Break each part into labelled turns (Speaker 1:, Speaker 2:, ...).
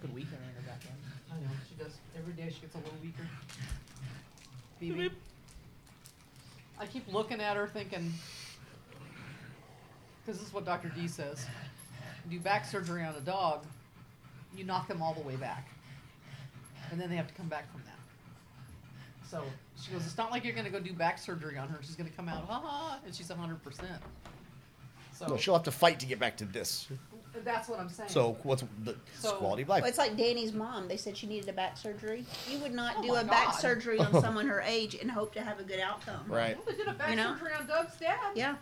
Speaker 1: the weaker in her back end.
Speaker 2: I know, she does, every day she gets a little weaker. Phoebe. I keep looking at her thinking, because this is what Dr. D says. You do back surgery on a dog, you knock them all the way back. And then they have to come back from that. So she goes, it's not like you're going to go do back surgery on her. She's going to come out, ha ha, and she's 100%. So
Speaker 3: No, she'll have to fight to get back to this.
Speaker 2: that's what I'm saying.
Speaker 3: So what's the it's
Speaker 2: So-
Speaker 3: quality of life?
Speaker 4: Well, it's like Danny's mom. They said she needed a back surgery. You would not
Speaker 2: Oh
Speaker 4: do
Speaker 2: my
Speaker 4: a back
Speaker 2: God.
Speaker 4: surgery on someone her age and hope to have a good outcome.
Speaker 3: right.
Speaker 2: Well, they did a back
Speaker 4: You know?
Speaker 2: surgery on Doug's dad.
Speaker 4: Yeah.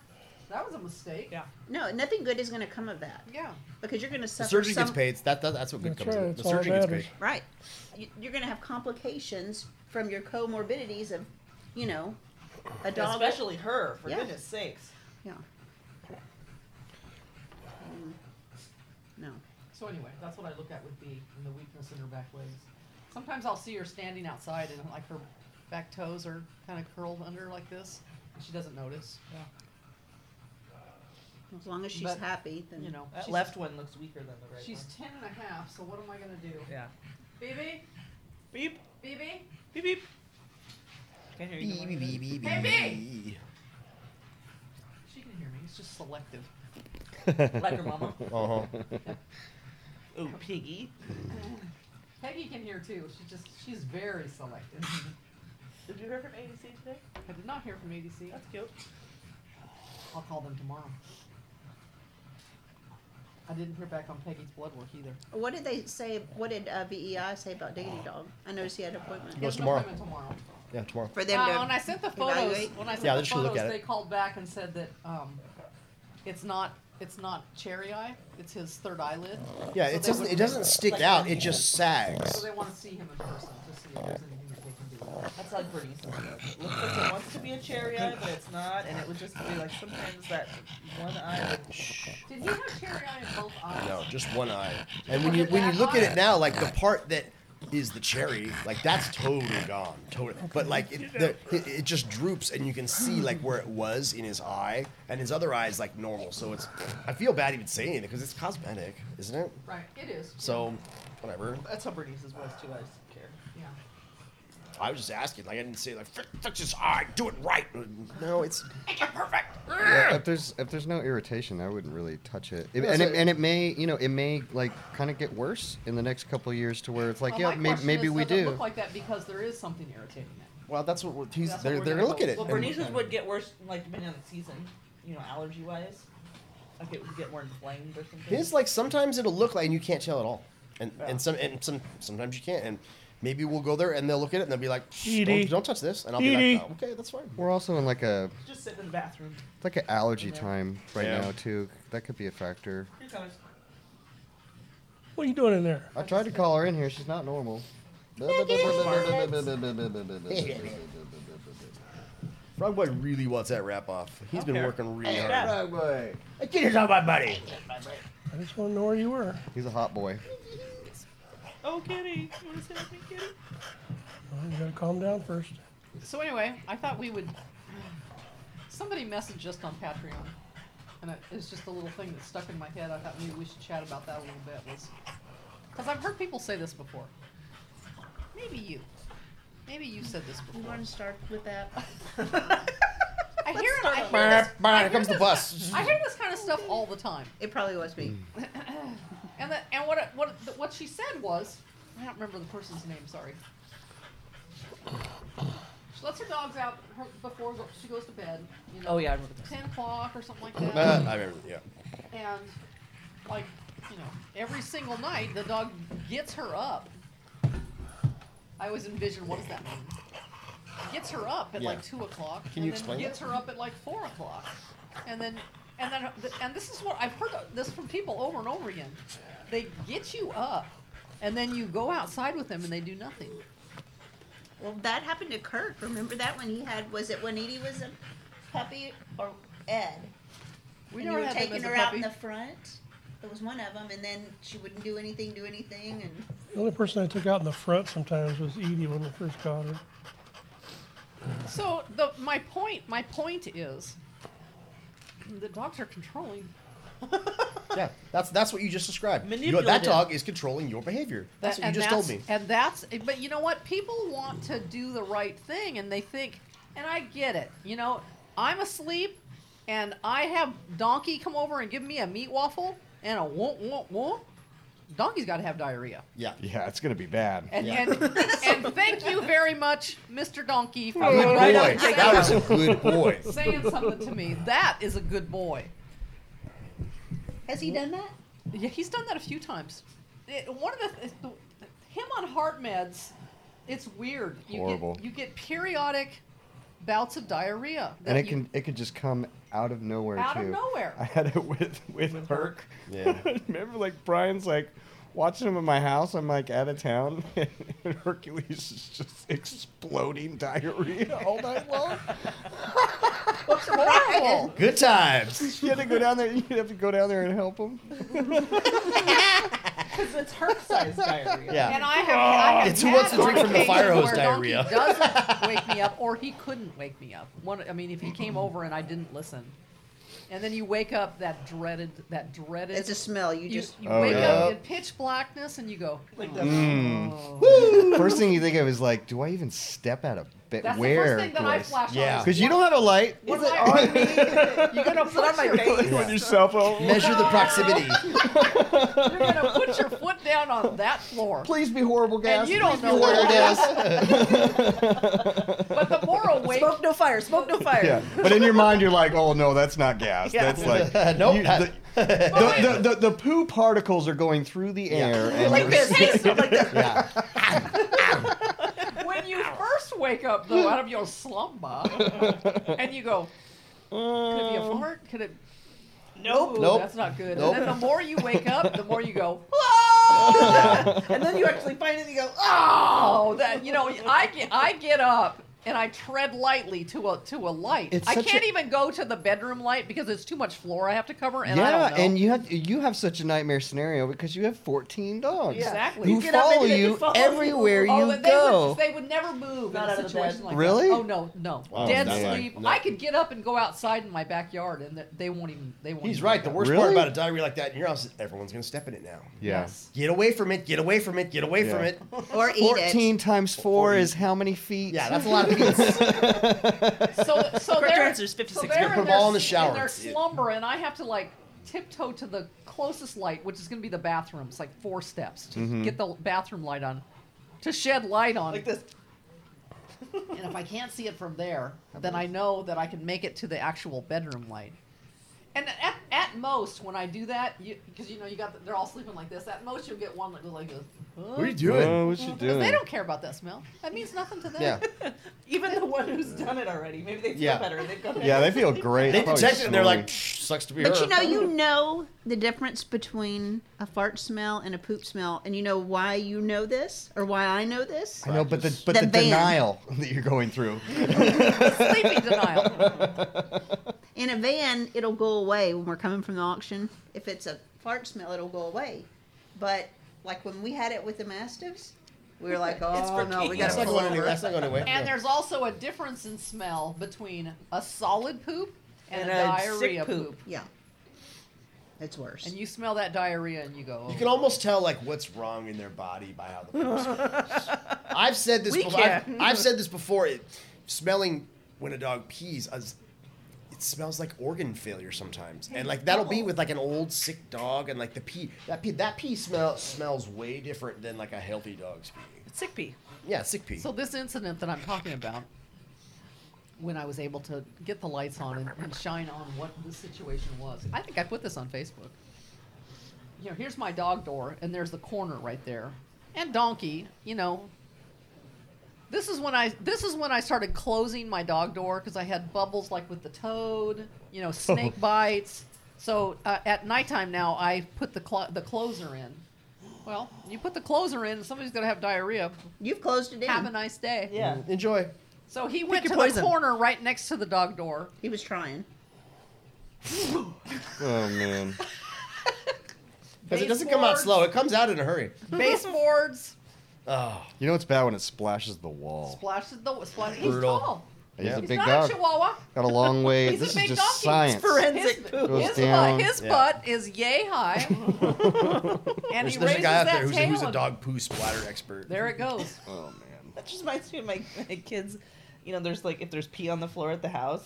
Speaker 2: That was a mistake.
Speaker 1: Yeah.
Speaker 4: No, nothing good is going to come of that
Speaker 2: Yeah.
Speaker 4: because you're going to
Speaker 3: The
Speaker 4: suffer.
Speaker 3: surgeon
Speaker 4: some,
Speaker 3: gets paid. That, that that's what good
Speaker 5: That's
Speaker 3: comes.
Speaker 5: right,
Speaker 3: in.
Speaker 5: it's
Speaker 3: The
Speaker 5: all
Speaker 3: surgeon gets
Speaker 5: matters.
Speaker 3: paid.
Speaker 4: Right. You- You're going to have complications from your comorbidities of, you know, a dog.
Speaker 1: Especially her, for
Speaker 4: Yeah.
Speaker 1: goodness sakes.
Speaker 4: Yeah. Mm. No.
Speaker 2: So anyway, that's what I look at with B and the weakness in her back legs. Sometimes I'll see her standing outside and like her back toes are kind of curled under like this, and she doesn't notice.
Speaker 4: As long as she's
Speaker 2: But,
Speaker 4: happy, then
Speaker 2: You know,
Speaker 1: That
Speaker 2: she's,
Speaker 1: left one looks weaker than the right
Speaker 2: She's ten and a half. So what am I gonna do?
Speaker 1: one. Yeah.
Speaker 2: Phoebe,
Speaker 1: Beep,
Speaker 2: Phoebe,
Speaker 1: beep, beep. Can't hear you.
Speaker 3: Bee,
Speaker 1: Don't
Speaker 3: bee,
Speaker 1: worry.
Speaker 3: bee, bee,
Speaker 2: Hey,
Speaker 3: bee.
Speaker 2: she can hear me. It's just selective.
Speaker 1: Like her mama.
Speaker 3: Uh-huh.
Speaker 1: Oh, piggy.
Speaker 2: Peggy can hear too. She just she's very selective.
Speaker 1: Did you hear from ABC today?
Speaker 2: I did not hear from ADC.
Speaker 1: That's cute.
Speaker 2: I'll call them tomorrow. I didn't hear back on Peggy's blood work either.
Speaker 4: what did they say? What did uh, VEI say about Diggity Dog? I noticed he had an appointment.
Speaker 3: Goes
Speaker 2: There's an
Speaker 3: tomorrow.
Speaker 2: appointment Tomorrow.
Speaker 3: Yeah, tomorrow.
Speaker 4: For them
Speaker 2: Uh,
Speaker 4: to
Speaker 2: when I sent the photos,
Speaker 4: evaluate.
Speaker 2: when I sent
Speaker 3: Yeah, they
Speaker 2: the
Speaker 3: should look
Speaker 2: photos,
Speaker 3: at it.
Speaker 2: they called back and said that um, it's not it's not cherry eye, it's his third eyelid.
Speaker 3: Yeah,
Speaker 2: So
Speaker 3: it
Speaker 2: they
Speaker 3: doesn't
Speaker 2: would-
Speaker 3: it doesn't stick
Speaker 1: like
Speaker 3: out.
Speaker 1: one
Speaker 3: It
Speaker 1: hand.
Speaker 3: just
Speaker 2: So
Speaker 3: sags.
Speaker 2: they want to see him in person to see if there's anything that they can do. with it.
Speaker 1: That's like Bernie's. It looks like it wants to be a cherry eye, but it's not, and it would just be like sometimes that one eye would
Speaker 2: Did he have cherry eye in both eyes?
Speaker 3: No, just one eye. And when you when you look at it now, like the part that is the cherry, like that's totally gone, totally. But like it, the, it, it just droops, and you can see like where it was in his eye, and his other eye is like normal. So it's I feel bad even saying it because it's cosmetic, isn't it?
Speaker 2: Right, it is.
Speaker 3: So whatever.
Speaker 1: That's how Bernice's was too. I just didn't care.
Speaker 2: Yeah.
Speaker 3: I was just asking, like I didn't say like fix, fix his eye, do it right. No, it's make it perfect.
Speaker 6: Yeah, if there's if there's no irritation, I wouldn't really touch it. It- and it and it may you know it may like kind of get worse in the next couple of years to where it's like
Speaker 2: Well, my
Speaker 6: yeah may,
Speaker 2: question
Speaker 6: maybe
Speaker 2: is,
Speaker 6: we
Speaker 2: does it
Speaker 6: do.
Speaker 2: look like that because there is something irritating it.
Speaker 3: Well, that's what we're- he's.
Speaker 2: That's what
Speaker 3: they're
Speaker 2: we're
Speaker 3: they're
Speaker 2: gonna
Speaker 3: gonna look at it.
Speaker 1: Well,
Speaker 3: and-
Speaker 1: Bernice's would get worse, like depending on the season, you know, allergy wise. Like it would get more inflamed or something.
Speaker 3: His like sometimes it'll look like and you can't tell at all, and
Speaker 1: Yeah.
Speaker 3: and some and some sometimes you can't. And maybe we'll go there and they'll look at it and they'll be like, "Shh,
Speaker 5: Edie.
Speaker 3: don't, don't touch this, and I'll be
Speaker 5: Edie.
Speaker 3: like, oh, okay, that's fine.
Speaker 6: We're also in like a
Speaker 1: just sit in the bathroom.
Speaker 6: it's like an allergy
Speaker 1: Yeah.
Speaker 6: time right
Speaker 3: Yeah.
Speaker 6: now too. That could be a factor.
Speaker 1: Here comes.
Speaker 5: What are you doing in there?
Speaker 6: I tried to call her in here. She's not normal.
Speaker 3: Frogboy really wants that wrap off. He's been
Speaker 1: Okay.
Speaker 3: working really hard.
Speaker 1: Yeah.
Speaker 6: Frogboy.
Speaker 3: Get it on my buddy.
Speaker 5: I just want to know where you were.
Speaker 6: He's a hot boy.
Speaker 1: Oh, kitty! You want to sit with me, kitty?
Speaker 5: Well, you gotta calm down first.
Speaker 2: So anyway, I thought we would. Somebody messaged us on Patreon, and it, it's just a little thing that stuck in my head. I thought maybe we should chat about that a little bit. Was because I've heard people say this before. Maybe you. Maybe you said this
Speaker 4: You
Speaker 2: before.
Speaker 4: want to start with that?
Speaker 2: I hear it. I hear
Speaker 3: Bah,
Speaker 2: this.
Speaker 3: bah,
Speaker 2: I hear
Speaker 3: Here comes the
Speaker 2: this-
Speaker 3: bus.
Speaker 2: I hear this kind of stuff all the time.
Speaker 4: It probably was me.
Speaker 2: And the, and what it, what it- what she said was, I don't remember the person's name. Sorry. She lets her dogs out her, before go, she goes to bed. You know,
Speaker 1: Oh yeah, I remember this.
Speaker 2: ten o'clock or something like that.
Speaker 3: Uh, I remember. Yeah.
Speaker 2: and like you know, every single night the dog gets her up. I always envision what does that mean? Gets her up at
Speaker 3: Yeah.
Speaker 2: like two o'clock,
Speaker 3: Can
Speaker 2: and
Speaker 3: you
Speaker 2: then
Speaker 3: explain
Speaker 2: gets
Speaker 3: that?
Speaker 2: her up at like four o'clock, and then and then and this is what I've heard this from people over and over again. They get you up, and then you go outside with them, and they do nothing.
Speaker 4: Well, that happened to Kurt. Remember that when he had was it when Edie was a puppy or Ed?
Speaker 2: We
Speaker 4: and you
Speaker 2: never
Speaker 4: were
Speaker 2: had them
Speaker 4: taking
Speaker 2: as a
Speaker 4: her out
Speaker 2: puppy.
Speaker 4: in the front. There was one of them, and then she wouldn't do anything, do anything, and
Speaker 5: The only person I took out in the front sometimes was Edie when I first got her.
Speaker 2: So the my point my point is the dogs are controlling.
Speaker 3: Yeah, that's that's what you just described. You know, that
Speaker 1: Manipulative.
Speaker 3: dog is controlling your behavior. That's
Speaker 2: That-
Speaker 3: what you
Speaker 2: and
Speaker 3: just told me.
Speaker 2: that's- And that's, but you know what? People want to do the right thing, and they think, and I get it. You know, I'm asleep, and I have donkey come over and give me a meat waffle and a womp womp womp. Donkey's got to have diarrhea.
Speaker 3: Yeah.
Speaker 7: Yeah, it's gonna be bad.
Speaker 2: And,
Speaker 3: Yeah.
Speaker 2: and, and thank you very much, Mr. Donkey, for
Speaker 3: Good
Speaker 2: coming right up
Speaker 3: boy.
Speaker 2: and saying,
Speaker 3: That was a good boy.
Speaker 2: saying something to me. That is a good boy.
Speaker 4: Has he done that?
Speaker 2: Yeah, he's done that a few times. It- one of the, th- the him on heart meds, it's weird. You
Speaker 6: Horrible.
Speaker 2: Get, you get periodic bouts of diarrhea. that
Speaker 6: and it
Speaker 2: you-
Speaker 6: can it could just come out of nowhere
Speaker 2: Out
Speaker 6: too.
Speaker 2: of nowhere.
Speaker 6: I had it with with, Herc.
Speaker 3: Yeah.
Speaker 6: Remember, like Brian's like watching him at my house. I'm like out of town, and Hercules is just exploding diarrhea all night long.
Speaker 2: horrible.
Speaker 3: Good times.
Speaker 6: you had to go down there. You'd have to go down there and help him.
Speaker 1: Because it's her size diarrhea.
Speaker 3: Yeah.
Speaker 2: And I have, I have
Speaker 3: It's who
Speaker 2: had
Speaker 3: wants to drink
Speaker 2: on
Speaker 3: from the fire
Speaker 2: occasion
Speaker 3: hose
Speaker 2: where Donkey
Speaker 3: diarrhea.
Speaker 2: Doesn't wake me up, or he couldn't wake me up. One, I mean, if he came over and I didn't listen, and then you wake up that dreaded, that dreaded.
Speaker 4: It's a smell. You
Speaker 2: you,
Speaker 4: just
Speaker 2: you
Speaker 6: Oh,
Speaker 2: wake up
Speaker 6: yeah.
Speaker 2: in pitch blackness and you go.
Speaker 1: Like that.
Speaker 6: First thing you think of is like, do I even step out of bed?
Speaker 2: That's the
Speaker 6: Where?
Speaker 2: first thing that I
Speaker 6: Grace?
Speaker 2: flash
Speaker 3: Yeah.
Speaker 2: on.
Speaker 6: Because you don't have a light.
Speaker 2: What am I on me? You're gonna
Speaker 1: Is it on
Speaker 2: put
Speaker 1: my
Speaker 2: your,
Speaker 1: face?
Speaker 6: With your cell phone.
Speaker 3: Measure the proximity.
Speaker 2: you're gonna put your foot down on that floor.
Speaker 6: Please be horrible, guys.
Speaker 2: And you don't
Speaker 6: Please
Speaker 2: know
Speaker 6: be horrible.
Speaker 2: where it is.
Speaker 6: yeah.
Speaker 2: But the more awake,
Speaker 4: smoke no fire. Smoke no fire.
Speaker 6: But in your mind, you're like, oh no, that's not gas.
Speaker 2: Yeah.
Speaker 6: That's like,
Speaker 3: Nope.
Speaker 6: you- the, the, the, the, the poo particles are going through the
Speaker 3: Yeah.
Speaker 6: air. And
Speaker 4: Like
Speaker 6: you're-
Speaker 4: this.
Speaker 3: Yeah.
Speaker 2: when you first wake up though out of your slumber, and you go, could it be a
Speaker 6: Um,
Speaker 2: fart? Could it? Nope.
Speaker 3: Nope.
Speaker 2: That's not good.
Speaker 3: Nope.
Speaker 2: And then the more you wake up, the more you go,
Speaker 1: And then you actually find it and you go, oh,
Speaker 2: oh, that you know. I get, I get up. And I tread lightly to a to a light.
Speaker 6: It's
Speaker 2: I
Speaker 6: such
Speaker 2: can't
Speaker 6: a-
Speaker 2: even go to the bedroom light because it's too much floor I have to cover, and I don't
Speaker 6: yeah,
Speaker 2: know.
Speaker 6: and you have you have such a nightmare scenario because you have 14 dogs
Speaker 2: Exactly.
Speaker 6: who
Speaker 2: You
Speaker 1: get up and
Speaker 6: follow
Speaker 1: they
Speaker 6: you
Speaker 1: follow you.
Speaker 6: everywhere
Speaker 2: Oh,
Speaker 6: you
Speaker 2: but they
Speaker 6: go.
Speaker 2: Would, they would never move
Speaker 1: Not
Speaker 2: in
Speaker 1: out
Speaker 2: a
Speaker 1: of the
Speaker 2: situation
Speaker 1: bed.
Speaker 2: like
Speaker 6: Really?
Speaker 2: that. Oh no, no.
Speaker 3: Wow,
Speaker 2: Dead
Speaker 3: no way.
Speaker 2: sleep.
Speaker 3: No.
Speaker 2: I could get up and go outside in my backyard, and th- they won't even. They won't.
Speaker 3: He's
Speaker 2: even
Speaker 3: right. The
Speaker 2: wake
Speaker 3: worst part
Speaker 6: Really?
Speaker 3: about a diarrhea like that in your house is everyone's gonna step in it now.
Speaker 2: up. Yes.
Speaker 3: Get away from it. Get away from it. Get away from
Speaker 6: Yeah. Oh,
Speaker 3: it.
Speaker 4: Or eat it.
Speaker 6: 14 times 4
Speaker 3: Or-
Speaker 6: is how many feet?
Speaker 3: Yeah, that's a lot of beats.
Speaker 2: So, so
Speaker 1: Correct
Speaker 2: they're,
Speaker 1: answer is 56.
Speaker 2: So
Speaker 3: You
Speaker 2: they're
Speaker 3: put
Speaker 2: in
Speaker 3: them all
Speaker 2: their-
Speaker 3: in the shower.
Speaker 2: They're slumber, and I have to like tiptoe to the closest light, which is going to be the bathroom. It's like four steps to
Speaker 3: Mm-hmm.
Speaker 2: get the bathroom light on, to shed light on.
Speaker 1: like this.
Speaker 2: And if I can't see it from there, then I know that I can make it to the actual bedroom light. And at, at most, when I do that, because you, know you got the, they're all sleeping like this. At most, you'll get one that goes like this.
Speaker 3: what are you
Speaker 6: Oh,
Speaker 3: doing?
Speaker 6: what's she doing?
Speaker 2: Because they don't care about that smell. That means nothing to them.
Speaker 3: Yeah.
Speaker 1: Even the one who's done it already. Maybe they feel
Speaker 3: Yeah.
Speaker 1: better. They've gone
Speaker 6: Yeah, they feel great.
Speaker 3: They
Speaker 6: Probably
Speaker 3: detect it and they're like,
Speaker 6: snoring.
Speaker 3: "Psh, sucks to be
Speaker 4: But
Speaker 3: her."
Speaker 4: you know, you know the difference between a fart smell and a poop smell, and you know why you know this or why I know this.
Speaker 6: I know, but the but
Speaker 4: The
Speaker 6: the,
Speaker 4: van.
Speaker 6: denial that you're going through.
Speaker 2: Sleeping denial.
Speaker 4: In a van, it'll go away when we're coming from the auction. If it's a fart smell, it'll go away. But like when we had it with the mastiffs, we were like, oh
Speaker 1: for
Speaker 4: no, we
Speaker 1: keeps.
Speaker 4: got
Speaker 3: that's
Speaker 4: to
Speaker 3: not
Speaker 4: pull
Speaker 3: going anywhere.
Speaker 4: over.
Speaker 3: That's not going anywhere.
Speaker 2: And
Speaker 3: Yeah.
Speaker 2: there's also a difference in smell between a solid poop and,
Speaker 1: And
Speaker 2: a,
Speaker 1: a sick
Speaker 2: diarrhea poop.
Speaker 1: poop.
Speaker 4: Yeah, it's worse.
Speaker 2: And you smell that diarrhea and you go, oh.
Speaker 3: You can almost tell like what's wrong in their body by how the poop smells. I've said this.
Speaker 1: We
Speaker 3: before. I've,
Speaker 1: can.
Speaker 3: I've said this before. It, smelling when a dog pees, us- it smells like organ failure sometimes, and like that'll be with like an old sick dog, and like the pee that pee that pee smell smells way different than like a healthy dog's pee.
Speaker 1: Sick pee.
Speaker 3: Yeah, sick pee.
Speaker 2: So this incident that I'm talking about, when I was able to get the lights on and, and shine on what the situation was, I think I put this on Facebook. You know, here's my dog door, and there's the corner right there, and donkey. You know, this is when I this is when I started closing my dog door because I had bubbles like with the toad, you know, snake bites. So uh, at nighttime now, I put the clo- the closer in. Well, you put the closer in, somebody's gonna have diarrhea.
Speaker 4: You've closed it in.
Speaker 2: Have a nice day.
Speaker 1: Mm. Yeah.
Speaker 3: Enjoy.
Speaker 2: So he went
Speaker 4: your
Speaker 2: to the
Speaker 4: poison.
Speaker 2: corner right next to the dog door.
Speaker 4: He was trying.
Speaker 6: Oh man.
Speaker 3: Because it doesn't come out slow. It comes out in a hurry. Ah,
Speaker 2: Baseboards
Speaker 3: Oh,
Speaker 6: You know it's bad when it splashes the wall.
Speaker 2: splashes the splash. He's
Speaker 3: Brutal.
Speaker 2: tall.
Speaker 6: He's
Speaker 3: Yeah.
Speaker 6: a
Speaker 2: He's
Speaker 6: big
Speaker 2: not
Speaker 6: dog.
Speaker 2: a chihuah.
Speaker 6: Got a long way.
Speaker 2: He's
Speaker 6: this
Speaker 2: a big
Speaker 6: is just
Speaker 2: donkey.
Speaker 4: It's
Speaker 6: science.
Speaker 4: forensic
Speaker 2: His,
Speaker 4: poop.
Speaker 6: Goes
Speaker 2: his
Speaker 6: down.
Speaker 2: butt, his
Speaker 3: Yeah.
Speaker 2: butt is yay high, and
Speaker 3: There's,
Speaker 2: he
Speaker 3: there's
Speaker 2: raises
Speaker 3: a guy out
Speaker 2: that
Speaker 3: there who's a,
Speaker 2: tail.
Speaker 3: who's a
Speaker 2: and-
Speaker 3: dog poo splatter expert.
Speaker 2: There it goes.
Speaker 6: Oh man.
Speaker 1: That just reminds me of my, my kids. You know, there's like if there's pee on the floor at the house,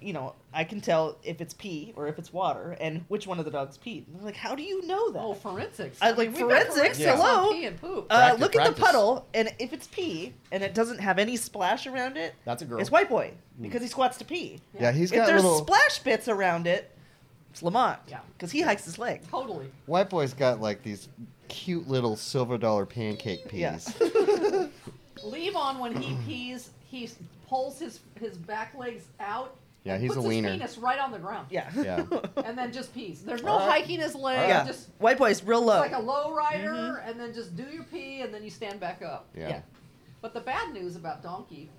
Speaker 1: you know, I can tell if it's pee or if it's water and which one of the dogs peed. And they're like, how do you know that?
Speaker 2: Oh, forensics.
Speaker 1: I was like,
Speaker 2: We've got
Speaker 1: forensics?
Speaker 2: on
Speaker 1: Hello?
Speaker 2: pee and poop.
Speaker 1: uh,
Speaker 3: Practice,
Speaker 1: look at the
Speaker 3: practice.
Speaker 1: puddle, and if it's pee and it doesn't have any splash around it,
Speaker 3: That's a girl.
Speaker 1: it's white boy because he squats to pee.
Speaker 6: Yeah, he's
Speaker 1: if
Speaker 6: got
Speaker 1: there's
Speaker 6: little.
Speaker 1: splash bits around it, it's Lamont.
Speaker 2: Yeah.
Speaker 1: Because he hikes his leg.
Speaker 2: totally.
Speaker 6: White boy's got like these cute little silver dollar pancake peas.
Speaker 1: Yeah.
Speaker 2: Leave on when he pees. He pulls his his back legs out.
Speaker 6: Yeah,
Speaker 2: and
Speaker 6: he's
Speaker 2: puts
Speaker 6: a wiener.
Speaker 2: His penis right on the ground.
Speaker 1: Yeah. Uh,
Speaker 6: Yeah.
Speaker 2: and then just pees. There's no hiking his leg.
Speaker 1: yeah.
Speaker 2: Just
Speaker 1: white boy's real
Speaker 2: it's
Speaker 1: low.
Speaker 2: like a low rider,
Speaker 3: Mm-hmm.
Speaker 2: and then just do your pee, and then you stand back up.
Speaker 6: Yeah.
Speaker 1: Yeah.
Speaker 2: But the bad news about Donkey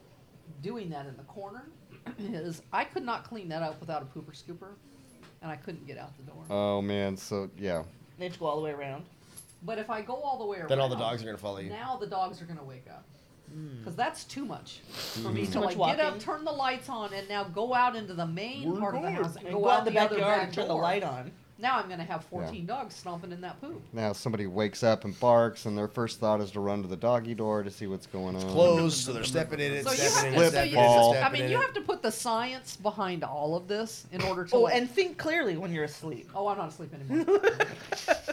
Speaker 2: doing that in the corner is I could not clean that up without a pooper scooper, and I couldn't get out the door.
Speaker 3: Uh.
Speaker 6: Oh man. So yeah.
Speaker 1: They have to go all the way around.
Speaker 2: but if I go all the way around,
Speaker 3: Then all the dogs are gonna follow you.
Speaker 2: Now the dogs are gonna wake up. Because that's too much for me.
Speaker 1: Hmm.
Speaker 3: Hmm.
Speaker 1: Too
Speaker 2: So
Speaker 1: much
Speaker 2: I get up,
Speaker 1: walking.
Speaker 2: turn the lights on, and now go out into the main part of the house and
Speaker 1: And
Speaker 2: go,
Speaker 1: go
Speaker 2: out
Speaker 1: out in the
Speaker 2: other
Speaker 1: backyard
Speaker 2: back
Speaker 1: and turn the
Speaker 2: door.
Speaker 1: light on.
Speaker 2: Now I'm gonna have 14 dogs stomping in that poop.
Speaker 6: Now somebody wakes up and barks, and their first thought is to run to the doggy door to see what's going on.
Speaker 3: Closed, so they're stepping in it,
Speaker 2: So you have
Speaker 3: stepping in
Speaker 2: to. So
Speaker 3: it, stepping
Speaker 2: you,
Speaker 3: in it,
Speaker 6: ball.
Speaker 2: I
Speaker 3: stepping
Speaker 2: mean,
Speaker 3: in
Speaker 2: you
Speaker 3: it.
Speaker 2: have to put the science behind all of this in order to.
Speaker 1: Oh,
Speaker 2: like-
Speaker 1: and think clearly when you're asleep.
Speaker 2: oh, I'm not asleep anymore.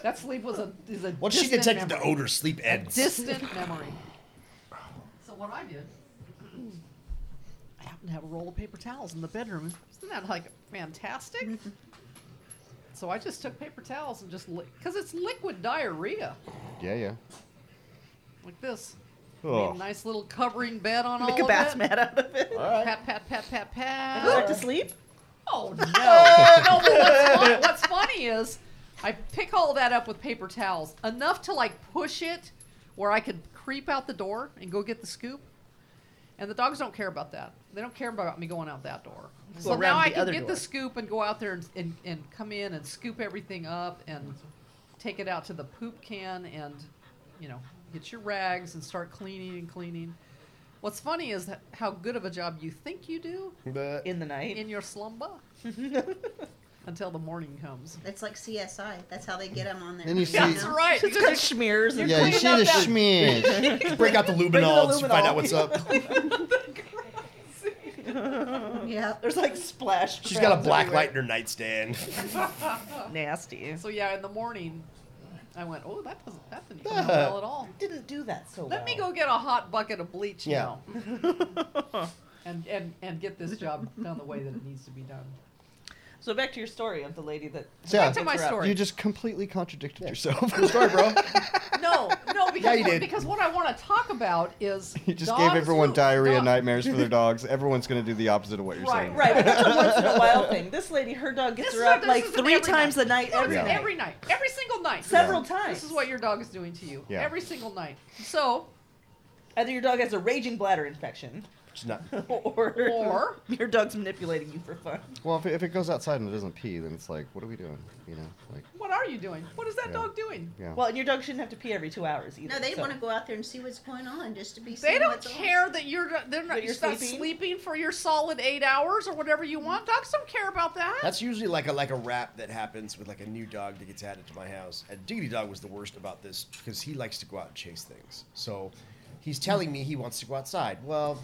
Speaker 2: that sleep was a is a.
Speaker 3: Once she
Speaker 2: distant
Speaker 3: detected the
Speaker 2: memory.
Speaker 3: odor, sleep ends.
Speaker 2: distant memory. So what I did, I happened to have a roll of paper towels in the bedroom. Mm-hmm. Isn't that like fantastic? so I just took paper towels and just because it's liquid diarrhea,
Speaker 6: Yeah, yeah.
Speaker 2: like this. Made a
Speaker 6: Oh.
Speaker 2: nice little covering bed on
Speaker 1: Make
Speaker 2: all
Speaker 1: a bath
Speaker 2: of it.
Speaker 1: mat out of it.
Speaker 2: Pat pat pat pat pat.
Speaker 1: Go back to sleep.
Speaker 2: Oh no! no but what's, funny, what's funny is I pick all that up with paper towels enough to like push it where I could creep out the door and go get the scoop. And the dogs don't care about that. They don't care about me going out that door. So
Speaker 1: around
Speaker 2: now I
Speaker 1: the
Speaker 2: can
Speaker 1: other
Speaker 2: get
Speaker 1: door.
Speaker 2: the scoop and go out there and, and, and come in and scoop everything up and take it out to the poop can and you know get your rags and start cleaning and cleaning. What's funny is that how good of a job you think you do
Speaker 3: But-
Speaker 1: In the night.
Speaker 2: in your slumber until the morning comes.
Speaker 4: It's like CSI. That's how they get them on there.
Speaker 6: Then you see-
Speaker 2: That's right.
Speaker 1: It's got smears. and
Speaker 6: Yeah, you
Speaker 1: cleaning
Speaker 6: see
Speaker 1: up
Speaker 6: the
Speaker 1: that-
Speaker 6: schmidge.
Speaker 3: Break out the
Speaker 1: the
Speaker 3: luminol and find
Speaker 1: luminol.
Speaker 3: out what's up.
Speaker 4: Yeah.
Speaker 1: There's like splash.
Speaker 3: She's got a
Speaker 1: crabs
Speaker 3: black
Speaker 1: everywhere.
Speaker 3: light in her nightstand.
Speaker 1: Nasty.
Speaker 2: So yeah, in the morning, I went, oh, that doesn't that didn't come out well at all.
Speaker 1: Didn't do that so
Speaker 2: Let me go get a hot bucket of bleach
Speaker 3: Yeah.
Speaker 2: now, and and and get this job done the way that it needs to be done.
Speaker 1: so back to your story of the lady that.
Speaker 6: Yeah.
Speaker 2: Back to my story.
Speaker 6: You just completely contradicted yourself.
Speaker 3: Sorry, bro.
Speaker 2: No, no, because
Speaker 3: you
Speaker 2: what,
Speaker 3: did.
Speaker 2: because what I want to talk about is
Speaker 6: You just
Speaker 2: dogs
Speaker 6: gave everyone
Speaker 2: who-
Speaker 6: diarrhea
Speaker 2: dog-
Speaker 6: nightmares for their dogs. Everyone's going to do the opposite of what you're
Speaker 2: Right,
Speaker 6: saying.
Speaker 1: Right, but that's a once in a while thing. This lady, her dog gets
Speaker 2: This
Speaker 1: her
Speaker 2: is-
Speaker 1: up
Speaker 2: this
Speaker 1: like
Speaker 2: is
Speaker 1: three
Speaker 2: every
Speaker 1: times
Speaker 2: night.
Speaker 1: a night,
Speaker 2: No, it's
Speaker 1: every night.
Speaker 2: every night, every single night.
Speaker 1: Several times.
Speaker 2: This is what your dog is doing to you
Speaker 6: Yeah.
Speaker 2: every single night. So
Speaker 1: Either your dog has a raging bladder infection,
Speaker 3: She's not.
Speaker 1: or,
Speaker 2: Or-
Speaker 1: your dog's manipulating you for fun.
Speaker 6: Well, if it, if it goes outside and it doesn't pee, then it's like, what are we doing? You know, like,
Speaker 2: what are you doing? What is that
Speaker 6: Yeah.
Speaker 2: dog doing?
Speaker 6: yeah.
Speaker 1: Well, and your dog shouldn't have to pee every two hours either.
Speaker 4: No, they
Speaker 1: so-
Speaker 4: want to go out there and see what's going on just to be.
Speaker 2: They
Speaker 4: seeing
Speaker 2: don't
Speaker 4: what's on.
Speaker 2: care that you're they're not,
Speaker 1: That
Speaker 2: you're
Speaker 1: you're
Speaker 2: not
Speaker 1: sleeping?
Speaker 2: sleeping for your solid eight hours or whatever you want. Dogs don't care about that.
Speaker 3: That's usually like a like a rap that happens with like a new dog that gets added to my house. And Diggity Dog was the worst about this because he likes to go out and chase things. So he's telling me he wants to go outside. Well,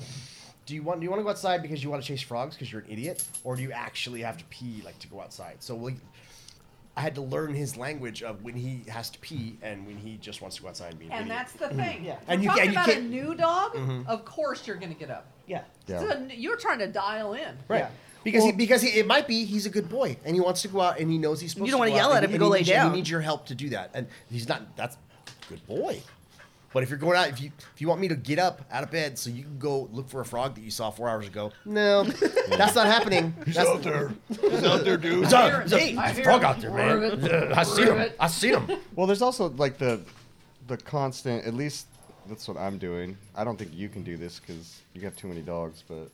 Speaker 3: do you want do you want to go outside because you want to chase frogs because you're an idiot, or do you actually have to pee like to go outside? So we, I had to learn his language of when he has to pee and when he just wants to go outside and be an
Speaker 2: and
Speaker 3: idiot.
Speaker 2: that's the thing.
Speaker 1: Yeah.
Speaker 2: We're
Speaker 3: And you
Speaker 2: talking
Speaker 3: ca- and you
Speaker 2: about a
Speaker 3: can't-
Speaker 2: new dog. Of course, you're going to get up.
Speaker 1: Yeah.
Speaker 6: Yeah.
Speaker 2: It's a- you're trying to dial in.
Speaker 3: Right.
Speaker 1: Yeah.
Speaker 3: Because he, because he, it might be he's a good boy and he wants to go out and he knows he's supposed
Speaker 1: You don't
Speaker 3: to
Speaker 1: wanna
Speaker 3: go
Speaker 1: yell
Speaker 3: out
Speaker 1: at him
Speaker 3: he-
Speaker 1: to go
Speaker 3: he
Speaker 1: lay
Speaker 3: needs your-
Speaker 1: down.
Speaker 3: He needs your help to do that, and he's not. That's a good boy. But if you're going out, if you if you want me to get up out of bed so you can go look for a frog that you saw four hours ago, no, that's not happening. He's out there.
Speaker 6: He's out there, dude.
Speaker 3: He's out,
Speaker 2: hear
Speaker 3: there's
Speaker 2: it.
Speaker 3: a-
Speaker 2: I
Speaker 3: there's a
Speaker 2: hear
Speaker 3: frog
Speaker 2: it.
Speaker 3: out there, man.
Speaker 2: Prove it.
Speaker 3: Yeah, I see
Speaker 2: Prove
Speaker 3: him.
Speaker 2: it.
Speaker 3: I see him.
Speaker 6: Well, there's also like the the constant. At least that's what I'm doing. I don't think you can do this because you have too many dogs. But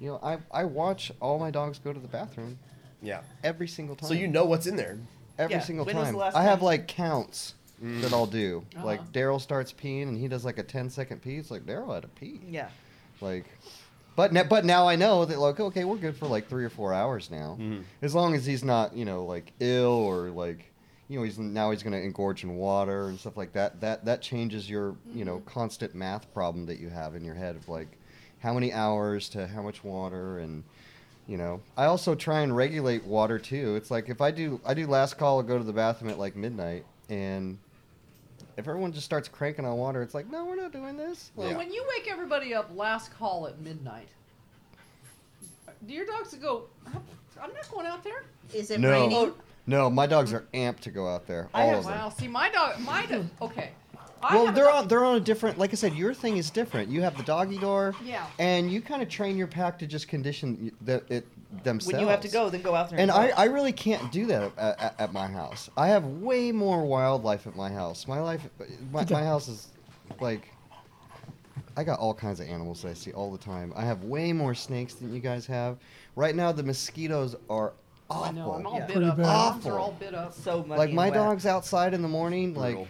Speaker 6: you know, I I watch all my dogs go to the bathroom
Speaker 3: Yeah.
Speaker 6: every single time.
Speaker 3: So you know what's in there.
Speaker 6: every
Speaker 1: Yeah,
Speaker 6: single
Speaker 1: when was
Speaker 6: time.
Speaker 1: the last
Speaker 6: I have
Speaker 1: time-
Speaker 6: like counts
Speaker 3: Mm.
Speaker 6: that I'll do.
Speaker 2: Uh-huh.
Speaker 6: Like Daryl starts peeing and he does like a 10 second pee. It's like Daryl had a pee.
Speaker 1: Yeah.
Speaker 6: Like But now, but now I know that like okay, we're good for like three or four hours now, as long as he's not you know like ill or like you know he's now he's gonna engorge in water and stuff like that. That that changes your you know constant math problem that you have in your head of like how many hours to how much water and you know I also try and regulate water too. It's like if I do I do last call I'll go to the bathroom at like midnight and if everyone just starts cranking on water, it's like no we're not doing this.
Speaker 2: Well,
Speaker 3: Yeah.
Speaker 2: when you wake everybody up last call at midnight, do your dogs go, I'm not going out there?
Speaker 4: Is it
Speaker 6: No.
Speaker 2: Oh,
Speaker 4: raining?
Speaker 6: No, my dogs are amped to go out there. All
Speaker 2: I have,
Speaker 6: of them.
Speaker 2: wow. See, my dog, my dog, okay. I
Speaker 6: Well,
Speaker 2: have a
Speaker 6: they're
Speaker 2: dog-
Speaker 6: on they're on a different. Like I said, your thing is different. You have the doggy door.
Speaker 2: Yeah.
Speaker 6: And you kind of train your pack to just condition y- the, it themselves.
Speaker 1: When you have to go, then go out there.
Speaker 6: And
Speaker 1: go.
Speaker 6: I, I really can't do that at, at, at my house. I have way more wildlife at my house. My life, my, my house is like. I got all kinds of animals that I see all the time. I have way more snakes than you guys have. Right now, the mosquitoes are awful.
Speaker 2: I know, I'm all
Speaker 1: Yeah.
Speaker 2: bit
Speaker 5: Pretty
Speaker 2: up. My
Speaker 5: bad.
Speaker 2: dogs are all bit up.
Speaker 1: so muddy
Speaker 6: like
Speaker 1: and
Speaker 6: my
Speaker 1: wet.
Speaker 6: dog's outside in the morning
Speaker 3: Brutal.
Speaker 6: like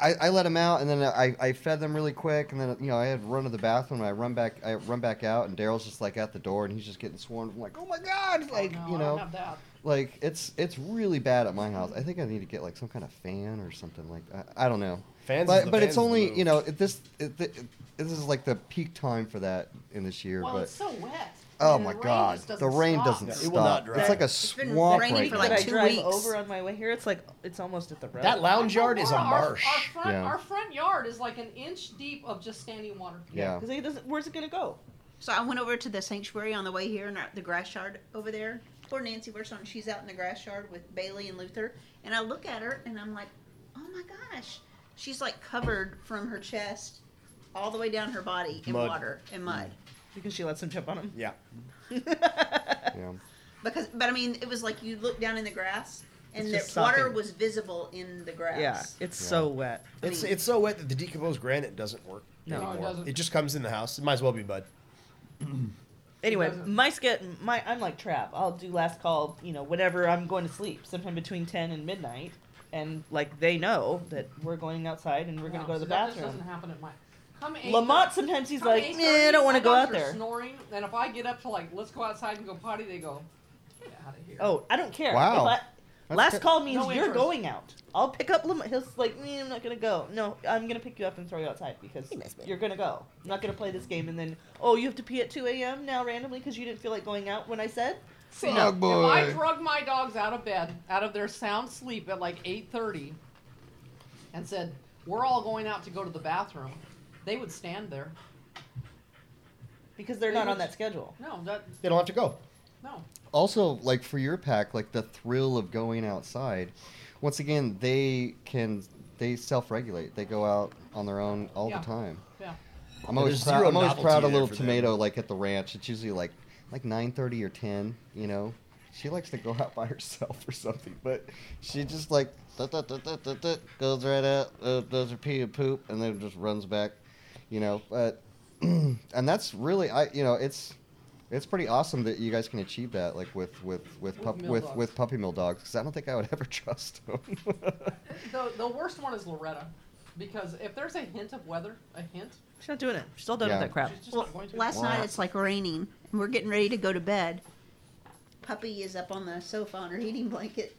Speaker 6: I, I, I let him out and then I, I fed them really quick and then you know I had to run to the bathroom and I run back I run back out and Daryl's just like at the door and he's just getting swarmed I'm like oh my god like
Speaker 2: no,
Speaker 6: you
Speaker 2: I don't
Speaker 6: know
Speaker 2: have that.
Speaker 6: like it's it's really bad at my house I think I need to get like some kind of fan or something like I, I don't know
Speaker 3: Fans is
Speaker 6: but
Speaker 3: the-
Speaker 6: but
Speaker 3: fans is
Speaker 6: it's
Speaker 3: the
Speaker 6: only
Speaker 3: move.
Speaker 6: you know it, this it, it, this is like the peak time for that in this year
Speaker 2: Well,
Speaker 6: but
Speaker 2: it's so wet.
Speaker 6: oh
Speaker 2: and
Speaker 6: my
Speaker 2: the rain
Speaker 6: god
Speaker 2: just
Speaker 6: the rain doesn't
Speaker 3: Yeah,
Speaker 6: stop
Speaker 3: it will not dry.
Speaker 6: it's like a
Speaker 4: It's been
Speaker 6: swamp
Speaker 4: raining
Speaker 6: right
Speaker 4: for,
Speaker 6: now.
Speaker 4: like,
Speaker 1: that I
Speaker 4: two
Speaker 1: drive
Speaker 4: weeks.
Speaker 1: over on my way here, it's like it's almost at the road.
Speaker 3: That lounge yard
Speaker 2: Our-
Speaker 3: is a
Speaker 2: our-
Speaker 3: marsh.
Speaker 2: Our, front,
Speaker 6: Yeah.
Speaker 2: our front yard is like an inch deep of just standing water.
Speaker 6: yeah
Speaker 1: Because it doesn't. Where's it gonna go?
Speaker 4: So I went over to the sanctuary on the way here, and the grass yard over there. Poor Nancy Verson, she's out in the grass yard with Bailey and Luther. And I look at her, and I'm like, oh my gosh, she's like covered from her chest all the way down her body in
Speaker 3: Mud.
Speaker 4: water and mud.
Speaker 1: Because she lets him jump on him.
Speaker 3: Yeah.
Speaker 6: yeah.
Speaker 4: Because, but I mean, it was like you look down in the grass, and the
Speaker 1: It's just
Speaker 4: water
Speaker 1: sopping.
Speaker 4: was visible in the grass.
Speaker 1: Yeah, it's so wet.
Speaker 3: It's it's so wet that the decomposed granite doesn't work
Speaker 1: No, it
Speaker 3: anymore.
Speaker 2: doesn't.
Speaker 3: It just comes in the house. It might as well be mud.
Speaker 1: Anyway,
Speaker 2: doesn't-
Speaker 1: my ske- my I'm like Trav. I'll do last call, you know, whenever I'm going to sleep, sometime between ten and midnight, and like they know that we're going outside and we're gonna
Speaker 2: No,
Speaker 1: go to the
Speaker 2: so that just
Speaker 1: bathroom.
Speaker 2: doesn't happen at my. Come eight-
Speaker 1: Lamont sometimes he's
Speaker 2: come
Speaker 1: like,
Speaker 2: 8:30,
Speaker 1: nah, I don't want
Speaker 2: my
Speaker 1: to go
Speaker 2: dogs
Speaker 1: out
Speaker 2: are
Speaker 1: there.
Speaker 2: Snoring, and if I get up to like, let's go outside and go potty, they go, get out of here.
Speaker 1: Oh, I don't care.
Speaker 6: Wow.
Speaker 1: If I-
Speaker 6: That's
Speaker 1: last
Speaker 6: good.
Speaker 1: call means
Speaker 2: No
Speaker 1: you're
Speaker 2: interest.
Speaker 1: going out. I'll pick up Lamont. He's like, "Nah, I'm not gonna go. No, I'm gonna pick you up and throw you outside because you're gonna go. I'm not gonna play this game and then oh, you have to pee at 2 a.m. now randomly because you didn't feel like going out when I said.
Speaker 2: See,
Speaker 6: Oh, boy.
Speaker 2: If I drug my dogs out of bed, out of their sound sleep at like 8:30, and said, "We're all going out to go to the bathroom," they would stand there.
Speaker 1: because they're
Speaker 2: They
Speaker 1: not on
Speaker 2: would-
Speaker 1: that schedule.
Speaker 2: No, that
Speaker 3: They don't have to go.
Speaker 2: no.
Speaker 6: also like for your pack like the thrill of going outside once again they can they self-regulate they go out on their own all
Speaker 2: Yeah.
Speaker 6: the time
Speaker 2: Yeah.
Speaker 6: i'm always,
Speaker 3: there's
Speaker 6: proud,
Speaker 3: zero
Speaker 6: I'm always
Speaker 3: novelty
Speaker 6: proud of
Speaker 3: there
Speaker 6: little
Speaker 3: for them.
Speaker 6: tomato like at the ranch it's usually like like 9.30 or 10 you know she likes to go out by herself or something but she just like "Tut, tut, tut, tut, tut, tut," goes right out uh, does her pee and poop and then just runs back you know but and that's really i you know it's it's pretty awesome that you guys can achieve that like with with with
Speaker 2: With
Speaker 6: pup,
Speaker 2: mill
Speaker 6: with,
Speaker 2: dogs.
Speaker 6: with puppy mill dogs because i don't think i would ever trust them
Speaker 2: The the worst one is Loretta, because if there's a hint of weather, a hint,
Speaker 1: She's not doing it. She's all done
Speaker 6: Yeah.
Speaker 1: with that crap.
Speaker 2: she's just
Speaker 4: Well,
Speaker 2: not going to.
Speaker 4: last
Speaker 6: Wow.
Speaker 4: night it's like raining, and we're getting ready to go to bed. Puppy is up on the sofa on her heating blanket,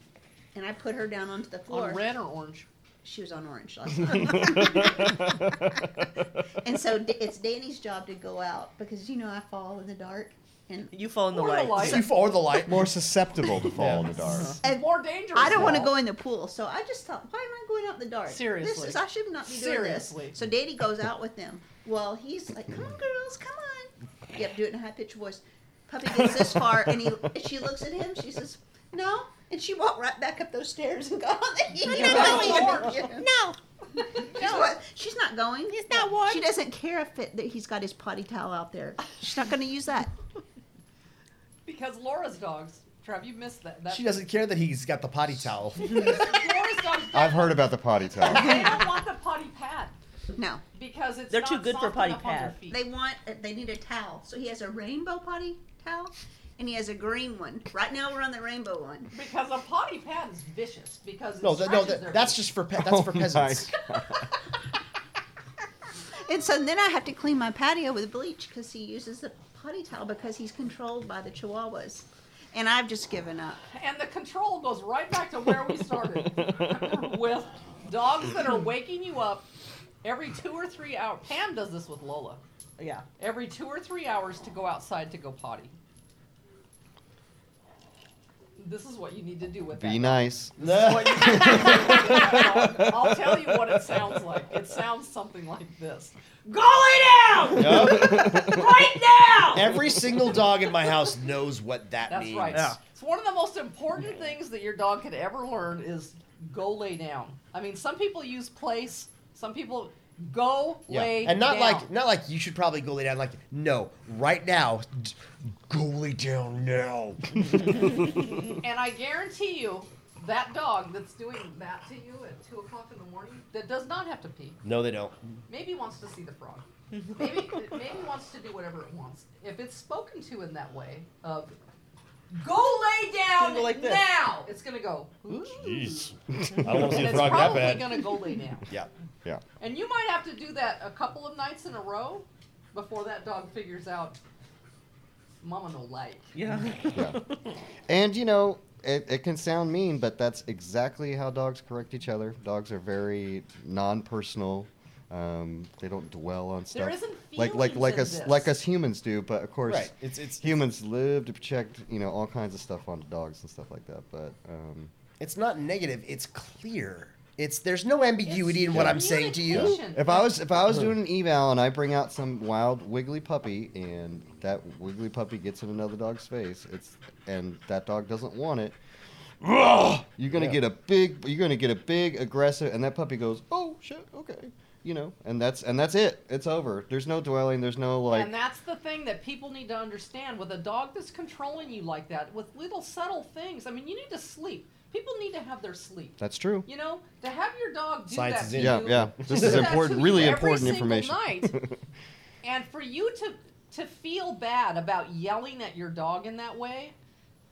Speaker 4: and I put her down onto the floor.
Speaker 2: on red or orange.
Speaker 4: She was on orange last night. and so D- it's Danny's job to go out because you know I fall in the dark, and
Speaker 1: You fall in the
Speaker 2: Or the
Speaker 1: light.
Speaker 2: light.
Speaker 3: You follow the light.
Speaker 6: more susceptible to fall in the dark
Speaker 2: Uh-huh.
Speaker 4: and
Speaker 2: More dangerous.
Speaker 4: I don't want to
Speaker 2: now.
Speaker 4: go in the pool. So I just thought, why am I going out in the dark? this
Speaker 2: Seriously.
Speaker 4: is I should not be doing
Speaker 2: Seriously.
Speaker 4: this. So Danny goes out with them. Well, he's like, "Come on, girls, come on." Yep, do it in a high pitched voice. Puppy gets this far, and he she looks at him. She says, "No," and she walked right back up those stairs and got on the heating blanket.
Speaker 7: No,
Speaker 4: She's, what- she's not going.
Speaker 7: It's not one.
Speaker 4: She doesn't care if it, that he's got his potty towel out there. She's not going to use that.
Speaker 2: Because Laura's dogs, Trav, you missed that. that
Speaker 3: She doesn't care that he's got the potty towel.
Speaker 2: Laura's dogs.
Speaker 6: i've heard about the potty towel
Speaker 2: They don't want the potty pad
Speaker 4: No,
Speaker 2: because it's
Speaker 1: They're too
Speaker 2: not
Speaker 1: good for
Speaker 2: soft
Speaker 1: potty
Speaker 2: enough on their
Speaker 1: pad.
Speaker 2: feet.
Speaker 4: they want uh, they need a towel. So he has a rainbow potty towel, and he has a green one. Right now we're on the rainbow one.
Speaker 2: Because a potty pad is vicious. Because it
Speaker 3: No, that, no,
Speaker 2: stretches
Speaker 3: that,
Speaker 2: their
Speaker 3: that's
Speaker 2: feet.
Speaker 3: just for pe- that's for
Speaker 6: Oh my
Speaker 3: peasants.
Speaker 6: God.
Speaker 4: It's And so then I have to clean my patio with bleach because he uses the potty towel because he's controlled by the Chihuahuas. And I've just given up.
Speaker 2: And the control goes right back to where we started with dogs that are waking you up every two or three hours. Pam does this with Lola
Speaker 1: Yeah.
Speaker 2: every two or three hours to go outside to go potty. This is what you need to do with that.
Speaker 6: Be nice.
Speaker 2: What you need to do with that dog. I'll tell you what it sounds like. It sounds something like this. Go lay down right now.
Speaker 3: Every single dog in my house knows what that
Speaker 2: That's
Speaker 3: means.
Speaker 2: right.
Speaker 1: Yeah.
Speaker 2: It's one of the most important things that your dog could ever learn is go lay down. I mean, some people use place. Some people go
Speaker 3: Yeah.
Speaker 2: lay
Speaker 3: and not
Speaker 2: down.
Speaker 3: like not like you should probably go lay down. Like no, right now, d- go lay down now.
Speaker 2: And I guarantee you, that dog that's doing that to you at two o'clock in the morning that does not have to pee.
Speaker 3: no, they don't.
Speaker 2: Maybe wants to see the frog. Maybe maybe wants to do whatever it wants. If it's spoken to in that way of go lay down
Speaker 1: Gonna go like this.
Speaker 2: now, it's gonna go. "Ooh."
Speaker 3: I don't want to
Speaker 2: And it's probably gonna go lay down.
Speaker 3: Yeah.
Speaker 6: Yeah.
Speaker 2: And you might have to do that a couple of nights in a row before that dog figures out mama no like.
Speaker 1: Yeah.
Speaker 6: Yeah. and you know, it, it can sound mean, but that's exactly how dogs correct each other. Dogs are very non-personal. Um, they don't dwell on stuff
Speaker 2: There isn't
Speaker 6: like like
Speaker 2: feelings
Speaker 6: like
Speaker 2: in
Speaker 6: us
Speaker 2: this.
Speaker 6: like us humans do. But of course,
Speaker 3: Right. It's it's
Speaker 6: humans live to project you know all kinds of stuff onto dogs and stuff like that. But um,
Speaker 3: it's not negative. It's clear. It's there's no ambiguity in what I'm saying to you.
Speaker 2: communication.
Speaker 6: if I was if I was doing an eval and I bring out some wild wiggly puppy and that wiggly puppy gets in another dog's face, it's and that dog doesn't want it. You're gonna
Speaker 3: Yeah.
Speaker 6: get a big. You're gonna get a big aggressive, and that puppy goes, "Oh shit, okay," you know, and that's and that's it. It's over. There's no dwelling. There's no like.
Speaker 2: and that's the thing that people need to understand with a dog that's controlling you like that, with little subtle things. I mean, you need to sleep. People need to have their sleep.
Speaker 6: that's true.
Speaker 2: You know, to have your dog do
Speaker 3: Science
Speaker 2: that
Speaker 3: is
Speaker 2: to
Speaker 3: in.
Speaker 6: Yeah,
Speaker 2: you,
Speaker 6: yeah.
Speaker 2: to
Speaker 6: This
Speaker 2: do
Speaker 6: is
Speaker 2: that to
Speaker 6: important-
Speaker 2: you
Speaker 6: really
Speaker 2: every
Speaker 6: important
Speaker 2: single
Speaker 6: information.
Speaker 2: night, and for you to to feel bad about yelling at your dog in that way,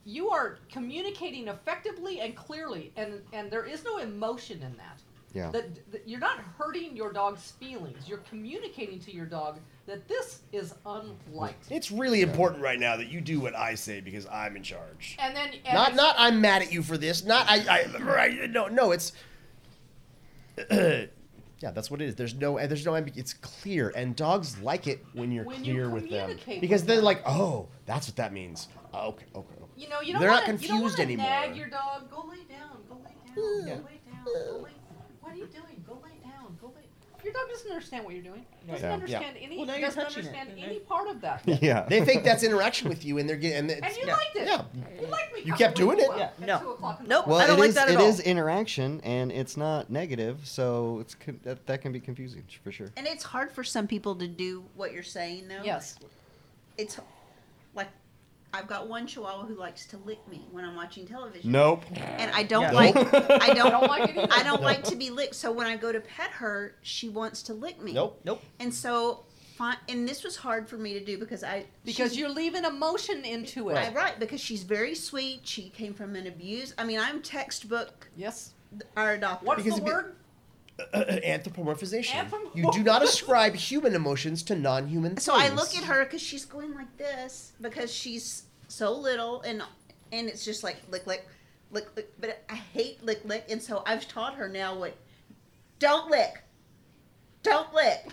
Speaker 2: you are communicating effectively and clearly, and and there is no emotion in that.
Speaker 6: Yeah.
Speaker 2: That, that you're not hurting your dog's feelings. You're communicating to your dog that this is unliked.
Speaker 3: It's really important right now that you do what I say because I'm in charge.
Speaker 2: And then and
Speaker 3: Not
Speaker 2: it's-
Speaker 3: not I'm mad at you for this. Not I I right, no no it's Yeah, that's what it is. There's no and there's no ambi- it's clear and dogs like it when you're
Speaker 2: When you
Speaker 3: clear with them.
Speaker 2: communicate with
Speaker 3: Because they're
Speaker 2: them.
Speaker 3: like, "Oh, that's what that means." Oh, okay, okay. okay.
Speaker 2: You know, you don't
Speaker 3: They're not
Speaker 2: wanna,
Speaker 3: confused
Speaker 2: you don't wanna
Speaker 3: anymore.
Speaker 2: Nag your dog. Go lay down. Go lay down. Go lay down. Go lay. What are you doing? Go lay down. Go lay. Your dog doesn't understand what you're doing. Doesn't
Speaker 6: Yeah.
Speaker 2: understand any.
Speaker 1: Well, now you're
Speaker 2: doesn't
Speaker 1: touching it,
Speaker 2: understand
Speaker 1: and
Speaker 2: any
Speaker 1: they-
Speaker 2: part of that.
Speaker 6: Yeah.
Speaker 3: They think that's interaction with you and they're getting and, it's,
Speaker 2: And you
Speaker 1: Yeah.
Speaker 2: liked it.
Speaker 3: Yeah.
Speaker 2: You liked me.
Speaker 3: You kept
Speaker 2: cuddling
Speaker 3: doing
Speaker 2: you
Speaker 3: it.
Speaker 2: up
Speaker 1: Yeah.
Speaker 2: at
Speaker 1: No.
Speaker 2: two o'clock in the
Speaker 1: Nope.
Speaker 2: morning.
Speaker 1: I don't
Speaker 6: it
Speaker 1: like
Speaker 6: is-
Speaker 1: that at
Speaker 6: it
Speaker 1: all.
Speaker 6: is interaction, and it's not negative, so it's con- that, that can be confusing for sure.
Speaker 4: And it's hard for some people to do what you're saying, though.
Speaker 2: Yes.
Speaker 4: It's like I've got one Chihuahua who likes to lick me when I'm watching television.
Speaker 6: Nope.
Speaker 4: And I don't
Speaker 1: Yeah.
Speaker 4: like. I
Speaker 2: I don't
Speaker 4: don't.
Speaker 2: like it either.
Speaker 4: I don't like to be licked. So when I go to pet her, she wants to lick me.
Speaker 3: Nope.
Speaker 1: Nope.
Speaker 4: And so, fi- and this was hard for me to do because I
Speaker 2: because
Speaker 4: she's-
Speaker 2: you're leaving emotion into it.
Speaker 4: I- right because she's very sweet. She came from an abuse. I mean, I'm textbook
Speaker 2: Yes.
Speaker 4: our adopted.
Speaker 2: What's
Speaker 3: Because
Speaker 2: the
Speaker 3: it'd be-
Speaker 2: word?
Speaker 3: anthropomorphization.
Speaker 2: Anthropomorph-
Speaker 3: You do not ascribe human emotions to non-human
Speaker 4: So I
Speaker 3: things.
Speaker 4: look at her because she's going like this because she's so little and and it's just like lick lick lick lick. But I hate lick lick, and so I've taught her now what don't lick, don't lick.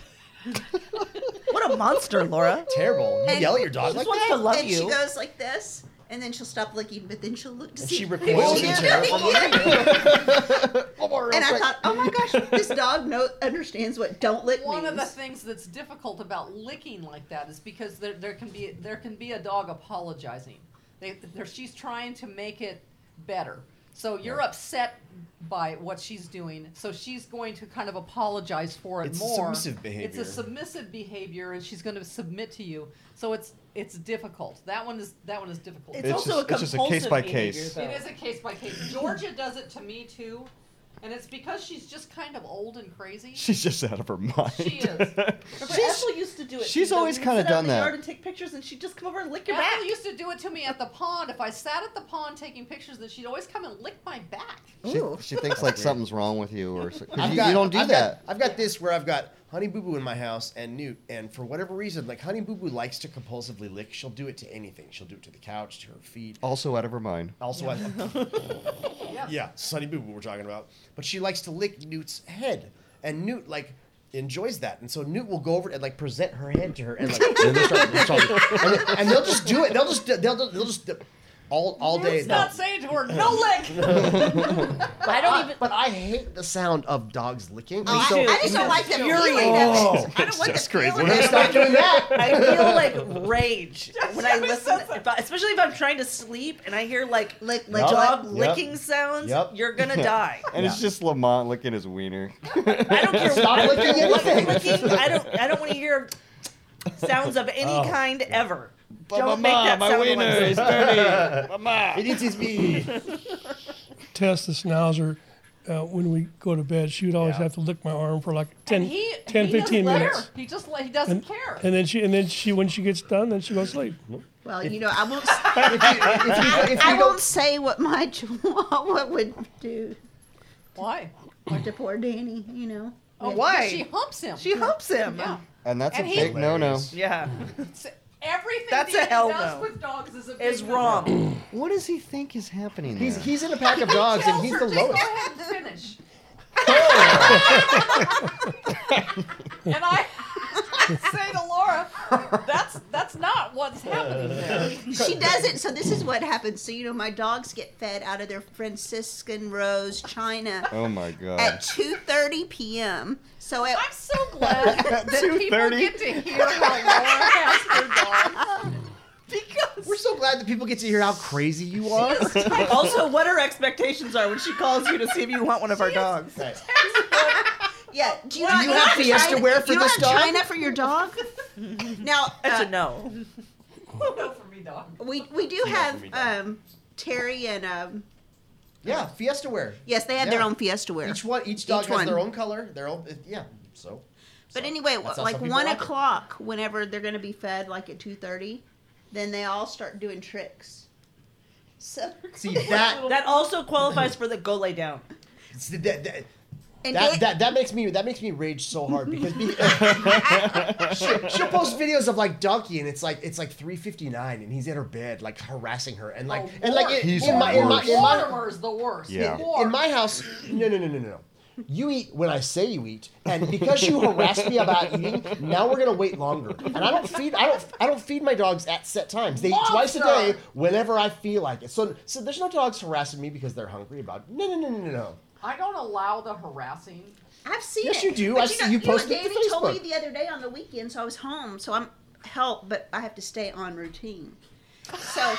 Speaker 1: What a monster, Laura.
Speaker 3: terrible. You
Speaker 4: And-
Speaker 3: yell at your dog
Speaker 1: She
Speaker 3: like
Speaker 1: just wants
Speaker 3: that.
Speaker 1: to love
Speaker 4: and
Speaker 1: you.
Speaker 4: she goes like this, and then she'll stop licking, but then she'll look to
Speaker 3: And
Speaker 4: see.
Speaker 3: she
Speaker 4: if
Speaker 3: recoils
Speaker 4: she's
Speaker 3: in
Speaker 4: doing
Speaker 3: terror.
Speaker 4: it.
Speaker 3: Come on, real
Speaker 4: And I
Speaker 3: quick.
Speaker 4: thought, oh my gosh, this dog no understands what don't lick
Speaker 2: One
Speaker 4: means.
Speaker 2: of the things that's difficult about licking like that is because there, there can be there can be a dog apologizing. They, there, she's trying to make it better. So you're upset by what she's doing, so she's going to kind of apologize for it
Speaker 3: It's a
Speaker 2: more.
Speaker 3: submissive
Speaker 2: It's
Speaker 3: behavior.
Speaker 2: a submissive behavior, and she's going to submit to you. So it's it's difficult. That one is that one is difficult.
Speaker 1: It's,
Speaker 6: It's
Speaker 1: also
Speaker 6: just-
Speaker 1: a
Speaker 6: it's just a
Speaker 1: compulsive
Speaker 6: case by
Speaker 1: behavior,
Speaker 6: case.
Speaker 1: though.
Speaker 3: uh,
Speaker 2: It is a case by case. Georgia does it to me too, and it's because she's just kind of old and crazy.
Speaker 6: She's just out of her mind.
Speaker 2: She is.
Speaker 1: Remember, Ethel used to do it.
Speaker 6: she's
Speaker 1: She'd go
Speaker 6: always
Speaker 1: and
Speaker 6: kinda
Speaker 1: sit out
Speaker 6: done
Speaker 1: in the
Speaker 6: that.
Speaker 1: Yard and take pictures, and she'd just come over and lick your
Speaker 2: Ethel
Speaker 1: back.
Speaker 2: used to do it to me at the pond. If I sat at the pond taking pictures, then she'd always come and lick my back.
Speaker 6: She, she thinks like something's wrong with you, or so- 'cause
Speaker 3: I've
Speaker 6: you,
Speaker 3: got-
Speaker 6: you don't do
Speaker 3: I've got-
Speaker 6: that.
Speaker 3: I've got this where I've got, Honey Boo Boo in my house and Newt, and for whatever reason, like Honey Boo Boo likes to compulsively lick. She'll do it to anything. She'll do it to the couch, to her feet.
Speaker 6: Also out of her mind.
Speaker 3: Also, I,
Speaker 2: Yeah.
Speaker 3: yeah, Sunny Boo Boo we're talking about. But she likes to lick Newt's head, and Newt like enjoys that, and so Newt will go over and like present her head to her, and like and they'll, start- they'll start- and they- and they'll just do it. They'll just they'll they'll, they'll just all all day.
Speaker 2: Let's not
Speaker 3: they'll-
Speaker 2: saying to her, no
Speaker 1: Uh-huh.
Speaker 2: lick.
Speaker 3: but I don't even. But I hate the sound of dogs licking.
Speaker 4: Oh,
Speaker 3: and so
Speaker 4: I, I just don't like the feeling of it.
Speaker 1: Oh,
Speaker 4: I don't want the
Speaker 6: just crazy.
Speaker 3: when
Speaker 4: feeling
Speaker 3: they
Speaker 4: of it.
Speaker 3: stop doing that,
Speaker 1: I feel like rage when I listen, if I- especially if I'm trying to sleep and I hear like
Speaker 4: Lick, lick,
Speaker 3: Yup.
Speaker 1: dog
Speaker 4: lick.
Speaker 6: Yep.
Speaker 1: licking sounds.
Speaker 3: Yep.
Speaker 1: You're gonna die.
Speaker 6: And it's
Speaker 3: Yeah.
Speaker 6: just Lamont licking his wiener.
Speaker 1: I don't care
Speaker 3: Stop
Speaker 1: what
Speaker 3: licking
Speaker 1: what
Speaker 3: anything.
Speaker 1: licking. I don't. I don't want to hear sounds of any
Speaker 3: Oh.
Speaker 1: kind ever. don't make that sound once.
Speaker 6: dirty. Mama.
Speaker 3: it is me.
Speaker 5: Tess the Schnauzer, uh, when we go to bed, she would always
Speaker 3: Yeah.
Speaker 5: have to lick my arm for like 10,
Speaker 2: And he,
Speaker 5: 10,
Speaker 2: he
Speaker 5: 15
Speaker 2: doesn't care.
Speaker 5: minutes.
Speaker 2: He just like he doesn't care.
Speaker 5: And then she, and then she, when she gets done, then she goes to sleep.
Speaker 4: Well, you know, I won't. s-
Speaker 3: If you, if you, if you
Speaker 4: I
Speaker 3: don't
Speaker 4: won't say what my chihuahua would do
Speaker 2: Why?
Speaker 4: to poor Danny. You know.
Speaker 2: Oh,
Speaker 1: Why?
Speaker 2: She humps him.
Speaker 1: She humps him.
Speaker 2: yeah.
Speaker 6: And that's
Speaker 2: And
Speaker 6: a
Speaker 2: he-
Speaker 6: big no no.
Speaker 3: Hilarious.
Speaker 1: Yeah.
Speaker 2: It's- everything
Speaker 1: That's
Speaker 2: that
Speaker 1: a hell
Speaker 2: does
Speaker 1: no.
Speaker 2: with dogs is a big
Speaker 1: Is
Speaker 2: no.
Speaker 1: wrong.
Speaker 6: What does he think is happening
Speaker 3: He's,
Speaker 6: there?
Speaker 3: he's in a pack of dogs and
Speaker 2: Tell
Speaker 3: he's
Speaker 2: her
Speaker 3: the
Speaker 2: to
Speaker 3: lowest.
Speaker 2: Go ahead and finish. Oh. and I say to Laura, that's that's not what's happening there.
Speaker 4: She does it. So this is what happens. So you know, my dogs get fed out of their Franciscan Rose china
Speaker 6: oh my god.
Speaker 4: at 2:30 p.m. So at
Speaker 2: I'm so glad that people
Speaker 6: 2:30.
Speaker 2: get to hear how Laura has her dog. Because
Speaker 3: We're so glad that people get to hear how crazy you are.
Speaker 1: also, what her expectations are when she calls you to see if you want one of our dogs.
Speaker 3: Right.
Speaker 4: yeah, do you,
Speaker 3: Do
Speaker 4: not-
Speaker 3: you have
Speaker 4: don't
Speaker 3: Fiesta
Speaker 4: china-
Speaker 3: wear for
Speaker 4: you don't
Speaker 3: this
Speaker 4: have
Speaker 3: dog?
Speaker 4: China for your dog? now
Speaker 1: That's
Speaker 4: uh,
Speaker 1: a no.
Speaker 2: no for me, dog.
Speaker 4: we we do
Speaker 3: Yeah, for
Speaker 4: have
Speaker 3: me, dog.
Speaker 4: um, Terry and um,
Speaker 3: Yeah, Fiesta wear.
Speaker 4: yes, they have their
Speaker 3: Yeah.
Speaker 4: own Fiesta wear.
Speaker 3: Each one, each dog
Speaker 4: Each
Speaker 3: has
Speaker 4: one.
Speaker 3: their own color, their own. Yeah, so.
Speaker 4: But anyway,
Speaker 3: That's how
Speaker 4: like
Speaker 3: some people
Speaker 4: one
Speaker 3: like it.
Speaker 4: o'clock, whenever they're going to be fed, like at two thirty, then they all start doing tricks. So
Speaker 3: See that,
Speaker 1: That also qualifies for the go lay down.
Speaker 3: see, that, that,
Speaker 4: and
Speaker 3: that,
Speaker 4: Dan-
Speaker 3: that that makes me that makes me rage so hard because be, she, she'll post videos of like donkey and it's like it's like three fifty nine and he's in her bed like harassing her and like
Speaker 2: Oh,
Speaker 3: and like
Speaker 2: Lord.
Speaker 3: in,
Speaker 6: He's
Speaker 3: in my in my in my
Speaker 2: Mortimer's the worst.
Speaker 6: Yeah.
Speaker 3: In my house, no, no, no, no, no, no. You eat when I say you eat, and because you harassed me about eating, now we're gonna wait longer. And I don't feed, I don't, I don't feed my dogs at set times. They eat twice a
Speaker 2: Monster!
Speaker 3: day whenever I feel like it. So, so there's no dogs harassing me because they're hungry about. No, no, no, no, no, no.
Speaker 2: I don't allow the harassing.
Speaker 4: I've seen
Speaker 3: Yes,
Speaker 4: it.
Speaker 3: you do.
Speaker 4: But
Speaker 3: I see
Speaker 4: know-
Speaker 3: you
Speaker 4: know what
Speaker 3: posted it to
Speaker 4: Danny told me
Speaker 3: Facebook.
Speaker 4: the other day on the weekend, so I was home, so I'm help, but I have to stay on routine. So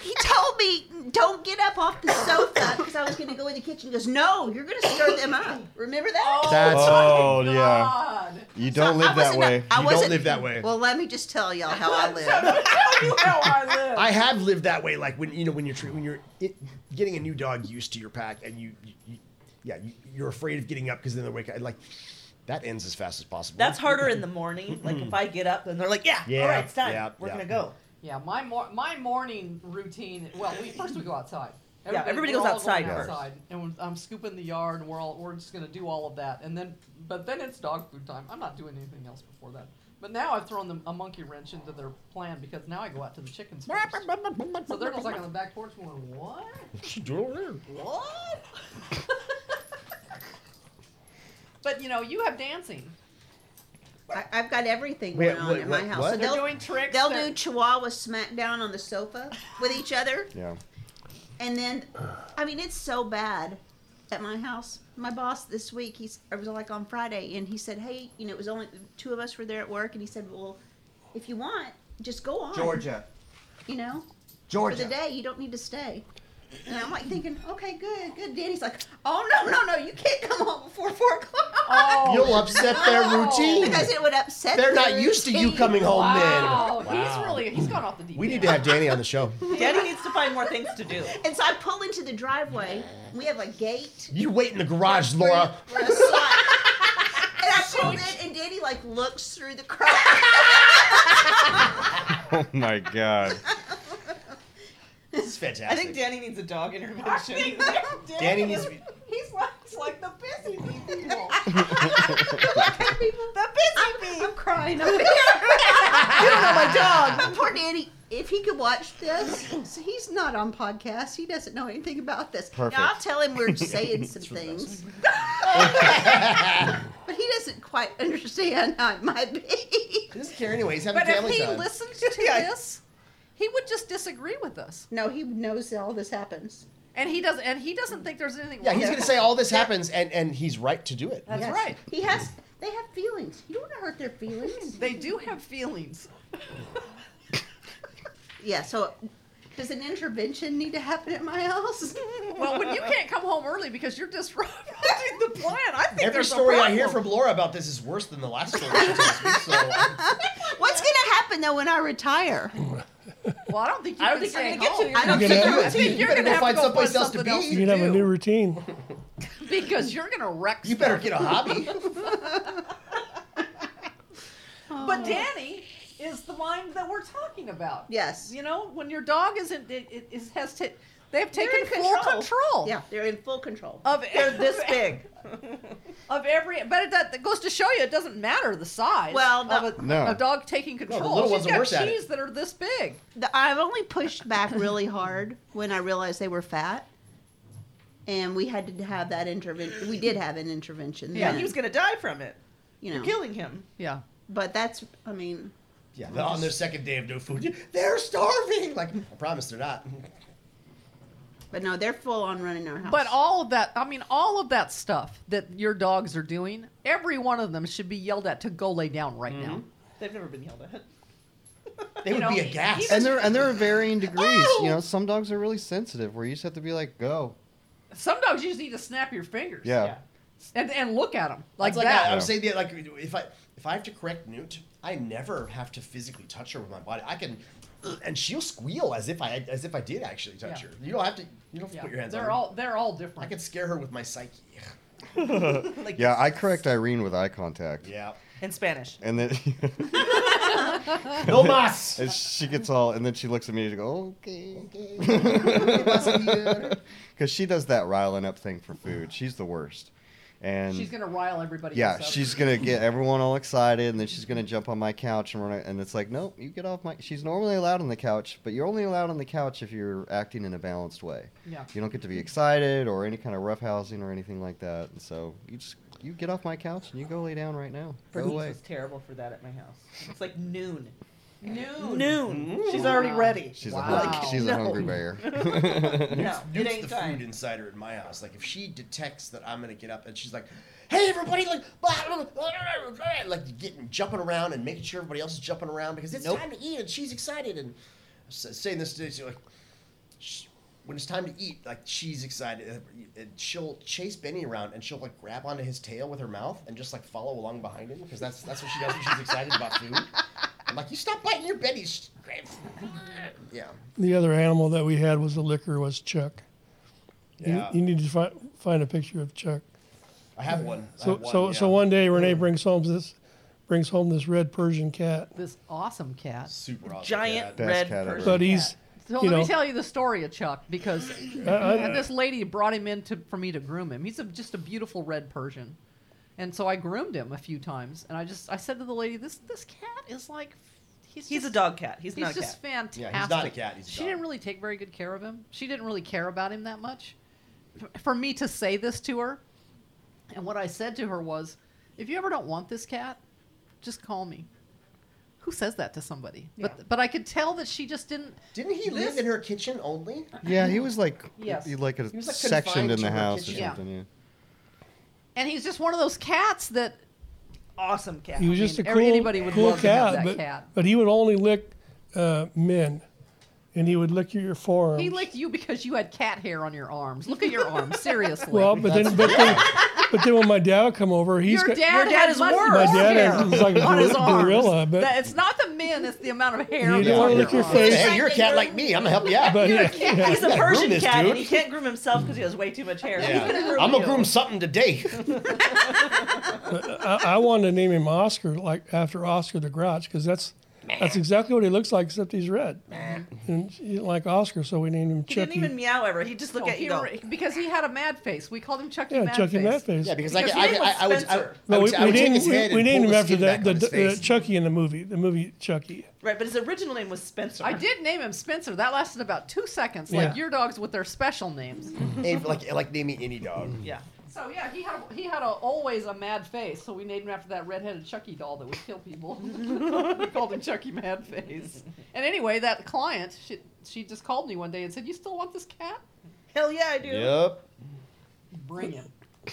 Speaker 4: he told me, "Don't get up off the sofa," because I was going to go in the kitchen. He goes, "No, you're going to stir them up." Remember that?
Speaker 6: That's- Oh, yeah.
Speaker 2: God.
Speaker 6: you don't
Speaker 4: So I
Speaker 6: live that
Speaker 4: wasn't a-
Speaker 6: way.
Speaker 4: I
Speaker 3: You
Speaker 4: wasn't-
Speaker 3: don't live that way.
Speaker 4: Well, let me just tell y'all how I live.
Speaker 2: Tell you how I live.
Speaker 3: I have lived that way, like when you know when you're tre- when you're it, getting a new dog used to your pack, and you, you, you yeah, you, you're afraid of getting up because then they wake up. Like that ends as fast as possible.
Speaker 1: That's harder in the morning. Like if I get up and they're like, yeah, all
Speaker 3: Yeah,
Speaker 1: right, it's time.
Speaker 3: yeah,
Speaker 1: We're
Speaker 3: yeah.
Speaker 1: gonna go.
Speaker 2: Yeah, my mor- my morning routine. Well, we first we go outside.
Speaker 1: everybody
Speaker 2: we're
Speaker 1: goes
Speaker 2: all going
Speaker 1: outside first.
Speaker 2: and when I'm scooping the yard. and We're all we're just gonna do all of that, and then but then it's dog food time. I'm not doing anything else before that. But now I've thrown them a monkey wrench into their plan because now I go out to the chickens first. so they're just like on the back porch going, what? What? but you know, you have dancing.
Speaker 4: I, I've got everything
Speaker 3: Wait,
Speaker 4: going on
Speaker 3: wait,
Speaker 4: in
Speaker 3: what-
Speaker 4: my house.
Speaker 3: what?
Speaker 4: So
Speaker 2: They're
Speaker 4: they'll,
Speaker 2: doing tricks.
Speaker 4: they'll
Speaker 2: they're-
Speaker 4: do Chihuahua smackdown on the sofa with each other,
Speaker 6: Yeah.
Speaker 4: and then, I mean, it's so bad at my house. My boss this week, he's it was like on Friday, and he said, "Hey, you know, it was only two of us were there at work," and he said, "Well, if you want, just go on, you know, for the day. You don't need to stay." And I'm like thinking, okay, good, good. Danny's like, oh no, no, no, you can't come home before four o'clock
Speaker 2: Oh,
Speaker 3: You'll upset their
Speaker 2: No.
Speaker 3: routine.
Speaker 4: because it would upset.
Speaker 3: They're
Speaker 4: their
Speaker 3: not used to you
Speaker 4: routine."
Speaker 3: coming home then.
Speaker 2: wow. He's really he's gone off the deep
Speaker 3: Oh, We need
Speaker 2: end.
Speaker 3: to have Danny on the show.
Speaker 1: Daddy needs to find more things to do.
Speaker 4: And so I pull into the driveway. We have a gate.
Speaker 3: You wait in the garage, Laura.
Speaker 4: We're in a slot. and I pulled in, and Danny like looks through the crack.
Speaker 6: Oh my god.
Speaker 3: This is fantastic.
Speaker 1: I think Danny needs a dog
Speaker 2: I
Speaker 1: intervention.
Speaker 2: think that
Speaker 3: Danny needs to be-
Speaker 2: He's like, he's like the busy bee people.
Speaker 4: like I people.
Speaker 1: The busy
Speaker 4: I'm,
Speaker 1: bee.
Speaker 4: I'm crying over here. I don't know my dog. Poor Danny. If he could watch this, so he's not on podcasts. He doesn't know anything about this.
Speaker 6: Perfect.
Speaker 4: Now I'll tell him we're saying some things, but he doesn't quite understand how it might be.
Speaker 3: He doesn't care anyway. He's having
Speaker 2: But if
Speaker 3: family
Speaker 2: he
Speaker 3: time.
Speaker 2: listened to
Speaker 1: Yeah.
Speaker 2: this, he would just disagree with us,
Speaker 4: No, he knows that all this happens.
Speaker 2: and he doesn't. And he doesn't think there's anything.
Speaker 3: yeah,
Speaker 2: wrong
Speaker 3: he's
Speaker 2: with
Speaker 3: gonna
Speaker 2: it.
Speaker 3: say all this happens, and and he's right to do it.
Speaker 2: That's
Speaker 4: Yes.
Speaker 2: right.
Speaker 4: He has. They have feelings. You don't want to hurt their feelings.
Speaker 2: They do have feelings.
Speaker 4: yeah. So, does an intervention need to happen at my house?
Speaker 2: Well, when you can't come home early because you're disrupting the plan, I think
Speaker 3: Every
Speaker 2: there's a
Speaker 3: story I
Speaker 2: problem.
Speaker 3: hear from Laura about this is worse than the last story. she tells me, so
Speaker 4: What's gonna happen though when I retire?
Speaker 2: Well, I don't think you
Speaker 7: I don't think you're
Speaker 2: can stay
Speaker 7: gonna get
Speaker 2: home.
Speaker 7: to. You're
Speaker 4: I don't
Speaker 5: You
Speaker 4: think
Speaker 5: gotta-
Speaker 2: I
Speaker 4: I
Speaker 2: think
Speaker 3: You
Speaker 2: you're
Speaker 3: better
Speaker 2: going to
Speaker 3: go
Speaker 2: have to
Speaker 3: find
Speaker 2: go
Speaker 3: someplace
Speaker 2: find
Speaker 3: else to
Speaker 2: something
Speaker 3: be.
Speaker 2: else to
Speaker 5: You can have a new
Speaker 2: do
Speaker 5: routine.
Speaker 2: because you're going to wreck.
Speaker 3: you
Speaker 2: stuff.
Speaker 3: better get a hobby.
Speaker 2: But Danny is the mind that we're talking about.
Speaker 4: Yes.
Speaker 2: You know, when your dog isn't, it, it, it has to, they've taken
Speaker 4: in
Speaker 2: full
Speaker 4: control. Oh,
Speaker 2: control.
Speaker 4: Yeah, they're in full control.
Speaker 2: Of
Speaker 1: They're this
Speaker 2: of-
Speaker 1: big.
Speaker 2: of every, but it, that, that goes to show you it doesn't matter the size.
Speaker 4: Well, no-
Speaker 2: of a,
Speaker 6: No.
Speaker 2: a dog taking control.
Speaker 3: little ones
Speaker 2: She's
Speaker 3: are
Speaker 2: got
Speaker 3: worse at it.
Speaker 2: cheese that are this big.
Speaker 4: The- I've only pushed back really hard when I realized they were fat, and we had to have that intervention. We did have an intervention.
Speaker 1: Yeah,
Speaker 4: then,
Speaker 1: he was gonna die from it.
Speaker 4: you know.
Speaker 1: You're killing him.
Speaker 2: Yeah.
Speaker 4: But that's, I mean,
Speaker 3: Yeah, on their second day of no food, they're starving. Like I promise, they're not.
Speaker 4: but no, they're full on running our house.
Speaker 2: But all of that, I mean, all of that stuff that your dogs are doing, every one of them should be yelled at to go lay down right now.
Speaker 3: Mm-hmm.
Speaker 1: They've never been yelled at.
Speaker 3: They would be aghast.
Speaker 6: And there and there are varying degrees. You know, some dogs are really sensitive where you just have to be like, go.
Speaker 2: Some dogs you just need to snap your fingers.
Speaker 6: Yeah.
Speaker 1: Yeah.
Speaker 2: And, and look at them like
Speaker 3: It's like
Speaker 2: that.
Speaker 3: I, I
Speaker 6: Yeah.
Speaker 3: was saying, that, like if I if I have to correct Newt, I never have to physically touch her with my body. I can, and she'll squeal as if I as if I did actually touch
Speaker 2: Yeah.
Speaker 3: her. You don't have to. You don't have to
Speaker 2: Yeah.
Speaker 3: put your hands
Speaker 2: they're
Speaker 3: on her.
Speaker 2: all they're all different.
Speaker 3: I could scare her with my psyche.
Speaker 1: Like,
Speaker 6: Yeah, I correct Irene with eye contact.
Speaker 3: Yeah.
Speaker 1: in Spanish.
Speaker 6: And then
Speaker 3: No mas.
Speaker 6: and she gets all and then she looks at me and she goes, okay. Because she does that riling up thing for food. She's the worst. And
Speaker 2: she's gonna rile everybody.
Speaker 6: yeah,
Speaker 2: else up.
Speaker 6: she's gonna get everyone all excited, and then she's gonna jump on my couch and run. a- And it's like, nope, you get off my. She's normally allowed on the couch, but you're only allowed on the couch if you're acting in a balanced way.
Speaker 2: Yeah.
Speaker 6: You don't get to be excited or any kind of roughhousing or anything like that. And so you just you get off my couch and you go lay down right now. Go
Speaker 1: Bernice
Speaker 6: away.
Speaker 1: was terrible for that at my house. It's like noon.
Speaker 2: noon.
Speaker 1: Noon. She's
Speaker 2: Wow.
Speaker 1: already ready.
Speaker 6: She's
Speaker 2: Wow.
Speaker 6: a hungry, she's a
Speaker 1: No.
Speaker 6: hungry bear.
Speaker 1: No, it
Speaker 3: Newt's
Speaker 1: ain't
Speaker 3: the food
Speaker 1: time.
Speaker 3: insider in my house. Like if she detects that I'm gonna get up and she's like, "Hey everybody!" Like, blah, blah, blah, blah, blah," like getting jumping around and making sure everybody else is jumping around because it's
Speaker 1: Nope.
Speaker 3: time to eat and she's excited and s- saying this to she's like, sh when it's time to eat, like she's excited uh, and she'll chase Benny around and she'll like grab onto his tail with her mouth and just like follow along behind him because that's that's what she does when she's excited about food. I'm like, you stop biting your Benny's. Yeah.
Speaker 5: The other animal that we had was the liquor was Chuck. You-
Speaker 3: Yeah.
Speaker 5: You, need to find, find a picture of Chuck.
Speaker 3: I have one. I
Speaker 5: So
Speaker 3: have one,
Speaker 5: so so
Speaker 3: yeah.
Speaker 5: one day Renee brings home this brings home this red Persian cat.
Speaker 2: This awesome cat.
Speaker 3: super awesome
Speaker 1: Giant
Speaker 6: Best
Speaker 1: red
Speaker 6: cat ever.
Speaker 1: Persian
Speaker 5: But he's
Speaker 1: cat.
Speaker 2: So let
Speaker 5: You
Speaker 2: me
Speaker 5: know. Uh,
Speaker 2: tell you the story of Chuck because and this lady brought him in to, for me to groom him. He's a, just a beautiful red Persian, and so I groomed him a few times. And I just I said to the lady, "This this cat is like he's
Speaker 1: He's
Speaker 2: just-
Speaker 1: a dog cat. He's,
Speaker 2: He's
Speaker 1: not a
Speaker 2: just
Speaker 1: cat.
Speaker 2: fantastic.
Speaker 3: Yeah, he's not a cat, he's a
Speaker 2: she
Speaker 3: dog.
Speaker 2: didn't really take very good care of him. She didn't really care about him that much. F- For me to say this to her, and what I said to her was, if you ever don't want this cat, just call me. Who says that to somebody?
Speaker 1: Yeah.
Speaker 2: But but I could tell that she just didn't.
Speaker 3: Didn't he live in her kitchen only?
Speaker 6: yeah, he was like
Speaker 2: Yes.
Speaker 6: he like a
Speaker 3: He was, like,
Speaker 6: sectioned
Speaker 3: confined
Speaker 6: in the
Speaker 3: to her
Speaker 6: house or
Speaker 3: kitchen.
Speaker 2: Yeah.
Speaker 6: something. Yeah.
Speaker 2: And he's just one of those cats that
Speaker 1: Awesome cat.
Speaker 5: He was just
Speaker 2: mean,
Speaker 5: a
Speaker 2: every-
Speaker 5: cool,
Speaker 2: anybody would
Speaker 5: cool
Speaker 2: love to have
Speaker 5: cat,
Speaker 2: that
Speaker 5: but,
Speaker 2: cat.
Speaker 5: but he would only lick uh, men, and he would lick your forearms.
Speaker 2: he licked you because you had cat hair on your arms. Look at your arms, seriously.
Speaker 5: Well, but then, but then, but then when my dad would come over, he's
Speaker 2: your
Speaker 5: got,
Speaker 2: dad,
Speaker 1: your dad
Speaker 2: had
Speaker 1: is
Speaker 2: much
Speaker 1: worse.
Speaker 5: my
Speaker 2: more
Speaker 5: dad
Speaker 2: hair
Speaker 5: is like a
Speaker 2: on his
Speaker 5: gor-
Speaker 2: arms.
Speaker 5: gorilla, but
Speaker 2: That- it's not the men; it's the amount of hair.
Speaker 5: You
Speaker 2: that's
Speaker 5: don't
Speaker 2: on
Speaker 5: wanna lick your
Speaker 2: arms. E.
Speaker 5: face.
Speaker 3: Hey, you're a cat like me. I'm gonna help you out.
Speaker 5: but he,
Speaker 1: He's a
Speaker 3: Yeah, groom
Speaker 1: Persian
Speaker 3: this
Speaker 1: cat,
Speaker 3: dude.
Speaker 1: and he can't groom himself because he has way too much hair. He's gonna
Speaker 3: yeah.
Speaker 1: groom
Speaker 3: I'm gonna
Speaker 1: you.
Speaker 3: groom something today.
Speaker 5: I, I wanted to name him Oscar, like after Oscar the Grouch, because that's That's exactly what he looks like, except he's red. and he, like Oscar, so we named him
Speaker 1: He
Speaker 5: Chucky.
Speaker 1: didn't even meow ever. He just looked
Speaker 2: No,
Speaker 1: at you.
Speaker 2: he
Speaker 1: and go,
Speaker 2: re- because he had a mad face. We called him Chucky
Speaker 5: yeah, E.
Speaker 2: Mad
Speaker 5: Chucky
Speaker 2: Face.
Speaker 5: Madface.
Speaker 3: Yeah, because,
Speaker 1: Because
Speaker 3: I,
Speaker 1: his name
Speaker 3: I, I, I
Speaker 1: was
Speaker 3: would, I,
Speaker 1: Spencer.
Speaker 3: I
Speaker 5: No,
Speaker 3: would,
Speaker 5: we,
Speaker 3: I
Speaker 5: we
Speaker 3: would take
Speaker 5: named,
Speaker 3: his
Speaker 5: we,
Speaker 3: head
Speaker 5: we
Speaker 3: and pull
Speaker 5: named him
Speaker 3: the
Speaker 5: after
Speaker 3: skin
Speaker 5: the,
Speaker 3: back
Speaker 5: the,
Speaker 3: on his
Speaker 5: the
Speaker 3: face.
Speaker 5: Chucky in the movie. The movie Chucky.
Speaker 1: Right, but his original name was Spencer.
Speaker 2: I did name him Spencer. That lasted about two seconds,
Speaker 5: Yeah.
Speaker 2: like your dogs with their special names.
Speaker 3: Name- like, like name me any dog.
Speaker 1: Yeah.
Speaker 2: so yeah, he had a, he had a, always a mad face. So we named him after that redheaded Chucky doll that would kill people. we called him Chucky Mad Face. And anyway, that client she she just called me one day and said, "You still want this cat?
Speaker 1: Hell yeah, I do.
Speaker 6: Yep.
Speaker 2: Bring him."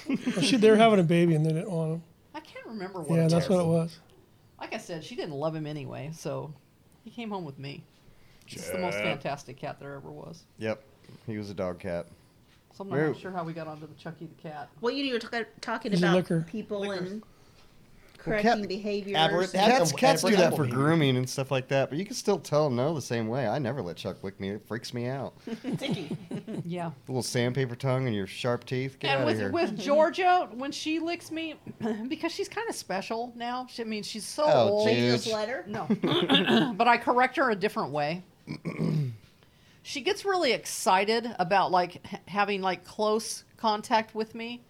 Speaker 5: Well, she, they were having a baby and they didn't want him.
Speaker 2: I can't remember what.
Speaker 5: yeah,
Speaker 2: it
Speaker 5: that's
Speaker 2: was.
Speaker 5: what it was.
Speaker 2: Like I said, she didn't love him anyway, so he came home with me. It's the most
Speaker 3: Jeff.
Speaker 2: fantastic cat there ever was.
Speaker 6: Yep. He was a dog cat.
Speaker 2: So I'm not
Speaker 6: Where-
Speaker 2: sure how we got onto the Chucky the cat.
Speaker 4: Well, you know, you're talk- talking
Speaker 5: He's a
Speaker 4: about
Speaker 5: liquor.
Speaker 4: people and
Speaker 6: Well,
Speaker 4: correcting
Speaker 6: cat-
Speaker 4: behaviors.
Speaker 3: Aberrant-
Speaker 4: and-
Speaker 3: Cat-
Speaker 6: Cats,
Speaker 3: um,
Speaker 6: cats do that for
Speaker 3: Abracadabra.
Speaker 6: grooming and stuff like that, but you can still tell them no the same way. I never let Chuck lick me. It freaks me out.
Speaker 2: Yeah.
Speaker 6: little sandpaper tongue and your sharp teeth. Get
Speaker 2: and
Speaker 6: out of
Speaker 2: with,
Speaker 6: here.
Speaker 2: with Georgia, when she licks me, because she's kind of special now. She, I mean, she's so
Speaker 6: Oh,
Speaker 2: old.
Speaker 6: gee.
Speaker 4: Angel's
Speaker 6: Huge.
Speaker 4: letter.
Speaker 2: No, but I correct her a different way. she gets really excited about like h- having like close contact with me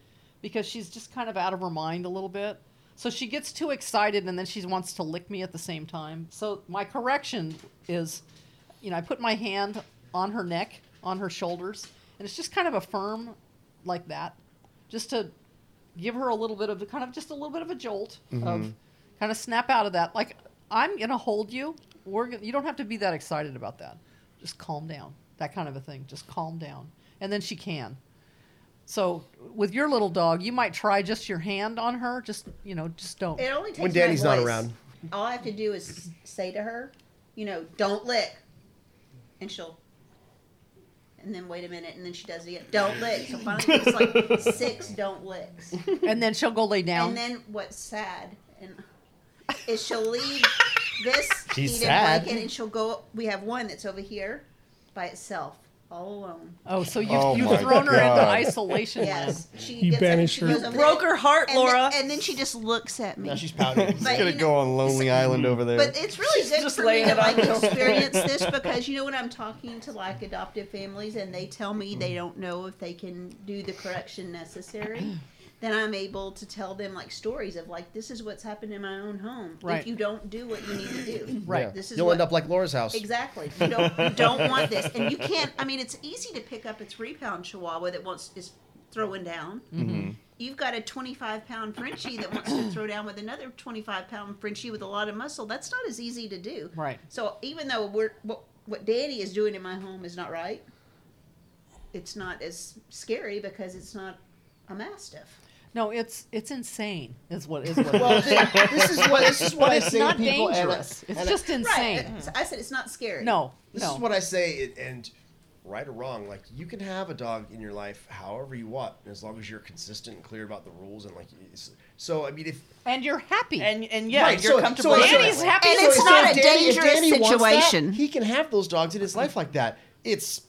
Speaker 2: because she's just kind of out of her mind a little bit. So she gets too excited and then she wants to lick me at the same time. So my correction is, you know, I put my hand on her neck, on her shoulders, and it's just kind of a firm like that, just to give her a little bit of the kind of just a little bit of a jolt
Speaker 6: Mm-hmm.
Speaker 2: of kind of snap out of that. Like I'm gonna hold you. We're gonna, you don't have to be that excited about that. Just calm down. That kind of a thing. Just calm down. And then she can. So with your little dog, you might try just your hand on her. Just you know, just don't.
Speaker 4: It only takes
Speaker 3: When Danny's
Speaker 4: my
Speaker 3: not
Speaker 4: voice.
Speaker 3: around.
Speaker 4: All I have to do is say to her, you know, don't lick, and she'll. And then wait a minute, and then she does it again. Don't lick. So finally, it's like six don't licks.
Speaker 2: And then she'll go lay down.
Speaker 4: And then what's sad and is she'll leave this
Speaker 3: She's
Speaker 4: he didn't
Speaker 3: sad.
Speaker 4: like it, and she'll go. We have one that's over here by itself, all alone.
Speaker 2: oh, so you've,
Speaker 6: Oh
Speaker 2: you've
Speaker 6: my
Speaker 2: thrown her into
Speaker 6: God.
Speaker 2: isolation
Speaker 4: Yes, she
Speaker 5: You
Speaker 4: gets up and
Speaker 5: banished
Speaker 4: she
Speaker 5: her.
Speaker 4: goes
Speaker 5: You
Speaker 4: over
Speaker 1: Broke
Speaker 4: there,
Speaker 1: her heart,
Speaker 4: and
Speaker 1: Laura.
Speaker 4: Then, and then she just looks at me.
Speaker 3: Now she's pouting.
Speaker 6: He's
Speaker 4: you
Speaker 6: gonna go
Speaker 4: know,
Speaker 6: on Lonely Island over there.
Speaker 4: But it's really
Speaker 1: She's
Speaker 4: good
Speaker 1: just
Speaker 4: for
Speaker 1: laying
Speaker 4: me
Speaker 1: it
Speaker 4: to like
Speaker 1: on her.
Speaker 4: experience this because you know when I'm talking to like adoptive families and they tell me
Speaker 1: Mm.
Speaker 4: they don't know if they can do the correction necessary, then I'm able to tell them like stories of like this is what's happened in my own home.
Speaker 2: Right.
Speaker 4: If you don't do what you need to do,
Speaker 2: Right.
Speaker 4: This is
Speaker 3: You'll
Speaker 4: what,
Speaker 3: end up like Laura's house.
Speaker 4: Exactly. You don't, you don't want this, and you can't. I mean, it's easy to pick up a three-pound Chihuahua that wants is throwing down.
Speaker 2: Mm-hmm.
Speaker 4: You've got a 25-pound Frenchie that wants to throw down with another 25-pound Frenchie with a lot of muscle. That's not as easy to do.
Speaker 2: Right.
Speaker 4: So even though we're what, what Danny is doing in my home is not right, it's not as scary because it's not a mastiff.
Speaker 2: No, it's it's insane. Is what is what. it
Speaker 3: Well,
Speaker 2: is.
Speaker 3: thi- this is what this is what I
Speaker 2: it's
Speaker 3: say
Speaker 2: not
Speaker 3: to people. and I-
Speaker 2: dangerous.
Speaker 3: and
Speaker 2: it's
Speaker 3: I-
Speaker 2: just insane.
Speaker 4: Right. I said it's not scary.
Speaker 2: No,
Speaker 3: This
Speaker 2: no.
Speaker 3: is what I say, and- and right or wrong, like you can have a dog in your life however you want, as long as you're consistent and clear about the rules and like. it's- So I mean, if
Speaker 2: and you're happy.
Speaker 1: And and yeah,
Speaker 3: Right,
Speaker 1: you're
Speaker 3: so-
Speaker 1: comfortable.
Speaker 3: so-
Speaker 1: with
Speaker 3: so-
Speaker 1: it.
Speaker 2: Danny's happy.
Speaker 4: And
Speaker 2: so
Speaker 4: it's
Speaker 3: so
Speaker 2: he's
Speaker 4: not
Speaker 3: if
Speaker 4: a
Speaker 3: if
Speaker 4: dangerous
Speaker 3: wants that,
Speaker 4: situation.
Speaker 3: he can have those dogs in his life like that. It's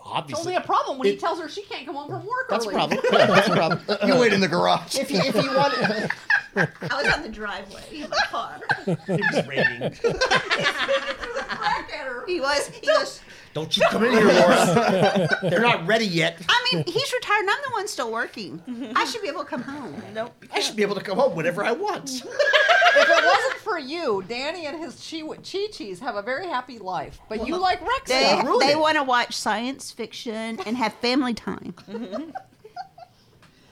Speaker 3: obviously
Speaker 2: It's only a problem when he
Speaker 3: it-
Speaker 2: tells her she can't come home from work
Speaker 3: That's a
Speaker 2: early.
Speaker 3: problem. That's a problem.
Speaker 6: you wait in the garage.
Speaker 3: If he, if he wanted,
Speaker 4: I was on the driveway in my car.
Speaker 3: it was raining.
Speaker 4: He was. He goes.
Speaker 3: Don't you come in here, Laura. They're not ready yet.
Speaker 4: I mean, he's retired and I'm the one still working. I should be able to come home.
Speaker 1: Nope.
Speaker 3: I should be able to come home whenever I want.
Speaker 2: if it wasn't for you, Danny and his Chi Chi Chis have a very happy life. But you like Rex.
Speaker 4: They,
Speaker 3: Yeah, ruin
Speaker 4: they
Speaker 3: it.
Speaker 4: want to watch science fiction and have family time.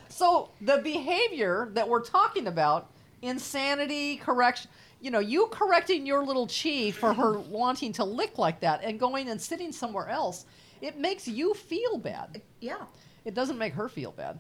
Speaker 2: So the behavior that we're talking about, insanity, correction, you know, you correcting your little chi for her wanting to lick like that and going and sitting somewhere else, it makes you feel bad.
Speaker 4: Yeah.
Speaker 2: It doesn't make her feel bad.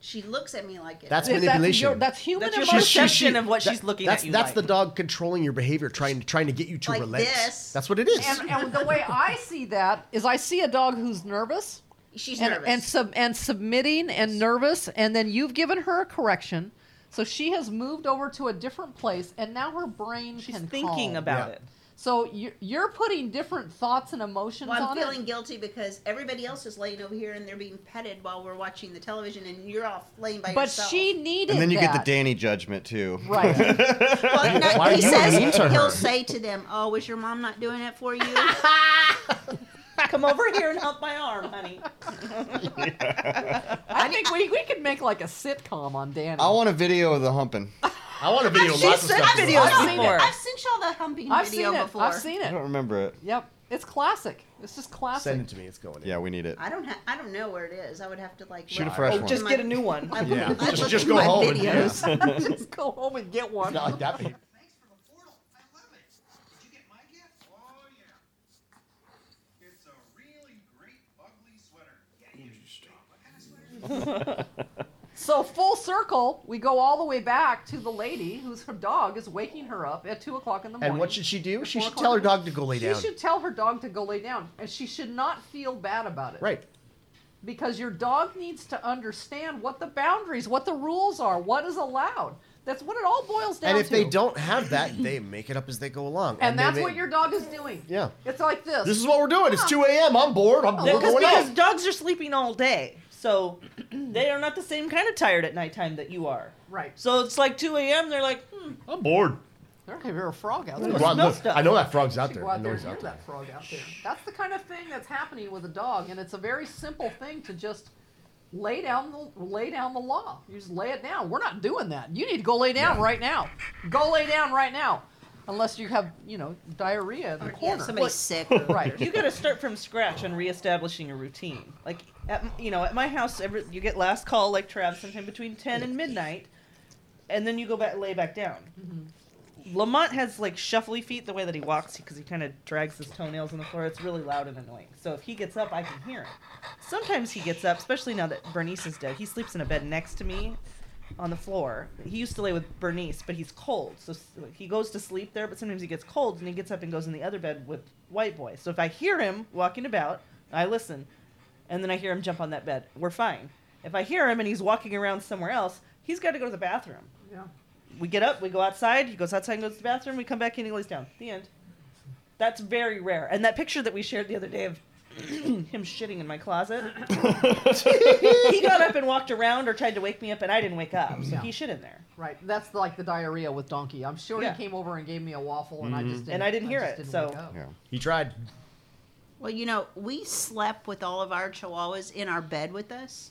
Speaker 4: She looks at me like it.
Speaker 3: That's
Speaker 2: If That's,
Speaker 3: manipulation.
Speaker 2: your, that's human
Speaker 1: That's your
Speaker 2: emotion.
Speaker 1: perception. of what she's looking at
Speaker 3: that's,
Speaker 1: you
Speaker 3: That's
Speaker 1: like.
Speaker 3: the dog controlling your behavior, trying to trying to get you to
Speaker 4: Like
Speaker 3: relent.
Speaker 4: this.
Speaker 3: That's what it is.
Speaker 2: And, and the way I see that is I see a dog who's nervous
Speaker 4: She's
Speaker 2: and,
Speaker 4: nervous.
Speaker 2: and sub and submitting and nervous, and then you've given her a correction, so she has moved over to a different place, and now her brain
Speaker 1: She's
Speaker 2: can
Speaker 1: thinking
Speaker 2: calm.
Speaker 1: about
Speaker 3: Yeah.
Speaker 1: it.
Speaker 2: So you're, you're putting different thoughts and emotions
Speaker 4: Well, I'm
Speaker 2: on
Speaker 4: feeling
Speaker 2: it.
Speaker 4: guilty because everybody else is laying over here and they're being petted while we're watching the television, and you're off laying by
Speaker 2: But
Speaker 4: yourself.
Speaker 2: she needed
Speaker 6: And then you get the
Speaker 2: that.
Speaker 6: Danny judgment too.
Speaker 2: Right.
Speaker 4: Well, no,
Speaker 7: Why are
Speaker 4: he
Speaker 7: you
Speaker 4: says
Speaker 7: mean to her?
Speaker 4: he'll say to them, "Oh, was your mom not doing it for you? Come over here and help my arm, honey."
Speaker 2: I think we, we could make like a sitcom on Danny.
Speaker 6: I want a video of the humping.
Speaker 7: I want a video.
Speaker 4: She's
Speaker 7: lots of
Speaker 4: sent
Speaker 7: stuff.
Speaker 4: videos
Speaker 2: I've seen
Speaker 4: before.
Speaker 2: it.
Speaker 4: I've sent y'all the humping
Speaker 2: I've
Speaker 4: video
Speaker 2: seen it.
Speaker 4: before.
Speaker 2: I've seen
Speaker 6: I don't
Speaker 2: it.
Speaker 6: remember it.
Speaker 2: Yep. It's classic. It's just classic.
Speaker 3: Send it to me. It's going in.
Speaker 6: Yeah, we need it.
Speaker 4: I don't. Ha- I don't know where it is. I would have to like
Speaker 6: Shoot a
Speaker 4: look.
Speaker 6: fresh
Speaker 1: Oh,
Speaker 6: one.
Speaker 1: just get a new one.
Speaker 4: I
Speaker 7: Yeah.
Speaker 4: looked- I
Speaker 7: Just-
Speaker 4: looked
Speaker 7: just
Speaker 4: at
Speaker 7: go
Speaker 4: my
Speaker 7: home and- yeah.
Speaker 4: Videos.
Speaker 2: Just go home and get one.
Speaker 7: Not like that. big.
Speaker 8: Thanks for the portal. I love it. Did you get my gift? Oh yeah. It's a really great ugly sweater. Yeah, you stop. What kind of sweater? is it?
Speaker 2: So full circle, we go all the way back to the lady whose her dog is waking her up at two o'clock in the morning.
Speaker 7: And what should she do? She
Speaker 2: Four
Speaker 7: should tell her
Speaker 2: o'clock.
Speaker 7: dog to go lay
Speaker 2: She
Speaker 7: down.
Speaker 2: should tell her dog to go lay down, and she should not feel bad about it.
Speaker 7: Right.
Speaker 2: Because your dog needs to understand what the boundaries, what the rules are, what is allowed. That's what it all boils down
Speaker 7: And if
Speaker 2: to.
Speaker 7: they don't have that, they make it up as they go along.
Speaker 2: and
Speaker 7: they
Speaker 2: that's
Speaker 7: ma-
Speaker 2: what your dog is doing.
Speaker 7: Yeah.
Speaker 2: It's like this.
Speaker 7: This is what we're doing. It's 2 a.m. I'm bored.
Speaker 3: Oh,
Speaker 7: I'm we're
Speaker 1: Because
Speaker 7: going
Speaker 1: because
Speaker 7: out.
Speaker 1: dogs are sleeping all day, so they are not the same kind of tired at nighttime that you are.
Speaker 2: right.
Speaker 1: So it's like 2 a.m. They're like, hmm,
Speaker 7: I'm bored.
Speaker 2: There could be a frog out
Speaker 7: Go
Speaker 2: there.
Speaker 7: out and
Speaker 1: no
Speaker 7: look.
Speaker 1: stuff.
Speaker 7: I know that frog's out
Speaker 2: should
Speaker 7: there.
Speaker 2: go
Speaker 7: I
Speaker 2: out
Speaker 7: know
Speaker 2: there and
Speaker 7: he's
Speaker 2: hear
Speaker 7: out there.
Speaker 2: that frog out there. That's the kind of thing that's happening with a dog, and it's a very simple thing to just lay down the lay down the law. You just lay it down. We're not doing that. You need to go lay down right now. Go lay down right now, unless you have you know diarrhea in the
Speaker 4: Or, yeah,
Speaker 2: corner.
Speaker 4: somebody's sick.
Speaker 2: right.
Speaker 1: you got to start from scratch on reestablishing a routine. Like, at, you know, at my house, every, you get last call, like Trav, sometime between 10 and midnight, and then you go back, lay back down. Lamont has like shuffly feet the way that he walks because he kind of drags his toenails on the floor. It's really loud and annoying. So if he gets up, I can hear it. Sometimes he gets up, especially now that Bernice is dead. He sleeps in a bed next to me on the floor. He used to lay with Bernice, but he's cold. So s- like, he goes to sleep there, but sometimes he gets cold and he gets up and goes in the other bed with White Boy. So if I hear him walking about, I listen. And then I hear him jump on that bed. We're fine. If I hear him and he's walking around somewhere else, he's got to go to the bathroom
Speaker 2: Yeah.
Speaker 1: we get up, we go outside. He goes outside and goes to the bathroom. We come back in, he lays down. The end. That's very rare. And that picture that we shared the other day of him shitting in my closet, he got up and walked around or tried to wake me up, and I didn't wake up. So
Speaker 2: Yeah.
Speaker 1: he shit in there.
Speaker 2: Right. That's like the diarrhea with donkey. I'm sure
Speaker 1: Yeah. Mm-hmm.
Speaker 2: he came over and gave me a waffle, and I just didn't,
Speaker 1: And I didn't hear
Speaker 2: just
Speaker 1: it,
Speaker 2: didn't
Speaker 1: so-
Speaker 2: wake up.
Speaker 6: Yeah.
Speaker 7: He tried.
Speaker 4: Well, you know, we slept with all of our chihuahuas in our bed with us.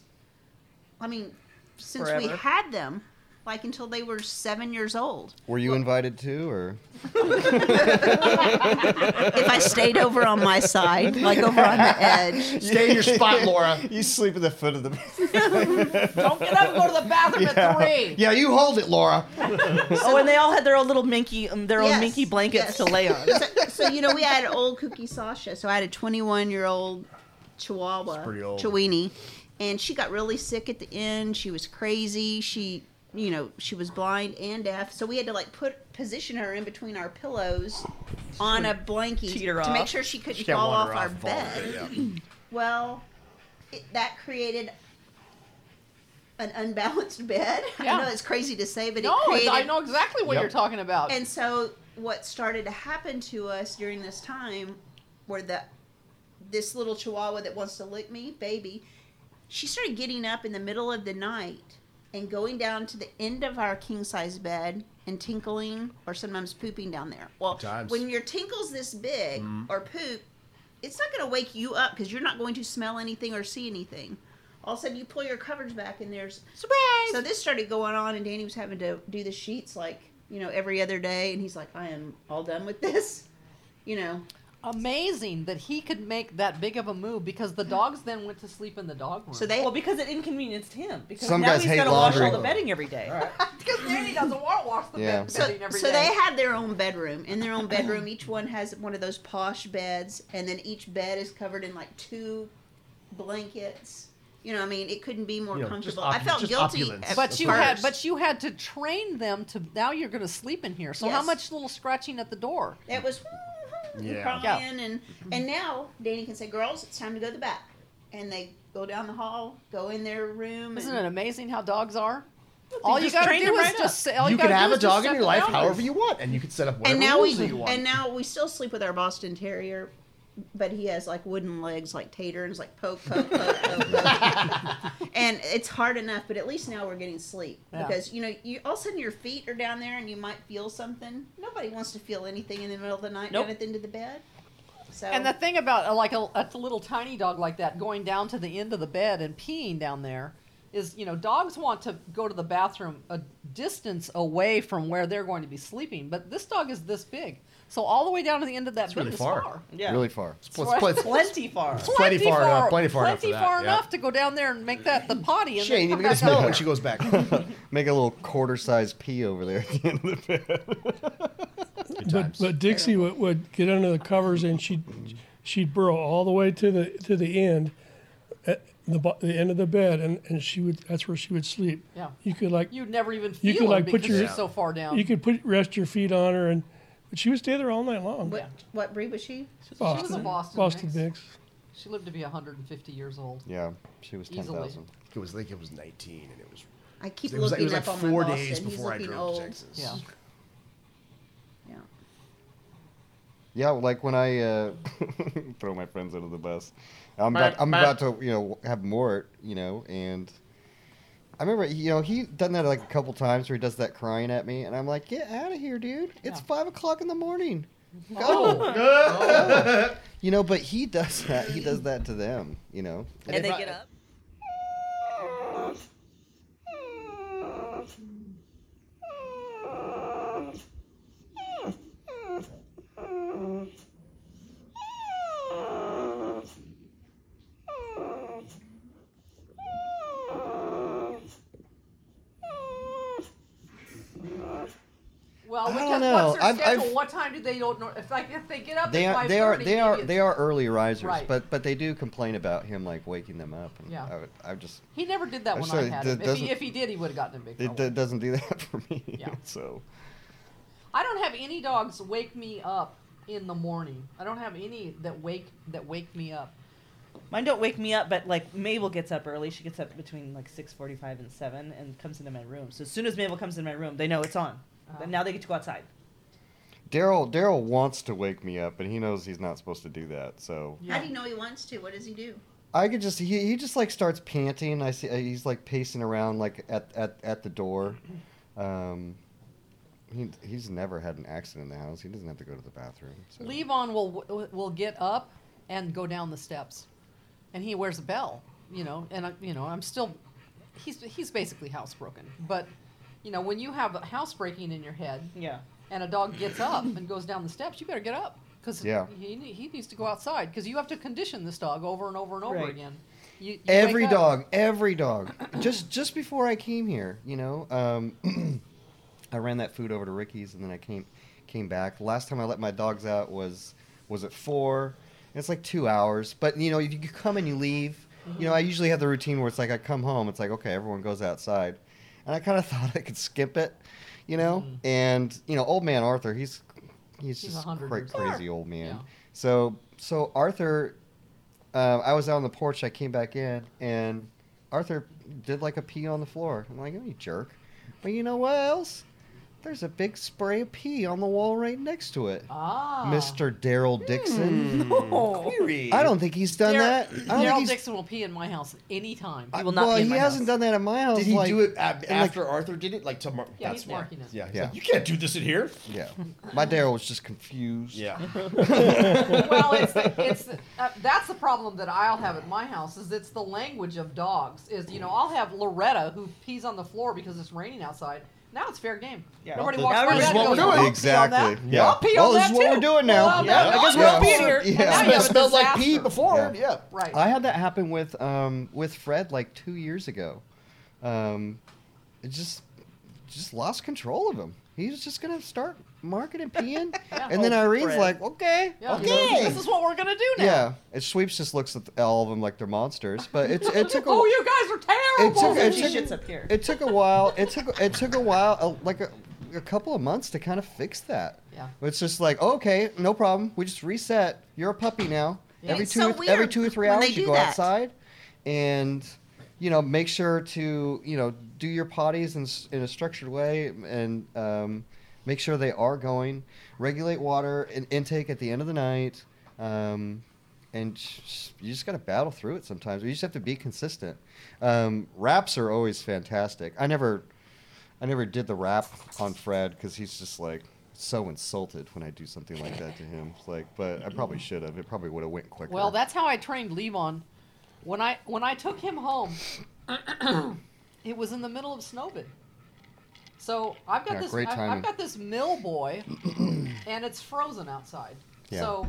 Speaker 4: I mean, since we
Speaker 1: Forever.
Speaker 4: had them, like until they were seven years old.
Speaker 6: Were you invited too, or
Speaker 4: If I stayed over on my side, like over on the edge.
Speaker 7: Stay in your spot, Laura.
Speaker 6: you sleep at the foot of the?
Speaker 2: Don't get up and go to the bathroom at three.
Speaker 7: Yeah, you hold it, Laura.
Speaker 1: oh, and they all had their own little minky, um, their own
Speaker 4: Yes,
Speaker 1: minky blankets
Speaker 4: yes.
Speaker 1: to lay on.
Speaker 4: So, you know, we had old Cookie Sasha. So I had a 21 year old Chihuahua,
Speaker 7: pretty old.
Speaker 4: Chiweenie, and she got really sick at the end. She was crazy. She, you know, she was blind and deaf. So we had to like put position her in between our pillows on a blankie
Speaker 1: teeter
Speaker 4: to
Speaker 1: off.
Speaker 4: make sure she couldn't
Speaker 7: She can't
Speaker 4: fall off
Speaker 7: wander
Speaker 4: our
Speaker 7: off of all of
Speaker 4: bed.
Speaker 7: it, yeah.
Speaker 4: Well, it, that created an unbalanced bed.
Speaker 2: Yeah.
Speaker 4: I know it's crazy to say, but
Speaker 2: No,
Speaker 4: it created.
Speaker 2: I know exactly what
Speaker 7: Yep.
Speaker 2: you're talking about.
Speaker 4: And so, what started to happen to us during this time were that this little chihuahua that wants to lick me, baby, she started getting up in the middle of the night and going down to the end of our king size bed and tinkling or sometimes pooping down there. Well,
Speaker 7: Times.
Speaker 4: when your tinkle's this big or poop, it's not going to wake you up because you're not going to smell anything or see anything. All of a sudden, you pull your covers back and there's
Speaker 2: Surprise!
Speaker 4: so this started going on, and Danny was having to do the sheets like you know every other day, and he's like, "I am all done with this," you know.
Speaker 2: amazing that he could make that big of a move because the dogs then went to sleep in the dog room.
Speaker 4: So they
Speaker 1: Well, because it inconvenienced him. Because
Speaker 6: Some
Speaker 1: now
Speaker 6: guys
Speaker 1: he's
Speaker 6: hate
Speaker 1: got to wash all
Speaker 6: laundry.
Speaker 1: the bedding every day.
Speaker 2: because Danny doesn't want to wash the
Speaker 6: Yeah.
Speaker 2: bed
Speaker 4: so,
Speaker 2: bedding every
Speaker 4: so
Speaker 2: day.
Speaker 4: they had their own bedroom. In their own bedroom, each one has one of those posh beds, and then each bed is covered in like two blankets. You know, what I mean, it couldn't be more
Speaker 7: You know, just
Speaker 4: comfortable.
Speaker 7: op-
Speaker 4: I felt
Speaker 7: just
Speaker 4: guilty,
Speaker 7: opulence.
Speaker 4: at
Speaker 2: but you
Speaker 4: first.
Speaker 2: had but you had to train them to now you're going to sleep in here. So how
Speaker 4: Yes.
Speaker 2: much little scratching at the door?
Speaker 4: It was "Mm-hmm,
Speaker 7: Yeah.
Speaker 4: crying
Speaker 2: Yeah.
Speaker 4: and and now Danny can say, "Girls, it's time to go to the back," and they go down the hall, go in their room.
Speaker 2: Isn't
Speaker 4: and-
Speaker 2: it amazing how dogs are? All you
Speaker 1: just
Speaker 2: gotta
Speaker 1: trained
Speaker 2: do
Speaker 1: him
Speaker 2: is
Speaker 1: right
Speaker 2: just say. All Oh,
Speaker 7: you
Speaker 2: you, gotta
Speaker 7: can have
Speaker 2: do
Speaker 7: a
Speaker 2: is just
Speaker 7: dog in
Speaker 2: set
Speaker 7: your
Speaker 2: the
Speaker 7: life
Speaker 2: boundaries.
Speaker 7: however you want, and you can set up whatever
Speaker 4: and now we
Speaker 7: rules that you want.
Speaker 4: and now we still sleep with our Boston Terrier, but he has like wooden legs like tater and it's like poke poke poke poke. poke. and it's hard enough, but at least now we're getting sleep
Speaker 2: Yeah.
Speaker 4: because you know you all of a sudden your feet are down there and you might feel something. Nobody wants to feel anything in the middle of the night
Speaker 1: Nope.
Speaker 4: down at the end of the bed. So
Speaker 2: And
Speaker 7: Oh.
Speaker 2: the thing about uh, like a, a little tiny dog like that going down to the end of the bed and peeing down there is, you know, dogs want to go to the bathroom a distance away from where they're going to be sleeping. But this dog is this big, so all the way down to the end of that bed
Speaker 7: really
Speaker 2: is
Speaker 7: far.
Speaker 2: far.
Speaker 1: Yeah.
Speaker 6: Really far.
Speaker 7: Let's play- let's-
Speaker 1: Plenty far.
Speaker 7: Plenty far enough- plenty far enough for
Speaker 2: plenty
Speaker 7: that,
Speaker 2: far
Speaker 7: yeah.
Speaker 2: enough to go down there and make that the potty. And
Speaker 3: She ain't
Speaker 2: then come
Speaker 3: even gonna
Speaker 2: back
Speaker 3: smell
Speaker 2: up
Speaker 3: it when
Speaker 2: there.
Speaker 3: she goes back.
Speaker 6: Make a little quarter-sized pee over there at the end of the bed.
Speaker 7: Good
Speaker 5: But
Speaker 7: times.
Speaker 5: but Dixie would, would get under the covers and she'd she'd burrow all the way to the to the end, at the bo- the end of the bed, and, and she would that's where she would sleep.
Speaker 2: Yeah.
Speaker 5: You could like
Speaker 2: You'd never even feel
Speaker 5: You could, like,
Speaker 2: it
Speaker 5: put
Speaker 2: because
Speaker 5: your-
Speaker 2: she's so far down.
Speaker 5: you could put rest your feet on her, and but she would stay there all night long.
Speaker 4: what what breed was she?
Speaker 5: Boston,
Speaker 2: She was a Boston mix.
Speaker 5: mix.
Speaker 2: She lived to be 150 years old.
Speaker 6: Yeah, she was ten
Speaker 2: Easily.
Speaker 6: thousand.
Speaker 3: It was like it was 19, and it was
Speaker 4: I keep
Speaker 3: it was like, it
Speaker 4: looking
Speaker 3: was like
Speaker 4: up on
Speaker 3: four
Speaker 4: my
Speaker 3: days
Speaker 4: Boston. He's
Speaker 3: before I
Speaker 4: looking
Speaker 3: drove
Speaker 4: old.
Speaker 3: to Texas.
Speaker 2: Yeah.
Speaker 4: Yeah.
Speaker 6: Yeah, like when I uh, throw my friends under the bus, I'm about, I'm about to you know have Mort, you know, and I remember you know he done that like a couple times where he does that crying at me, and I'm like, get out of here, dude! It's
Speaker 2: Yeah.
Speaker 6: five o'clock in the morning.
Speaker 2: Oh,
Speaker 6: You know, but he does that. He does that to them. You know,
Speaker 1: And, they get up.
Speaker 2: well,
Speaker 6: I
Speaker 2: because
Speaker 6: don't know.
Speaker 2: what's their
Speaker 6: I've-
Speaker 2: schedule?
Speaker 6: I've-
Speaker 2: what time do they don't? nor- If like if they get up,
Speaker 6: they
Speaker 2: at
Speaker 6: are they are
Speaker 2: 5:30,
Speaker 6: they are
Speaker 2: maybe
Speaker 6: they
Speaker 2: it's-
Speaker 6: are early risers,
Speaker 2: Right.
Speaker 6: but but they do complain about him like waking them up. And
Speaker 2: Yeah.
Speaker 6: I, would, I just
Speaker 2: He never did that
Speaker 6: I'm
Speaker 2: when
Speaker 6: sorry,
Speaker 2: I had
Speaker 6: that
Speaker 2: him. If
Speaker 6: doesn't-
Speaker 2: he, if he did, he would have gotten in big
Speaker 6: it,
Speaker 2: trouble.
Speaker 6: it doesn't do that for me.
Speaker 2: Yeah.
Speaker 6: so
Speaker 2: I don't have any dogs wake me up in the morning. I don't have any that wake that wake me up.
Speaker 1: Mine don't wake me up, but like Mabel gets up early. She gets up between like six forty-five and seven, and comes into my room. So as soon as Mabel comes in my room, they know it's on.
Speaker 2: Oh.
Speaker 1: And now they get to go outside.
Speaker 6: Daryl Daryl wants to wake me up, but he knows he's not supposed to do that. So
Speaker 2: Yeah.
Speaker 4: How do you know he wants to? What does he do?
Speaker 6: I could just he, he just like starts panting. I see uh, he's like pacing around like at at, at the door. Um, he, he's never had an accident in the house. He doesn't have to go to the bathroom. So.
Speaker 2: Levon will w- will get up and go down the steps, and he wears a bell. You know, and I, you know I'm still, he's he's basically housebroken. But you know when you have housebreaking in your head
Speaker 1: Yeah.
Speaker 2: and a dog gets up and goes down the steps, you better get up because
Speaker 6: Yeah.
Speaker 2: he ne- he needs to go outside because you have to condition this dog over and over and over
Speaker 1: Right.
Speaker 2: again. You, you wake
Speaker 6: every
Speaker 2: up-
Speaker 6: dog every dog just just before i came here you know um, i ran that food over to ricky's and then i came came back last time i let my dogs out was was at four it's like two hours but you know if you come and you leave you know i usually have the routine where it's like i come home it's like okay everyone goes outside and i kind of thought i could skip it you know and you know old man arthur he's he's,
Speaker 2: Mm. He's
Speaker 6: just
Speaker 2: 100
Speaker 6: quite
Speaker 2: years old.
Speaker 6: crazy old man
Speaker 2: Yeah.
Speaker 6: so so arthur um, I was out on the porch. I came back in, and Arthur did like a pee on the floor. I'm like, oh, you jerk. But you know what else? There's a big spray of pee on the wall right next to it.
Speaker 2: Ah,
Speaker 6: Mr. Daryl Dixon.
Speaker 1: Oh.
Speaker 3: Query.
Speaker 6: I don't think he's done
Speaker 2: Dar-
Speaker 6: that. I don't
Speaker 2: Daryl
Speaker 6: think he's.
Speaker 2: Dixon will pee in my house anytime.
Speaker 1: He will not
Speaker 6: well,
Speaker 1: be in
Speaker 6: he
Speaker 1: my
Speaker 6: hasn't
Speaker 1: house.
Speaker 6: done that in my house.
Speaker 3: Did he
Speaker 6: like-
Speaker 3: do it ab-
Speaker 6: and, like-
Speaker 3: after Arthur did it? Like to Mar-
Speaker 2: Yeah,
Speaker 3: that's
Speaker 2: he's
Speaker 3: why.
Speaker 2: marking it.
Speaker 3: Yeah, he's
Speaker 6: Yeah.
Speaker 3: like, you can't do this in here.
Speaker 6: Yeah. My Daryl was just confused.
Speaker 3: Yeah.
Speaker 2: well, it's, the, it's the, uh, that's the problem that I'll have at my house is it's the language of dogs. Is you know I'll have Loretta who pees on the floor because it's raining outside. Now it's fair game.
Speaker 1: Yeah.
Speaker 2: Everybody
Speaker 1: Now
Speaker 2: walks by
Speaker 1: everybody's
Speaker 2: that and
Speaker 1: what
Speaker 2: goes,
Speaker 1: we're
Speaker 2: Oh, "I'll
Speaker 1: doing.
Speaker 2: pee on
Speaker 6: Exactly.
Speaker 2: that.
Speaker 6: Yeah.
Speaker 2: I'll pee
Speaker 6: well,
Speaker 2: on
Speaker 6: this
Speaker 2: that
Speaker 6: is what
Speaker 2: too.
Speaker 6: we're doing now.
Speaker 2: Well,
Speaker 3: Yeah, I guess we're
Speaker 2: yeah.
Speaker 3: all peeing here.
Speaker 2: And
Speaker 6: Yeah.
Speaker 2: now
Speaker 6: It
Speaker 2: you have a
Speaker 3: smelled like pee
Speaker 2: disaster.
Speaker 3: before.
Speaker 6: Yeah.
Speaker 3: Yeah. yeah.
Speaker 2: Right.
Speaker 6: I had that happen with um, with Fred like two years ago. Um, it just just lost control of him. He was just gonna start marking and peeing,
Speaker 2: Yeah.
Speaker 6: and then
Speaker 1: Oh,
Speaker 6: Irene's
Speaker 1: Fred.
Speaker 6: like, "Okay,
Speaker 2: Yeah, you know,
Speaker 6: okay."
Speaker 2: this is what we're gonna do now.
Speaker 6: yeah, and Sweeps just looks at all of them like they're monsters. But it, it took a
Speaker 2: Oh, you guys are
Speaker 6: it
Speaker 2: terrible.
Speaker 6: took it
Speaker 1: She
Speaker 6: took,
Speaker 1: shits up here.
Speaker 6: it took a while. It took it took a while, a, like a, a couple of months to kind of fix that.
Speaker 2: Yeah.
Speaker 6: it's just like okay, no problem. We just reset. You're a puppy now.
Speaker 2: Yeah.
Speaker 6: Every
Speaker 4: It's
Speaker 6: two
Speaker 4: so
Speaker 6: every
Speaker 4: weird
Speaker 6: two or three
Speaker 4: when they
Speaker 6: hours you
Speaker 4: do
Speaker 6: go
Speaker 4: that.
Speaker 6: outside, and you know, make sure to you know do your potties in, s- in a structured way and um, make sure they are going. Regulate water and intake at the end of the night, um, and just, you just got to battle through it sometimes. You just have to be consistent. Um, wraps are always fantastic. I never, I never did the rap on Fred because he's just like so insulted when I do something like that to him. It's Like, but I probably should have. It probably would have went quicker.
Speaker 2: Well, that's how I trained Levon. When I when I took him home, it was in the middle of Snowbit. So I've got
Speaker 6: Yeah,
Speaker 2: this
Speaker 6: great
Speaker 2: I've, I've
Speaker 6: timing.
Speaker 2: got this mill boy, and it's frozen outside.
Speaker 6: Yeah.
Speaker 2: So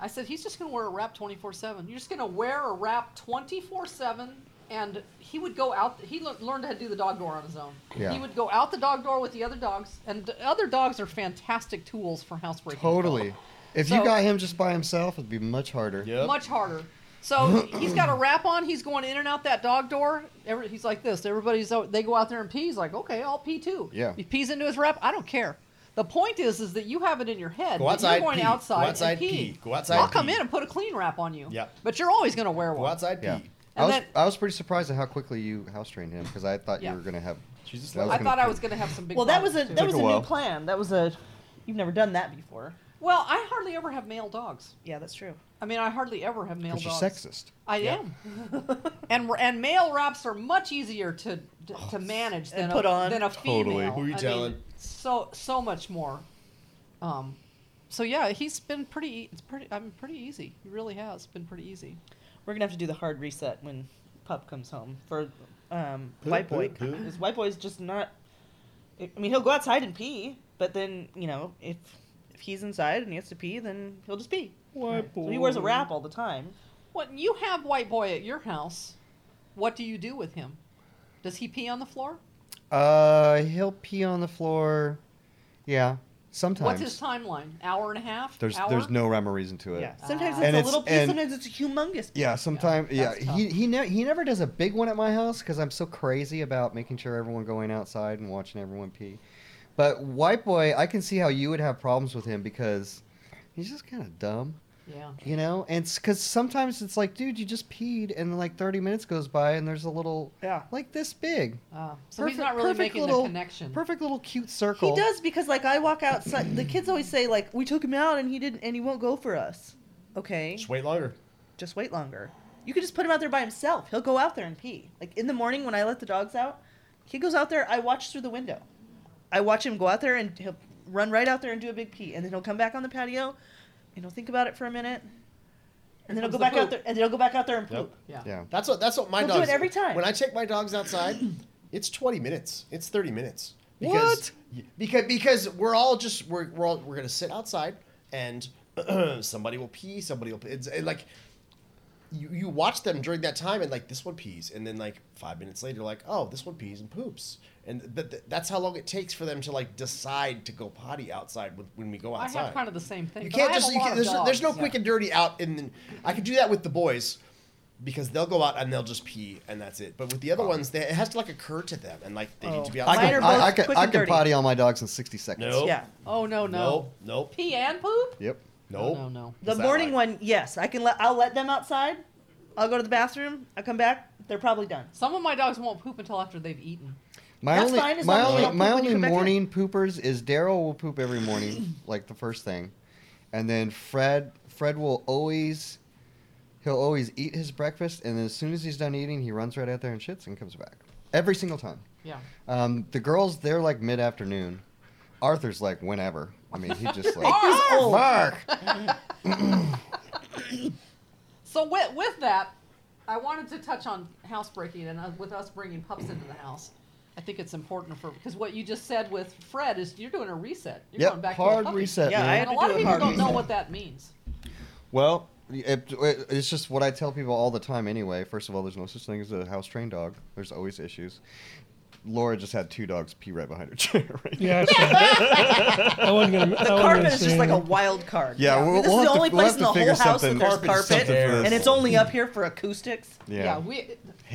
Speaker 2: I said he's just gonna wear a wrap twenty four seven. You're just gonna wear a wrap twenty four seven, and he would go out. He le- learned how to do the dog door on his own.
Speaker 6: Yeah.
Speaker 2: He would go out the dog door with the other dogs, and the other dogs are fantastic tools for housebreaking.
Speaker 6: Totally. If
Speaker 2: So-
Speaker 6: you got him just by himself, it'd be much harder.
Speaker 2: much harder. So he's got a wrap on. He's going in and out that dog door. Every, he's like this. Everybody's out, they go out there and pee. He's like, okay, I'll pee too.
Speaker 6: Yeah.
Speaker 2: He pees into his wrap. I don't care. The point is, is that you have it in your head.
Speaker 3: Go
Speaker 2: that
Speaker 3: outside,
Speaker 2: You're going
Speaker 3: pee. Go
Speaker 2: outside.
Speaker 3: outside,
Speaker 2: and pee.
Speaker 3: pee. Go outside,
Speaker 2: I'll come
Speaker 3: pee.
Speaker 2: in and put a clean wrap on you.
Speaker 3: Yeah.
Speaker 2: But you're always going to wear
Speaker 3: Go
Speaker 2: one.
Speaker 3: outside, pee.
Speaker 6: Yeah.
Speaker 2: And
Speaker 6: I was,
Speaker 2: then-
Speaker 6: I was pretty surprised at how quickly you house trained him because I thought
Speaker 2: Yeah.
Speaker 6: you were gonna have.
Speaker 3: Jesus,
Speaker 6: that
Speaker 2: I
Speaker 6: gonna-
Speaker 2: thought I was going to have some big.
Speaker 1: Well, that was a
Speaker 2: problems,
Speaker 1: that
Speaker 2: too.
Speaker 1: was
Speaker 6: a
Speaker 1: a new
Speaker 6: while.
Speaker 1: plan. That was a you've never done that before.
Speaker 2: Well, I hardly ever have male dogs.
Speaker 1: Yeah, that's true.
Speaker 2: I mean, I hardly ever have male
Speaker 6: 'cause you're
Speaker 2: dogs.
Speaker 6: sexist.
Speaker 2: I
Speaker 3: Yeah.
Speaker 2: am. and and male wraps are much easier to to, to manage
Speaker 1: And
Speaker 2: than
Speaker 1: put
Speaker 2: a,
Speaker 1: on.
Speaker 2: than a
Speaker 6: Totally.
Speaker 2: female.
Speaker 3: Who you
Speaker 2: I
Speaker 3: telling?
Speaker 2: Mean, so so much more. Um, so yeah, he's been pretty. e- It's pretty. I'm pretty easy. He really has been pretty easy.
Speaker 1: We're gonna have to do the hard reset when pup comes home for um,
Speaker 3: Who-
Speaker 1: white
Speaker 3: who-
Speaker 1: boy.
Speaker 3: who?
Speaker 1: Because white boy's just not. I mean, he'll go outside and pee, but then you know if if he's inside and he has to pee, then he'll just pee.
Speaker 5: White
Speaker 1: So he wears a
Speaker 5: boy.
Speaker 1: wrap all the time.
Speaker 2: When you have white boy at your house, what do you do with him? Does he pee on the floor?
Speaker 6: Uh, he'll pee on the floor. Yeah, sometimes.
Speaker 2: What's his timeline? Hour and a half?
Speaker 6: There's
Speaker 2: Hour?
Speaker 6: there's no rhyme or reason to it.
Speaker 1: Yeah. Sometimes
Speaker 2: Ah.
Speaker 1: it's
Speaker 6: And
Speaker 1: a
Speaker 6: it's-
Speaker 1: little pee.
Speaker 6: and-
Speaker 1: sometimes it's a humongous. pee.
Speaker 6: Yeah, sometimes. Yeah,
Speaker 2: that's tough.
Speaker 6: he he ne- he never does a big one at my house because I'm so crazy about making sure everyone going outside and watching everyone pee. But white boy, I can see how you would have problems with him because he's just kind of dumb.
Speaker 2: Yeah.
Speaker 6: you know and because sometimes it's like dude you just peed and like 30 minutes goes by and there's a little
Speaker 1: Yeah.
Speaker 6: like this big
Speaker 2: Ah, so he's not really making
Speaker 6: little,
Speaker 2: the connection.
Speaker 6: perfect little cute circle
Speaker 1: He does because like I walk outside. The kids always say like we took him out and he didn't and he won't go for us. Okay.
Speaker 3: Just wait longer.
Speaker 1: just wait longer. You could just put him out there by himself. He'll go out there and pee. Like in the morning when I let the dogs out, he goes out there. I watch through the window. I watch him go out there and he'll run right out there and do a big pee, and then he'll come back on the patio, and he'll think about it for a minute, and then he'll
Speaker 2: comes
Speaker 1: go
Speaker 2: the
Speaker 1: back out
Speaker 2: poop.
Speaker 1: there, and then he'll go back out there and
Speaker 3: Yep.
Speaker 1: poop.
Speaker 2: Yeah.
Speaker 6: yeah
Speaker 3: That's what that's what my
Speaker 1: He'll do
Speaker 3: dogs
Speaker 1: it every time.
Speaker 3: When I take my dogs outside, it's 20 minutes. It's 30 minutes.
Speaker 6: What?
Speaker 3: Because because we're all just we're we're all, we're going to sit outside and somebody will pee, somebody will pee. It's it, like you, you watch them during that time and like this one pees and then like 5 minutes later like oh, this one pees and poops. And but th- that's how long it takes for them to like decide to go potty outside when, when we go
Speaker 2: I
Speaker 3: outside.
Speaker 2: have kind of the same thing.
Speaker 3: You
Speaker 2: but
Speaker 3: can't
Speaker 2: I have
Speaker 3: just.
Speaker 2: a
Speaker 3: You
Speaker 2: lot
Speaker 3: can,
Speaker 2: of
Speaker 3: there's, there's no
Speaker 2: dogs.
Speaker 3: quick and dirty out, and then I could do that with the boys, because they'll go out and they'll just pee, and that's it. But with the other ones, they, it has to like occur to them, and like they need to be
Speaker 1: Oh. Mine
Speaker 6: I
Speaker 3: outside.
Speaker 1: are
Speaker 6: can, I, I
Speaker 1: both
Speaker 6: can,
Speaker 1: quick
Speaker 6: I
Speaker 1: and
Speaker 6: can
Speaker 1: dirty.
Speaker 6: potty on my dogs in 60 seconds
Speaker 3: No.
Speaker 1: Yeah.
Speaker 2: Oh no no.
Speaker 3: no, nope,
Speaker 2: Pee and poop?
Speaker 6: yep
Speaker 3: nope.
Speaker 2: No, no, no.
Speaker 1: The
Speaker 3: Is that
Speaker 1: morning
Speaker 3: right?
Speaker 1: one, yes, I can let. I'll let them outside. I'll go to the bathroom. I come back. They're probably done.
Speaker 2: Some of my dogs won't poop until after they've eaten.
Speaker 6: my
Speaker 1: That's
Speaker 6: only
Speaker 1: fine, as
Speaker 6: my
Speaker 1: long as you
Speaker 6: only
Speaker 1: don't
Speaker 6: my
Speaker 1: poop when you
Speaker 6: only
Speaker 1: come back in.
Speaker 6: morning poopers is daryl will poop every morning like the first thing and then fred fred will always he'll always eat his breakfast and then as soon as he's done eating he runs right out there and shits and comes back every single time
Speaker 2: Yeah.
Speaker 6: Um, the girls, they're like mid afternoon. Arthur's like whenever. I mean, he just like
Speaker 1: He's
Speaker 4: Ah!
Speaker 1: old.
Speaker 6: Mark.
Speaker 2: So with with that, I wanted to touch on housebreaking and uh, with us bringing pups into the house. I think it's important for because what you just said with Fred is you're doing a reset. You're
Speaker 6: Yep,
Speaker 2: going back to a
Speaker 6: hard
Speaker 2: puppy.
Speaker 6: reset,
Speaker 1: Yeah, I
Speaker 6: man.
Speaker 1: had
Speaker 2: And a
Speaker 1: to
Speaker 2: lot
Speaker 1: do
Speaker 2: of
Speaker 1: a
Speaker 2: people
Speaker 1: hard
Speaker 2: don't know
Speaker 1: reset.
Speaker 2: what that means.
Speaker 6: Well, it, it- it's just what I tell people all the time. Anyway, first of all, there's no such thing as a house trained dog. There's always issues. Laura just had two dogs pee right behind her chair. Right
Speaker 5: Yeah. that's right. I wasn't gonna.
Speaker 1: The
Speaker 5: I wasn't
Speaker 1: carpet
Speaker 5: gonna
Speaker 1: is
Speaker 5: say
Speaker 1: just like a
Speaker 5: anything.
Speaker 1: wild card.
Speaker 6: Yeah,
Speaker 1: I mean,
Speaker 6: we'll-
Speaker 1: this is the
Speaker 6: we'll have to-
Speaker 1: only
Speaker 6: we'll
Speaker 1: place
Speaker 6: have
Speaker 1: in the
Speaker 6: to figure
Speaker 1: whole house that
Speaker 6: something-
Speaker 1: there's
Speaker 6: carpet is
Speaker 1: carpet,
Speaker 6: something for
Speaker 1: and
Speaker 6: this.
Speaker 1: it's only up here for acoustics.
Speaker 6: now.
Speaker 2: Yeah, we. I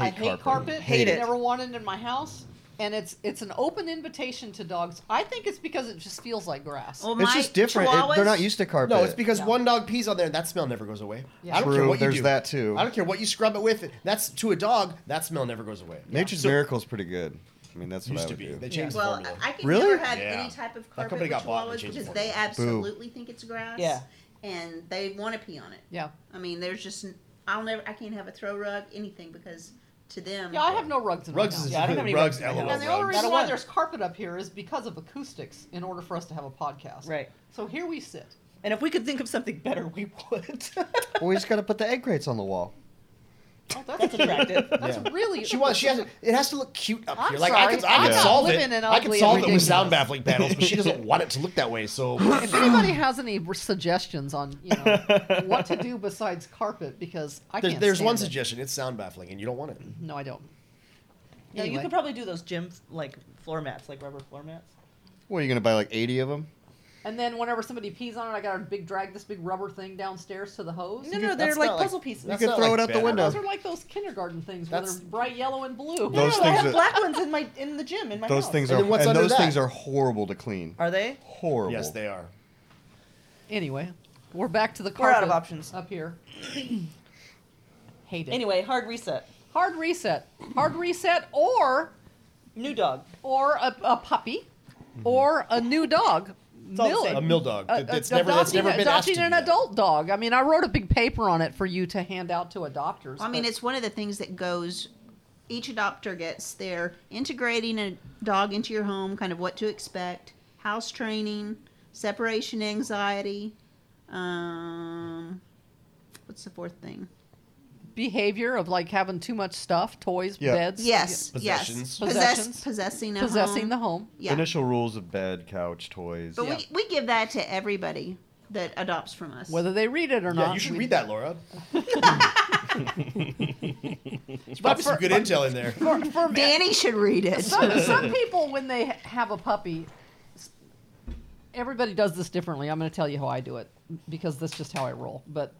Speaker 6: Hate
Speaker 2: hate carpet.
Speaker 6: carpet.
Speaker 1: Hate it.
Speaker 2: Never wanted it in my house. and it's it's an open invitation to dogs. I think it's because it just feels like grass.
Speaker 1: Oh.
Speaker 4: Well,
Speaker 6: It's
Speaker 4: my
Speaker 6: just different. It- they're not
Speaker 4: Chihuahuas-
Speaker 6: used to carpet.
Speaker 3: No, it's because
Speaker 2: Yeah.
Speaker 3: one dog pees on there and that smell never goes away.
Speaker 2: Yeah.
Speaker 3: I don't care
Speaker 6: True,
Speaker 3: what you
Speaker 6: there's
Speaker 3: do.
Speaker 6: that too.
Speaker 3: I don't care what you scrub it with. That's to a dog, that smell never goes away.
Speaker 6: Nature's
Speaker 3: So-
Speaker 6: Miracle's pretty good. I mean, that's what I
Speaker 3: used to
Speaker 6: would
Speaker 3: be.
Speaker 6: do.
Speaker 3: They changed
Speaker 4: Well,
Speaker 3: the formula.
Speaker 4: I I can
Speaker 6: Really?
Speaker 4: never have
Speaker 3: Yeah.
Speaker 4: any type of
Speaker 3: That
Speaker 4: carpet
Speaker 3: company
Speaker 4: with
Speaker 3: got bought and they
Speaker 4: chihuahuas
Speaker 3: changed
Speaker 4: because
Speaker 3: the
Speaker 4: they absolutely think it's grass.
Speaker 2: Yeah.
Speaker 4: And they want to pee on it.
Speaker 2: Yeah.
Speaker 4: I mean, there's just n- I'll never I can't have a throw rug anything because to them
Speaker 2: Yeah, I have no rugs in
Speaker 3: Rugs
Speaker 2: my house.
Speaker 3: is
Speaker 1: Yeah, I don't have any
Speaker 3: rugs.
Speaker 1: rugs in my
Speaker 3: LOL.
Speaker 1: house.
Speaker 2: And the only
Speaker 3: rugs.
Speaker 2: reason
Speaker 1: Oh, Not a
Speaker 2: why
Speaker 1: one.
Speaker 2: there's carpet up here is because of acoustics in order for us to have a podcast.
Speaker 1: Right.
Speaker 2: So here we sit.
Speaker 1: And if we could think of something better, we would.
Speaker 6: Well, we just got to put the egg crates on the wall.
Speaker 2: Oh, that's,
Speaker 1: That's attractive.
Speaker 2: That's
Speaker 3: Yeah.
Speaker 2: really.
Speaker 3: She wants. She has. It has to look cute up
Speaker 2: I'm
Speaker 3: here. Like I
Speaker 2: sorry,
Speaker 3: could, I
Speaker 2: I'm
Speaker 3: could
Speaker 2: not
Speaker 3: solve it.
Speaker 2: living in
Speaker 3: I could
Speaker 2: ugly
Speaker 3: solve
Speaker 2: and
Speaker 3: it with sound
Speaker 2: ridiculous.
Speaker 3: baffling panels, but she doesn't want it to look that way. So
Speaker 2: If anybody has any r- suggestions on you know what to do besides carpet, because I
Speaker 3: there,
Speaker 2: can't.
Speaker 3: there's one
Speaker 2: stand it.
Speaker 3: suggestion. It's sound baffling, and you don't want it.
Speaker 2: No, I don't.
Speaker 1: Yeah, you
Speaker 2: Anyway.
Speaker 1: could probably do those gym like floor mats, like rubber floor mats.
Speaker 6: What, are you going to buy like 80 of them?
Speaker 2: And then whenever somebody pees on it, I got to big drag this big rubber thing downstairs to the hose.
Speaker 1: No, no, they're
Speaker 3: that's
Speaker 1: like
Speaker 3: not like-
Speaker 1: puzzle pieces.
Speaker 3: that's
Speaker 6: you
Speaker 3: not
Speaker 6: could throw
Speaker 3: like
Speaker 6: it out
Speaker 3: bad.
Speaker 6: the window.
Speaker 2: Those are like those kindergarten things where
Speaker 3: That's-
Speaker 2: they're bright yellow and blue.
Speaker 1: No,
Speaker 6: Those
Speaker 1: no, I
Speaker 6: things
Speaker 1: have
Speaker 6: that-
Speaker 1: black ones in my in the gym in my
Speaker 6: Those
Speaker 1: house.
Speaker 6: things
Speaker 3: And
Speaker 6: are
Speaker 3: then what's
Speaker 6: and
Speaker 3: under
Speaker 6: those
Speaker 3: that?
Speaker 6: things are horrible to clean.
Speaker 1: Are they?
Speaker 6: Horrible.
Speaker 3: Yes, they are.
Speaker 2: Anyway, we're back to the
Speaker 1: We're
Speaker 2: carpet.
Speaker 1: out of options.
Speaker 2: up here. Hate it.
Speaker 1: Anyway, hard reset.
Speaker 2: hard reset, hard reset, or
Speaker 1: New dog.
Speaker 2: or a, a puppy, or a new dog.
Speaker 1: all the same.
Speaker 3: A mill dog.
Speaker 2: a-
Speaker 3: That's
Speaker 2: a-
Speaker 3: never. That's
Speaker 2: adopting-
Speaker 3: never been asked
Speaker 2: adopting
Speaker 3: to do
Speaker 2: an
Speaker 3: that.
Speaker 2: adult dog. I mean, I wrote a big paper on it for you to hand out to adopters.
Speaker 4: I mean,
Speaker 2: but-
Speaker 4: it's one of the things that goes. Each adopter gets their integrating a dog into your home, kind of what to expect, house training, separation anxiety. Um, what's the fourth thing?
Speaker 2: behavior of like having too much stuff, toys,
Speaker 6: Yeah.
Speaker 2: beds.
Speaker 4: Yes, Uh-huh.
Speaker 3: Possessions.
Speaker 4: yes, possess,
Speaker 2: Possessions.
Speaker 4: possessing a
Speaker 2: Possessing
Speaker 4: home.
Speaker 2: the home.
Speaker 4: yeah.
Speaker 6: Initial rules of bed, couch, toys.
Speaker 4: But
Speaker 2: Yeah.
Speaker 4: we, we give that to everybody that adopts from us.
Speaker 2: Whether they read it or
Speaker 3: Yeah,
Speaker 2: not.
Speaker 3: you should
Speaker 2: we-
Speaker 3: read that, Laura. There's probably some good intel in there.
Speaker 2: For, for
Speaker 4: Danny should read it.
Speaker 2: some, some people, when they ha- have a puppy, s- everybody does this differently. I'm going to tell you how I do it because that's just how I roll. But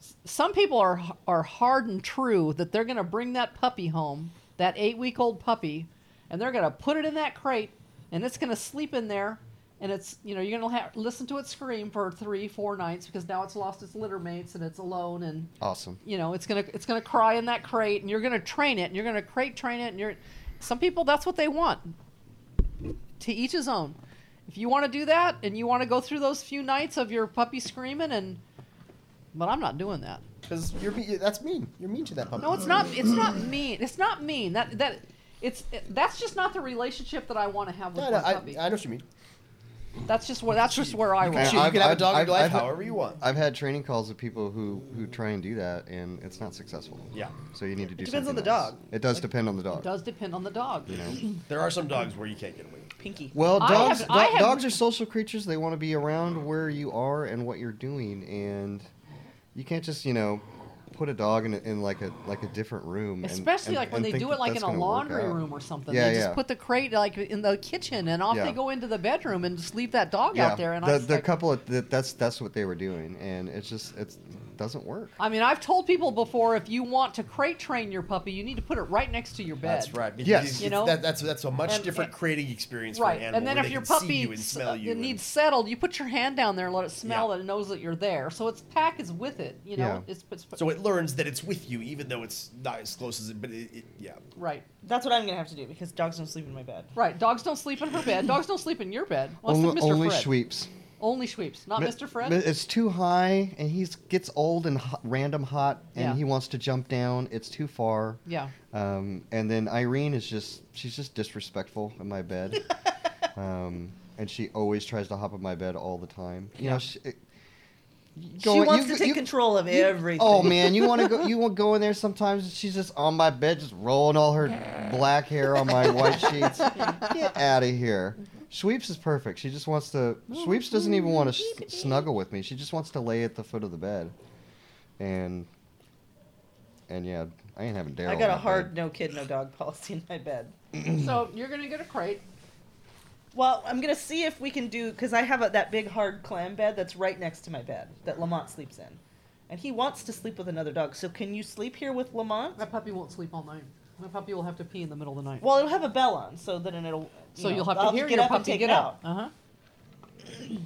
Speaker 2: s- some people are h- are hard and true that they're going to bring that puppy home, that eight week old puppy, and they're going to put it in that crate and it's going to sleep in there. And it's you know you're gonna ha- listen to it scream for three four nights because now it's lost its litter mates and it's alone and
Speaker 6: Awesome.
Speaker 2: you know it's gonna it's gonna cry in that crate and you're gonna train it and you're gonna crate train it and you're some people that's what they want to each his own if you want to do that and you want to go through those few nights of your puppy screaming and but i'm not doing that
Speaker 3: Because you're mean- that's mean. You're mean to that puppy.
Speaker 2: no it's not it's not mean it's not mean that that it's that's just not the relationship that i want to have with
Speaker 3: No,
Speaker 2: my
Speaker 3: no, I,
Speaker 2: puppy
Speaker 3: I know what you mean.
Speaker 2: that's just where that's just where i
Speaker 3: You
Speaker 2: roll
Speaker 3: can
Speaker 6: I've-
Speaker 3: have a
Speaker 6: I've-
Speaker 3: dog in your
Speaker 6: I've-
Speaker 3: life
Speaker 6: I've-
Speaker 3: however you want.
Speaker 6: I've had training calls of people who who try and do that, and it's not successful.
Speaker 3: Yeah.
Speaker 6: So you need to do.
Speaker 1: depends on
Speaker 6: something
Speaker 1: the
Speaker 6: else.
Speaker 1: dog.
Speaker 6: It does depend on the dog.
Speaker 2: it does depend on the dog
Speaker 3: There are some dogs where you can't get away. with it.
Speaker 1: Pinky.
Speaker 6: Well,
Speaker 2: I
Speaker 6: dogs
Speaker 2: have- I
Speaker 6: do-
Speaker 2: have-
Speaker 6: dogs are social creatures. They want to be around where you are and what you're doing, and you can't just you know put a dog in, a, in like a like a different room. and-
Speaker 2: Especially
Speaker 6: and-
Speaker 2: like when
Speaker 6: and
Speaker 2: they
Speaker 6: think
Speaker 2: do
Speaker 6: that
Speaker 2: it like
Speaker 6: that's
Speaker 2: in a
Speaker 6: gonna work
Speaker 2: laundry
Speaker 6: out.
Speaker 2: room or something.
Speaker 6: Yeah,
Speaker 2: they just
Speaker 6: yeah.
Speaker 2: put the crate like in the kitchen and off
Speaker 6: Yeah.
Speaker 2: they go into the bedroom and just leave that dog out there. And
Speaker 6: the,
Speaker 2: I
Speaker 6: the couple of th- that's that's what they were doing, and it's just it's, it doesn't work.
Speaker 2: I mean, I've told people before if you want to crate train your puppy, you need to put it right next to your bed.
Speaker 3: That's right. because
Speaker 6: Yes.
Speaker 3: it's-
Speaker 2: You know?
Speaker 3: that, that's that's a much
Speaker 2: And-
Speaker 3: different
Speaker 2: and-
Speaker 3: creating experience for
Speaker 2: Right.
Speaker 3: an animal.
Speaker 2: and then
Speaker 3: where
Speaker 2: if
Speaker 3: they
Speaker 2: your
Speaker 3: can see
Speaker 2: puppy
Speaker 3: you and
Speaker 2: s-
Speaker 3: smell you
Speaker 2: it
Speaker 3: and-
Speaker 2: needs settled, you put your hand down there and let it smell
Speaker 3: Yeah.
Speaker 2: it and knows that you're there. So its pack is with it. You know,
Speaker 6: Yeah.
Speaker 2: it's, it's
Speaker 3: so it learns that it's with you, even though it's not as close as it. But it, it yeah.
Speaker 2: right.
Speaker 1: That's what I'm gonna have to do because dogs don't sleep in my bed.
Speaker 2: Right. Dogs don't sleep in her bed. Dogs don't sleep in your bed. Well,
Speaker 6: only
Speaker 2: except Mr.
Speaker 6: only
Speaker 2: Fred.
Speaker 6: sweeps.
Speaker 2: Only sweeps. Not
Speaker 6: Mi-
Speaker 2: Mr. Fred.
Speaker 6: mi- It's too high, and he gets old and hot, random hot, and
Speaker 2: Yeah.
Speaker 6: he wants to jump down. It's too far.
Speaker 2: yeah.
Speaker 6: Um, and then Irene is just she's just disrespectful in my bed, um, and she always tries to hop on my bed all the time. You know, she, it- you go
Speaker 1: she
Speaker 6: in-
Speaker 1: wants
Speaker 6: you-
Speaker 1: to take
Speaker 6: you-
Speaker 1: control of
Speaker 6: you-
Speaker 1: everything.
Speaker 6: Oh man, you want to go? You want to go in there sometimes? And she's just on my bed, just rolling all her black hair on my white sheets. Get out of here. Sweeps is perfect. She just wants to. Sweeps doesn't even want to s snuggle with me. She just wants to lay at the foot of the bed, and and yeah, I ain't having Daryl.
Speaker 1: I
Speaker 6: in
Speaker 1: got a
Speaker 6: Oh, my
Speaker 1: hard
Speaker 6: bed.
Speaker 1: no kid, no dog policy in my bed.
Speaker 2: so you're going to get a crate.
Speaker 1: Well, I'm gonna see if we can do because I have a, that big hard clam bed that's right next to my bed that Lamont sleeps in, and he wants to sleep with another dog. So can you sleep here with Lamont?
Speaker 2: That puppy won't sleep all night. My puppy will have to pee in the middle of the night.
Speaker 1: Well, it'll have a bell on, so then it'll. you
Speaker 2: so
Speaker 1: know,
Speaker 2: you'll have
Speaker 1: I'll
Speaker 2: to hear
Speaker 1: get
Speaker 2: your
Speaker 1: up and
Speaker 2: puppy
Speaker 1: take
Speaker 2: get
Speaker 1: it
Speaker 2: up. Uh huh.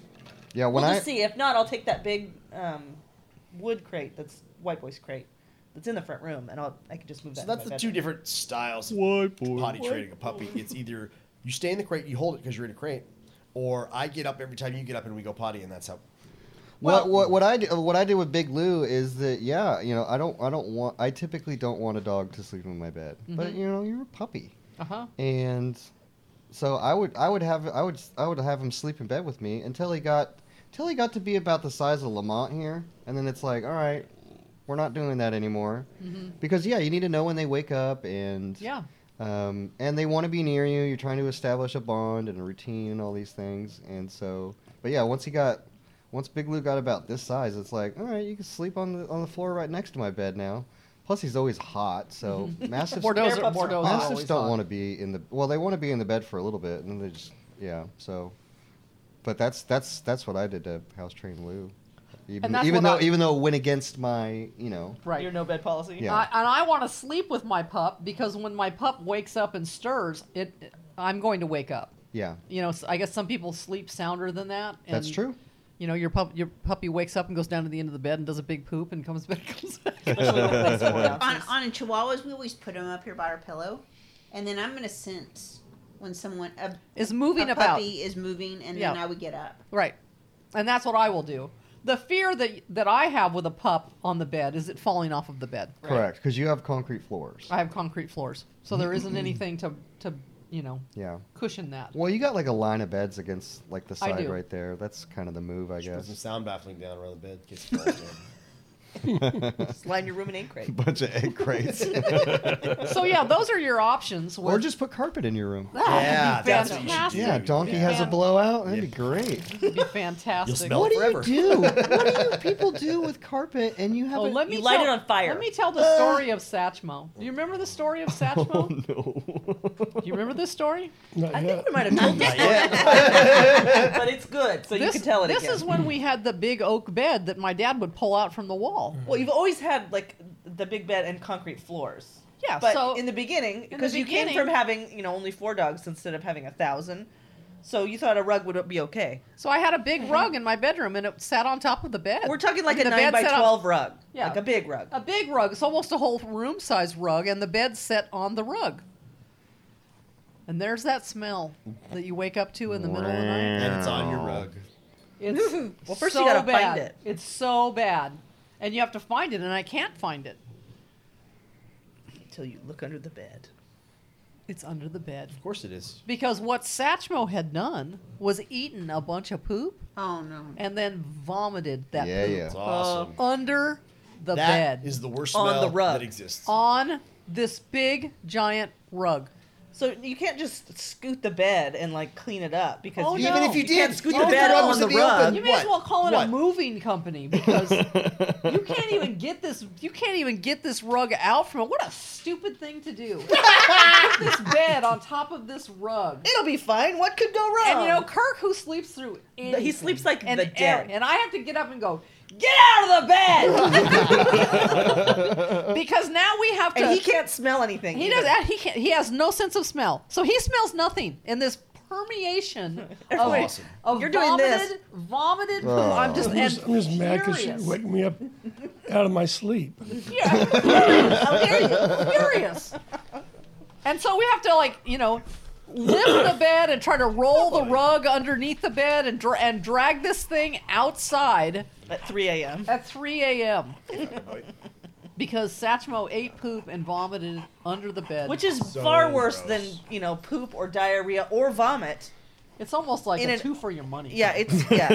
Speaker 6: Yeah, when
Speaker 1: we'll
Speaker 6: I
Speaker 1: just see. If not, I'll take that big um, wood crate that's white boy's crate that's in the front room, and I'll I can just move
Speaker 3: So
Speaker 1: that.
Speaker 3: that's
Speaker 1: into
Speaker 3: the
Speaker 1: my
Speaker 3: two
Speaker 1: bedroom.
Speaker 3: different styles of
Speaker 5: White boy,
Speaker 3: potty
Speaker 5: white
Speaker 3: training a puppy. It's either you stay in the crate, you hold it because you're in a crate, or I get up every time you get up and we go potty, and that's how.
Speaker 6: what, what what I do, what I did with Big Lou is that yeah, you know, I don't I don't want I typically don't want a dog to sleep in my bed, but you know, you're a puppy,
Speaker 2: Uh huh.
Speaker 6: and so I would I would have I would I would have him sleep in bed with me until he got until he got to be about the size of Lamont here, and then it's like all right, we're not doing that anymore, because yeah, you need to know when they wake up and
Speaker 2: Yeah.
Speaker 6: um, and they want to be near you. You're trying to establish a bond and a routine and all these things. And so, but yeah, once he got, once Big Lou got about this size, it's like, all right, you can sleep on the on the floor right next to my bed now. Plus, he's always hot, so massive.
Speaker 2: Bordeaux's,
Speaker 1: Bear pups are
Speaker 2: Bordeaux's
Speaker 1: hot.
Speaker 2: are
Speaker 6: massives
Speaker 2: always
Speaker 6: don't
Speaker 2: hot.
Speaker 6: want to be in the. Well, they want to be in the bed for a little bit, and then they just yeah. So, but that's that's that's what I did to house train Lou. Even,
Speaker 2: that's
Speaker 6: even
Speaker 2: what
Speaker 6: though
Speaker 2: I-
Speaker 6: even though it went against my you know
Speaker 2: Right.
Speaker 1: Your no bed policy.
Speaker 6: Yeah.
Speaker 2: I, and I want to sleep with my pup because when my pup wakes up and stirs, it I'm going to wake up.
Speaker 6: yeah
Speaker 2: You know, s- I guess some people sleep sounder than that. And,
Speaker 6: That's true.
Speaker 2: You know, your pup your puppy wakes up and goes down to the end of the bed and does a big poop and comes back. Comes back.
Speaker 1: Yeah.
Speaker 4: on, on chihuahuas, we always put them up here by our pillow, and then I'm gonna sense when someone a,
Speaker 2: Is
Speaker 4: a
Speaker 2: moving
Speaker 4: puppy
Speaker 2: about.
Speaker 4: is moving, and then
Speaker 2: Yeah.
Speaker 4: I would get up.
Speaker 2: Right. And that's what I will do. The fear that that I have with a pup on the bed is it falling off of the bed.
Speaker 6: correct because you have concrete floors
Speaker 2: I have concrete floors, so there isn't anything to to you know
Speaker 6: yeah
Speaker 2: cushion that.
Speaker 6: Well, you got like a line of beds against like the
Speaker 2: I
Speaker 6: side
Speaker 2: do.
Speaker 6: right there. That's kind of the move, I
Speaker 3: Just put some
Speaker 6: guess.
Speaker 3: sound baffling down around the bed. Gets the balls in.
Speaker 1: Just line your room in eight crate.
Speaker 6: Bunch of egg crates,
Speaker 2: So yeah, those are your options.
Speaker 6: or
Speaker 2: where-
Speaker 6: just put carpet in your room.
Speaker 3: yeah, that's what you should do.
Speaker 2: fantastic.
Speaker 6: Yeah, donkey has a
Speaker 2: Yeah.
Speaker 6: blowout. That'd
Speaker 3: Yeah.
Speaker 6: be great.
Speaker 2: It'd be fantastic.
Speaker 3: You'll smell
Speaker 6: What
Speaker 3: it
Speaker 6: do
Speaker 3: forever.
Speaker 6: you do? What do you people do with carpet? And you have
Speaker 2: Oh,
Speaker 6: a
Speaker 2: let me
Speaker 1: You light
Speaker 2: tell-
Speaker 1: it on fire.
Speaker 2: Let me tell the story of Satchmo. Do you remember the story of
Speaker 3: Oh,
Speaker 2: Satchmo? Do
Speaker 6: no.
Speaker 2: you remember this story?
Speaker 5: Not
Speaker 1: I
Speaker 5: yet.
Speaker 1: think we might have told this story, but it's good, so you
Speaker 2: this
Speaker 1: can tell it
Speaker 2: this
Speaker 1: again.
Speaker 2: is when we had the big oak bed that my dad would pull out from the wall.
Speaker 3: Mm.
Speaker 1: well, you've always had like the big bed and concrete floors.
Speaker 2: Yeah,
Speaker 1: but
Speaker 2: so
Speaker 1: in the beginning,
Speaker 2: the
Speaker 1: because you came
Speaker 2: beginning-
Speaker 1: from having you know only four dogs instead of having a thousand, so you thought a rug would be okay.
Speaker 2: so I had a big rug in my bedroom and it sat on top of the bed.
Speaker 1: We're talking like
Speaker 2: And
Speaker 1: a
Speaker 2: the
Speaker 1: nine
Speaker 2: bed
Speaker 1: by
Speaker 2: sat on-
Speaker 1: twelve rug,
Speaker 2: Yeah.
Speaker 1: like a big rug.
Speaker 2: a big rug. It's almost a whole room size rug, and the bed set on the rug. And there's that smell that you wake up to in the middle of the night.
Speaker 3: and it's on your rug.
Speaker 2: It's
Speaker 1: Well, first
Speaker 2: so
Speaker 1: you gotta
Speaker 2: bad.
Speaker 1: find it.
Speaker 2: It's so bad, and you have to find it, and I can't find it.
Speaker 1: Until you look under the bed.
Speaker 2: It's under the bed.
Speaker 3: Of course it is.
Speaker 2: Because what Satchmo had done was eaten a bunch of poop
Speaker 4: Oh no!
Speaker 2: and then vomited that
Speaker 6: Yeah,
Speaker 2: poop
Speaker 6: yeah.
Speaker 3: It's awesome.
Speaker 2: under Oh, the
Speaker 3: That
Speaker 2: bed
Speaker 3: is the worst
Speaker 1: On the
Speaker 3: smell
Speaker 1: rug.
Speaker 3: that exists.
Speaker 2: on this big giant rug.
Speaker 1: So you can't just scoot the bed and like clean it up because
Speaker 2: Oh,
Speaker 1: you,
Speaker 2: no.
Speaker 3: Even if you did,
Speaker 1: can't scoot
Speaker 3: even
Speaker 1: the
Speaker 3: if
Speaker 1: bed
Speaker 3: rug
Speaker 1: on
Speaker 3: was
Speaker 1: the
Speaker 3: in
Speaker 1: rug.
Speaker 3: open,
Speaker 2: You may as
Speaker 3: what?
Speaker 2: well call it
Speaker 3: What?
Speaker 2: a moving company because you can't even get this you can't even get this rug out from it. What a stupid thing to do. Put this bed on top of this rug.
Speaker 1: it'll be fine. What could go wrong?
Speaker 2: And you know, Kirk, who sleeps through anything,
Speaker 1: sleeps like
Speaker 2: and
Speaker 1: the dead.
Speaker 2: And I have to get up and go, get out of the
Speaker 3: Uh,
Speaker 2: bed, because now we have to.
Speaker 1: and he can't smell anything.
Speaker 2: He
Speaker 1: either.
Speaker 2: does. He can't. He has no sense of smell, so he smells nothing. And this permeation of,
Speaker 3: Awesome.
Speaker 2: of
Speaker 1: You're doing
Speaker 2: vomited,
Speaker 1: this.
Speaker 2: vomited. poop.
Speaker 6: Oh.
Speaker 2: I'm just.
Speaker 5: I'm just, I'm
Speaker 2: and
Speaker 5: just mad because she
Speaker 2: furious.
Speaker 5: waking me up out of my sleep.
Speaker 2: Yeah, I'm furious. How dare you? Furious. And so we have to like you know lift the bed and try to roll the rug underneath the bed and dra- and drag this thing outside
Speaker 1: at 3 a.m.
Speaker 2: at 3 a.m. because Satchmo ate poop and vomited under the bed.
Speaker 1: Which is
Speaker 3: So
Speaker 1: far worse
Speaker 3: gross.
Speaker 1: than you know poop or diarrhea or vomit.
Speaker 2: it's almost like
Speaker 1: in
Speaker 2: a
Speaker 1: an-
Speaker 2: two for your money.
Speaker 1: Yeah, it's yeah.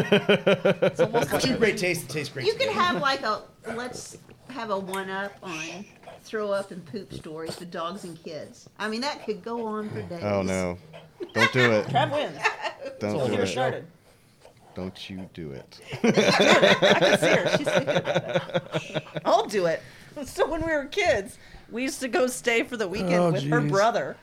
Speaker 2: it's almost like
Speaker 3: Two great tastes that taste great.
Speaker 4: You could
Speaker 3: together.
Speaker 4: have like a let's have a one up on throw up and poop stories with dogs and kids. I mean that could go on for days.
Speaker 6: Oh no! Don't do it!
Speaker 1: Crab wins.
Speaker 6: Don't
Speaker 1: She
Speaker 6: do
Speaker 1: was
Speaker 6: it!
Speaker 1: started.
Speaker 6: Don't you do it!
Speaker 1: I can see her. She's thinking about it. I'll do it. So when we were kids, we used to go stay for the weekend
Speaker 5: Oh,
Speaker 1: with her
Speaker 5: geez.
Speaker 1: brother,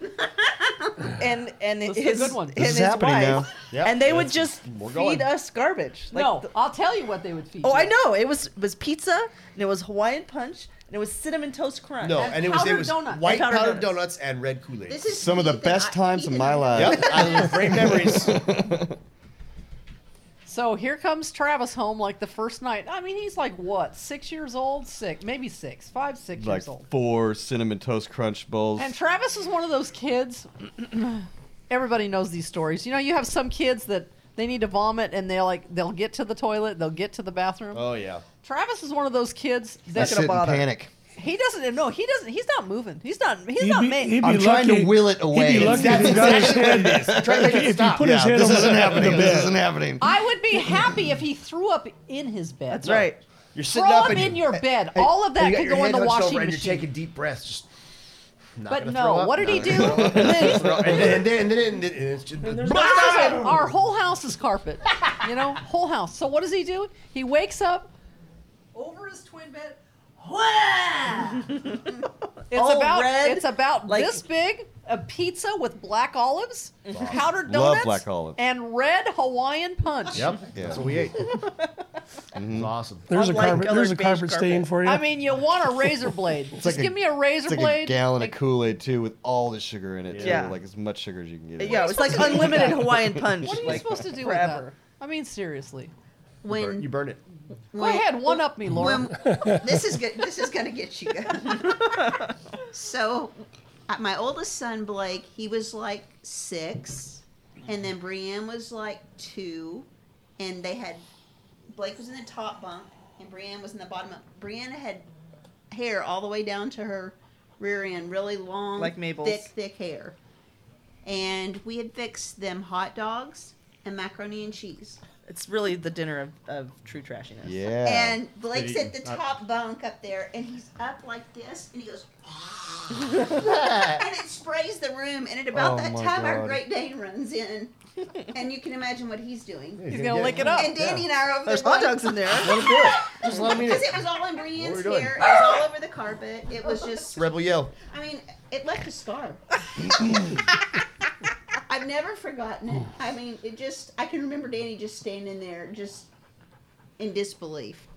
Speaker 1: and and
Speaker 2: This is a
Speaker 1: his
Speaker 2: good one.
Speaker 1: and
Speaker 6: This
Speaker 1: his
Speaker 6: is happening
Speaker 1: wife,
Speaker 3: now. Yep,
Speaker 1: and they would
Speaker 3: that's-
Speaker 1: just
Speaker 3: we're
Speaker 1: feed
Speaker 3: going.
Speaker 1: us garbage. Like
Speaker 2: no,
Speaker 1: the-
Speaker 2: I'll tell you what they would feed.
Speaker 1: oh,
Speaker 2: you.
Speaker 1: I know. It was was pizza and it was Hawaiian punch and it was cinnamon toast crunch.
Speaker 3: No,
Speaker 2: And
Speaker 3: and it was it
Speaker 2: powdered
Speaker 3: was
Speaker 2: donuts.
Speaker 3: white
Speaker 1: And powdered
Speaker 3: powdered donuts.
Speaker 1: donuts.
Speaker 3: and red Kool Aid.
Speaker 4: This is
Speaker 6: Some of the
Speaker 4: Ethan. I-
Speaker 6: best times of
Speaker 4: Ethan,
Speaker 6: my
Speaker 4: I-
Speaker 6: life.
Speaker 3: yep, I, great memories.
Speaker 2: So here comes Travis home like the first night. I mean, he's like what, six years old? Six, maybe six, five, six
Speaker 6: Like
Speaker 2: years old.
Speaker 6: four cinnamon toast crunch bowls.
Speaker 2: And Travis is one of those kids. Everybody knows these stories. You know, you have some kids that they need to vomit and they're like they'll get to the toilet, they'll get to the bathroom.
Speaker 6: Oh yeah.
Speaker 2: Travis is one of those kids
Speaker 6: I
Speaker 2: that
Speaker 6: sit in panic.
Speaker 2: he doesn't no, he doesn't he's not moving. He's not he's
Speaker 5: He'd
Speaker 2: not
Speaker 5: be-
Speaker 2: made.
Speaker 5: he'd be
Speaker 6: I'm trying to
Speaker 5: lucky-
Speaker 6: will it away.
Speaker 5: He'd be lucky if he got his head. If he put his
Speaker 6: Yeah,
Speaker 5: head
Speaker 6: this
Speaker 5: on
Speaker 6: isn't
Speaker 5: the,
Speaker 6: happening.
Speaker 5: the
Speaker 6: This
Speaker 5: bed.
Speaker 6: isn't happening.
Speaker 2: I would be happy if he threw up in his bed.
Speaker 1: That's right.
Speaker 3: You're sitting
Speaker 2: Throw
Speaker 3: up
Speaker 2: him
Speaker 3: and
Speaker 2: in
Speaker 3: you-
Speaker 2: your bed. All of
Speaker 3: and
Speaker 2: that
Speaker 3: you got
Speaker 2: could
Speaker 3: your
Speaker 2: go in
Speaker 3: hand
Speaker 2: the
Speaker 3: hunched
Speaker 2: washing
Speaker 3: over And you're
Speaker 2: machine.
Speaker 3: taking deep breaths. Just not
Speaker 2: But
Speaker 3: gonna
Speaker 2: no,
Speaker 3: throw up.
Speaker 2: what did he do?
Speaker 3: Throw-
Speaker 2: Liz,
Speaker 3: and then and then and then, and then, it's just,
Speaker 2: This is it. Our whole house is carpet. You know, whole house. So what does he do? He wakes up over his twin bed. Wah! it's
Speaker 1: All
Speaker 2: about
Speaker 1: red,
Speaker 2: it's about
Speaker 1: like- Mm-hmm.
Speaker 2: this big a pizza with black olives, powdered
Speaker 6: Love
Speaker 2: donuts,
Speaker 6: black olives.
Speaker 2: and red Hawaiian punch.
Speaker 3: yep,
Speaker 6: Yeah.
Speaker 3: that's what we ate. It was awesome.
Speaker 5: There's a
Speaker 1: Light
Speaker 5: carpet.
Speaker 1: colored
Speaker 5: There's a
Speaker 1: beige
Speaker 5: carpet stain
Speaker 1: carpet.
Speaker 5: for you.
Speaker 2: I mean, you want a razor blade. Just
Speaker 6: like a-
Speaker 2: give me a razor
Speaker 6: It's like
Speaker 2: blade.
Speaker 6: a gallon
Speaker 2: like,
Speaker 6: of Kool-Aid too, with all the sugar in it too,
Speaker 1: Yeah.
Speaker 6: like as much sugar as you can get.
Speaker 1: Yeah, it was like
Speaker 2: supposed to do with
Speaker 1: unlimited
Speaker 2: that?
Speaker 1: Hawaiian punch.
Speaker 2: What are you
Speaker 1: like,
Speaker 2: supposed to do
Speaker 1: forever.
Speaker 2: with that? I mean, seriously.
Speaker 4: When,
Speaker 3: You burn it.
Speaker 2: Go ahead, one up me, Laura.
Speaker 4: when this is good. This is gonna get you good. so, uh, my oldest son Blake, he was like six, and then Brienne was like two, and they had Blake was in the top bunk and Brienne was in the bottom bunk. Brienne had hair all the way down to her rear end, really long,
Speaker 1: Like Mabel's.
Speaker 4: thick, thick hair. And we had fixed them hot dogs and macaroni and cheese.
Speaker 1: It's really the dinner of, of true trashiness.
Speaker 6: Yeah.
Speaker 4: And Blake's
Speaker 3: Did he-
Speaker 4: at the
Speaker 3: uh,
Speaker 4: top bunk up there, and he's up like this, and he goes, and it sprays the room. And at about
Speaker 6: Oh
Speaker 4: that
Speaker 6: my
Speaker 4: time, our
Speaker 6: God.
Speaker 4: Great Dane runs in, and you can imagine what he's doing.
Speaker 2: He's gonna lick it up.
Speaker 4: And Danny and I are over
Speaker 1: There's
Speaker 4: there.
Speaker 1: hot dogs in there.
Speaker 3: Just let me in.
Speaker 4: Because it was all in
Speaker 3: What
Speaker 4: Brienne's
Speaker 3: were we doing?
Speaker 4: hair, it was all over the carpet. It was just,
Speaker 3: Rebel yell.
Speaker 4: I mean, it left a scar. I've never forgotten it. I mean, it just, I can remember Danny just standing there, just in disbelief.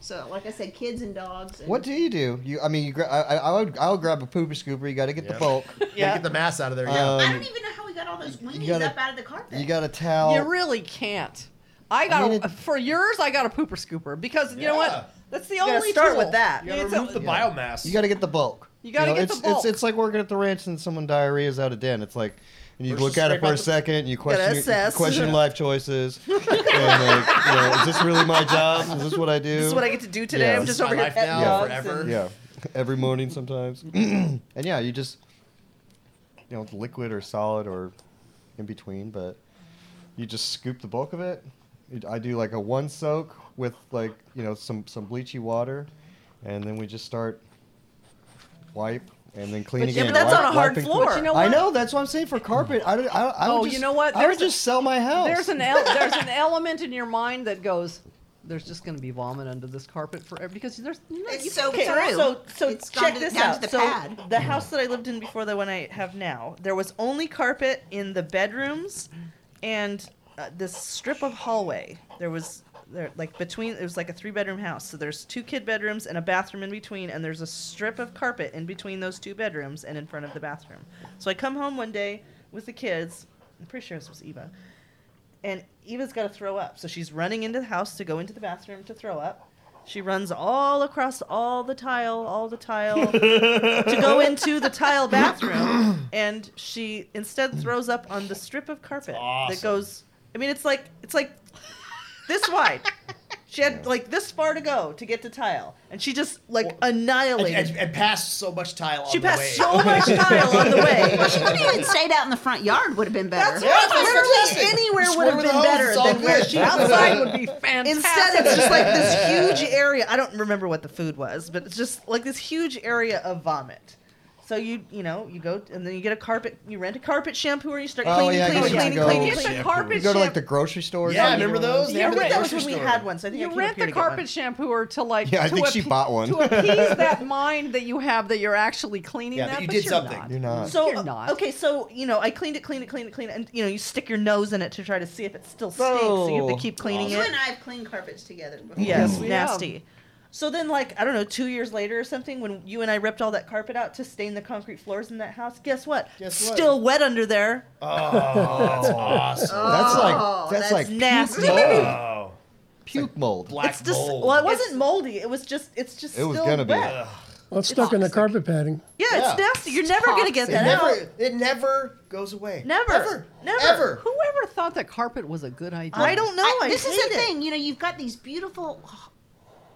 Speaker 4: So, like I said, kids and dogs. And
Speaker 6: what do you do? You, I mean, you gra- I, I, I would, I'll grab a pooper scooper. You got to get
Speaker 3: Yeah.
Speaker 6: the bulk.
Speaker 3: Yeah. Get the mass out of there. Yeah.
Speaker 2: Uh,
Speaker 4: I don't
Speaker 6: Um,
Speaker 4: even know how we got all those wings
Speaker 6: gotta-
Speaker 4: up out of the carpet.
Speaker 6: you got a towel.
Speaker 2: You really can't. I got
Speaker 6: mean,
Speaker 2: a,
Speaker 6: it-
Speaker 2: for yours. I got a pooper scooper because you know
Speaker 3: Yeah.
Speaker 2: what? That's the
Speaker 1: gotta
Speaker 2: only
Speaker 1: start
Speaker 2: tool.
Speaker 1: with that.
Speaker 3: You gotta
Speaker 2: It's a-
Speaker 3: remove the biomass.
Speaker 6: You got to get the bulk.
Speaker 2: You gotta get the
Speaker 6: it's,
Speaker 2: bulk.
Speaker 6: It's, it's like working at the ranch and someone diarrhea's out of den. It's like, and you
Speaker 3: First
Speaker 6: look at it
Speaker 3: scrape
Speaker 6: for
Speaker 3: out
Speaker 6: a
Speaker 3: the-
Speaker 6: second, and you question, your- you
Speaker 1: assess.
Speaker 6: question your life choices. and like, you know, is this really my job? Is this what I do?
Speaker 1: This is what I get to do today.
Speaker 6: Yeah.
Speaker 1: I'm
Speaker 6: This
Speaker 1: just
Speaker 3: my
Speaker 1: over here
Speaker 3: life
Speaker 1: petting
Speaker 3: now,
Speaker 1: dogs.
Speaker 3: forever.
Speaker 1: and-
Speaker 6: Yeah, every morning sometimes. and yeah, you just, you know, it's liquid or solid or in between, but you just scoop the bulk of it. You- I do like a one soak with like you know some some bleachy water, and then we just start wipe and then clean
Speaker 1: But yeah,
Speaker 6: again.
Speaker 1: but that's
Speaker 6: Wipe-
Speaker 1: on a hard
Speaker 6: wipe and
Speaker 1: floor.
Speaker 6: clean.
Speaker 2: But you know
Speaker 6: I
Speaker 2: what?
Speaker 6: know that's what I'm saying for carpet. I don't. I, don't- I would
Speaker 2: Oh, you
Speaker 6: just-
Speaker 2: know what?
Speaker 6: I would
Speaker 2: There's a-
Speaker 6: just sell my house.
Speaker 2: There's an el- there's an element in your mind that goes. There's just going to be vomit under this carpet forever because there's you know,
Speaker 4: It's
Speaker 2: you
Speaker 4: so
Speaker 2: can't-
Speaker 1: Okay,
Speaker 4: True.
Speaker 1: so so
Speaker 4: It's gone
Speaker 1: check
Speaker 4: to-
Speaker 1: this
Speaker 4: down to
Speaker 1: out.
Speaker 4: the
Speaker 1: so
Speaker 4: pad.
Speaker 1: the house that I lived in before the one I have now, there was only carpet in the bedrooms and uh, this strip of hallway. There was there like between it was like a three bedroom house. So there's two kid bedrooms and a bathroom in between, and there's a strip of carpet in between those two bedrooms and in front of the bathroom. So I come home one day with the kids. I'm pretty sure this was Eva and Eva's got to throw up. So she's running into the house to go into the bathroom to throw up. She runs all across all the tile, all the tile, to go into the tile bathroom, and she instead throws up on the strip of carpet
Speaker 3: awesome.
Speaker 1: that goes. I mean, it's like it's like this wide. She had like this far to go to get to tile, and she just like
Speaker 3: And,
Speaker 1: annihilated.
Speaker 3: and, and passed so much tile on
Speaker 1: she
Speaker 3: the
Speaker 1: passed
Speaker 3: way.
Speaker 1: so much tile on the way.
Speaker 4: she wouldn't even stayed out in the front yard. Would have been better.
Speaker 1: That's right. Literally
Speaker 3: Just
Speaker 1: anywhere would
Speaker 3: swing
Speaker 1: have
Speaker 3: with the
Speaker 1: been
Speaker 3: hose,
Speaker 1: better
Speaker 3: it's all
Speaker 1: than where
Speaker 3: good.
Speaker 1: she
Speaker 2: outside would be fantastic.
Speaker 1: Instead, it's just like this huge area. I don't remember what the food was, but it's just like this huge area of vomit. So you you know you go and then you get a carpet. You rent a carpet shampooer. You start
Speaker 6: Oh,
Speaker 1: cleaning,
Speaker 6: yeah, I
Speaker 1: cleaning,
Speaker 6: guess you
Speaker 1: cleaning,
Speaker 6: go-
Speaker 1: cleaning,
Speaker 2: you get the
Speaker 1: cleaning.
Speaker 6: You
Speaker 2: carpet
Speaker 6: go to like
Speaker 2: shampoo-
Speaker 6: the grocery store. or
Speaker 3: Yeah, I
Speaker 6: something.
Speaker 3: remember those? They
Speaker 1: Yeah,
Speaker 3: have them
Speaker 1: but
Speaker 3: at
Speaker 1: that was when
Speaker 3: grocery
Speaker 1: we
Speaker 3: store.
Speaker 1: had one. So I think I
Speaker 2: You
Speaker 1: came
Speaker 2: rent
Speaker 1: up here
Speaker 2: the
Speaker 1: to get one.
Speaker 2: carpet shampooer to like
Speaker 6: Yeah, I
Speaker 2: to
Speaker 6: think she
Speaker 2: appe-
Speaker 6: bought one.
Speaker 2: to appease that mind that you have that you're actually cleaning
Speaker 3: Yeah,
Speaker 2: that,
Speaker 3: that you
Speaker 2: but
Speaker 3: did
Speaker 2: you're
Speaker 3: something.
Speaker 2: not.
Speaker 6: You're not.
Speaker 1: So
Speaker 2: You're not.
Speaker 1: okay, so you know I cleaned it, cleaned it, cleaned it, cleaned it, and you know you stick your nose in it to try to see if it still stinks. So you have
Speaker 6: Oh.
Speaker 1: to keep cleaning
Speaker 4: You
Speaker 1: it.
Speaker 4: and I have cleaned carpets together. Before.
Speaker 1: Yes,
Speaker 2: we have.
Speaker 1: nasty. So then, like I don't know, two years later or something, when you and I ripped all that carpet out to stain the concrete floors in that house, guess what?
Speaker 3: Guess what?
Speaker 1: Still wet under there.
Speaker 6: That's
Speaker 4: Oh,
Speaker 6: like
Speaker 4: that's
Speaker 6: that's, like
Speaker 1: nasty.
Speaker 6: puke mold.
Speaker 3: Oh,
Speaker 6: Puke mold.
Speaker 3: black
Speaker 1: it's just
Speaker 3: mold.
Speaker 1: well, it wasn't moldy. It was just it's just
Speaker 6: It was
Speaker 1: still
Speaker 6: gonna be.
Speaker 1: wet.
Speaker 5: Well, it's stuck in the carpet padding.
Speaker 1: Yeah,
Speaker 3: Yeah.
Speaker 1: it's nasty. You're never gonna get
Speaker 3: it
Speaker 1: that
Speaker 3: never,
Speaker 1: out.
Speaker 3: it never goes away.
Speaker 1: Never,
Speaker 3: ever,
Speaker 1: never.
Speaker 3: ever.
Speaker 2: Whoever thought that carpet was a good idea?
Speaker 1: I don't know.
Speaker 4: I-
Speaker 1: I
Speaker 4: this is
Speaker 1: hate
Speaker 4: the
Speaker 1: it.
Speaker 4: thing. You know, you've got these beautiful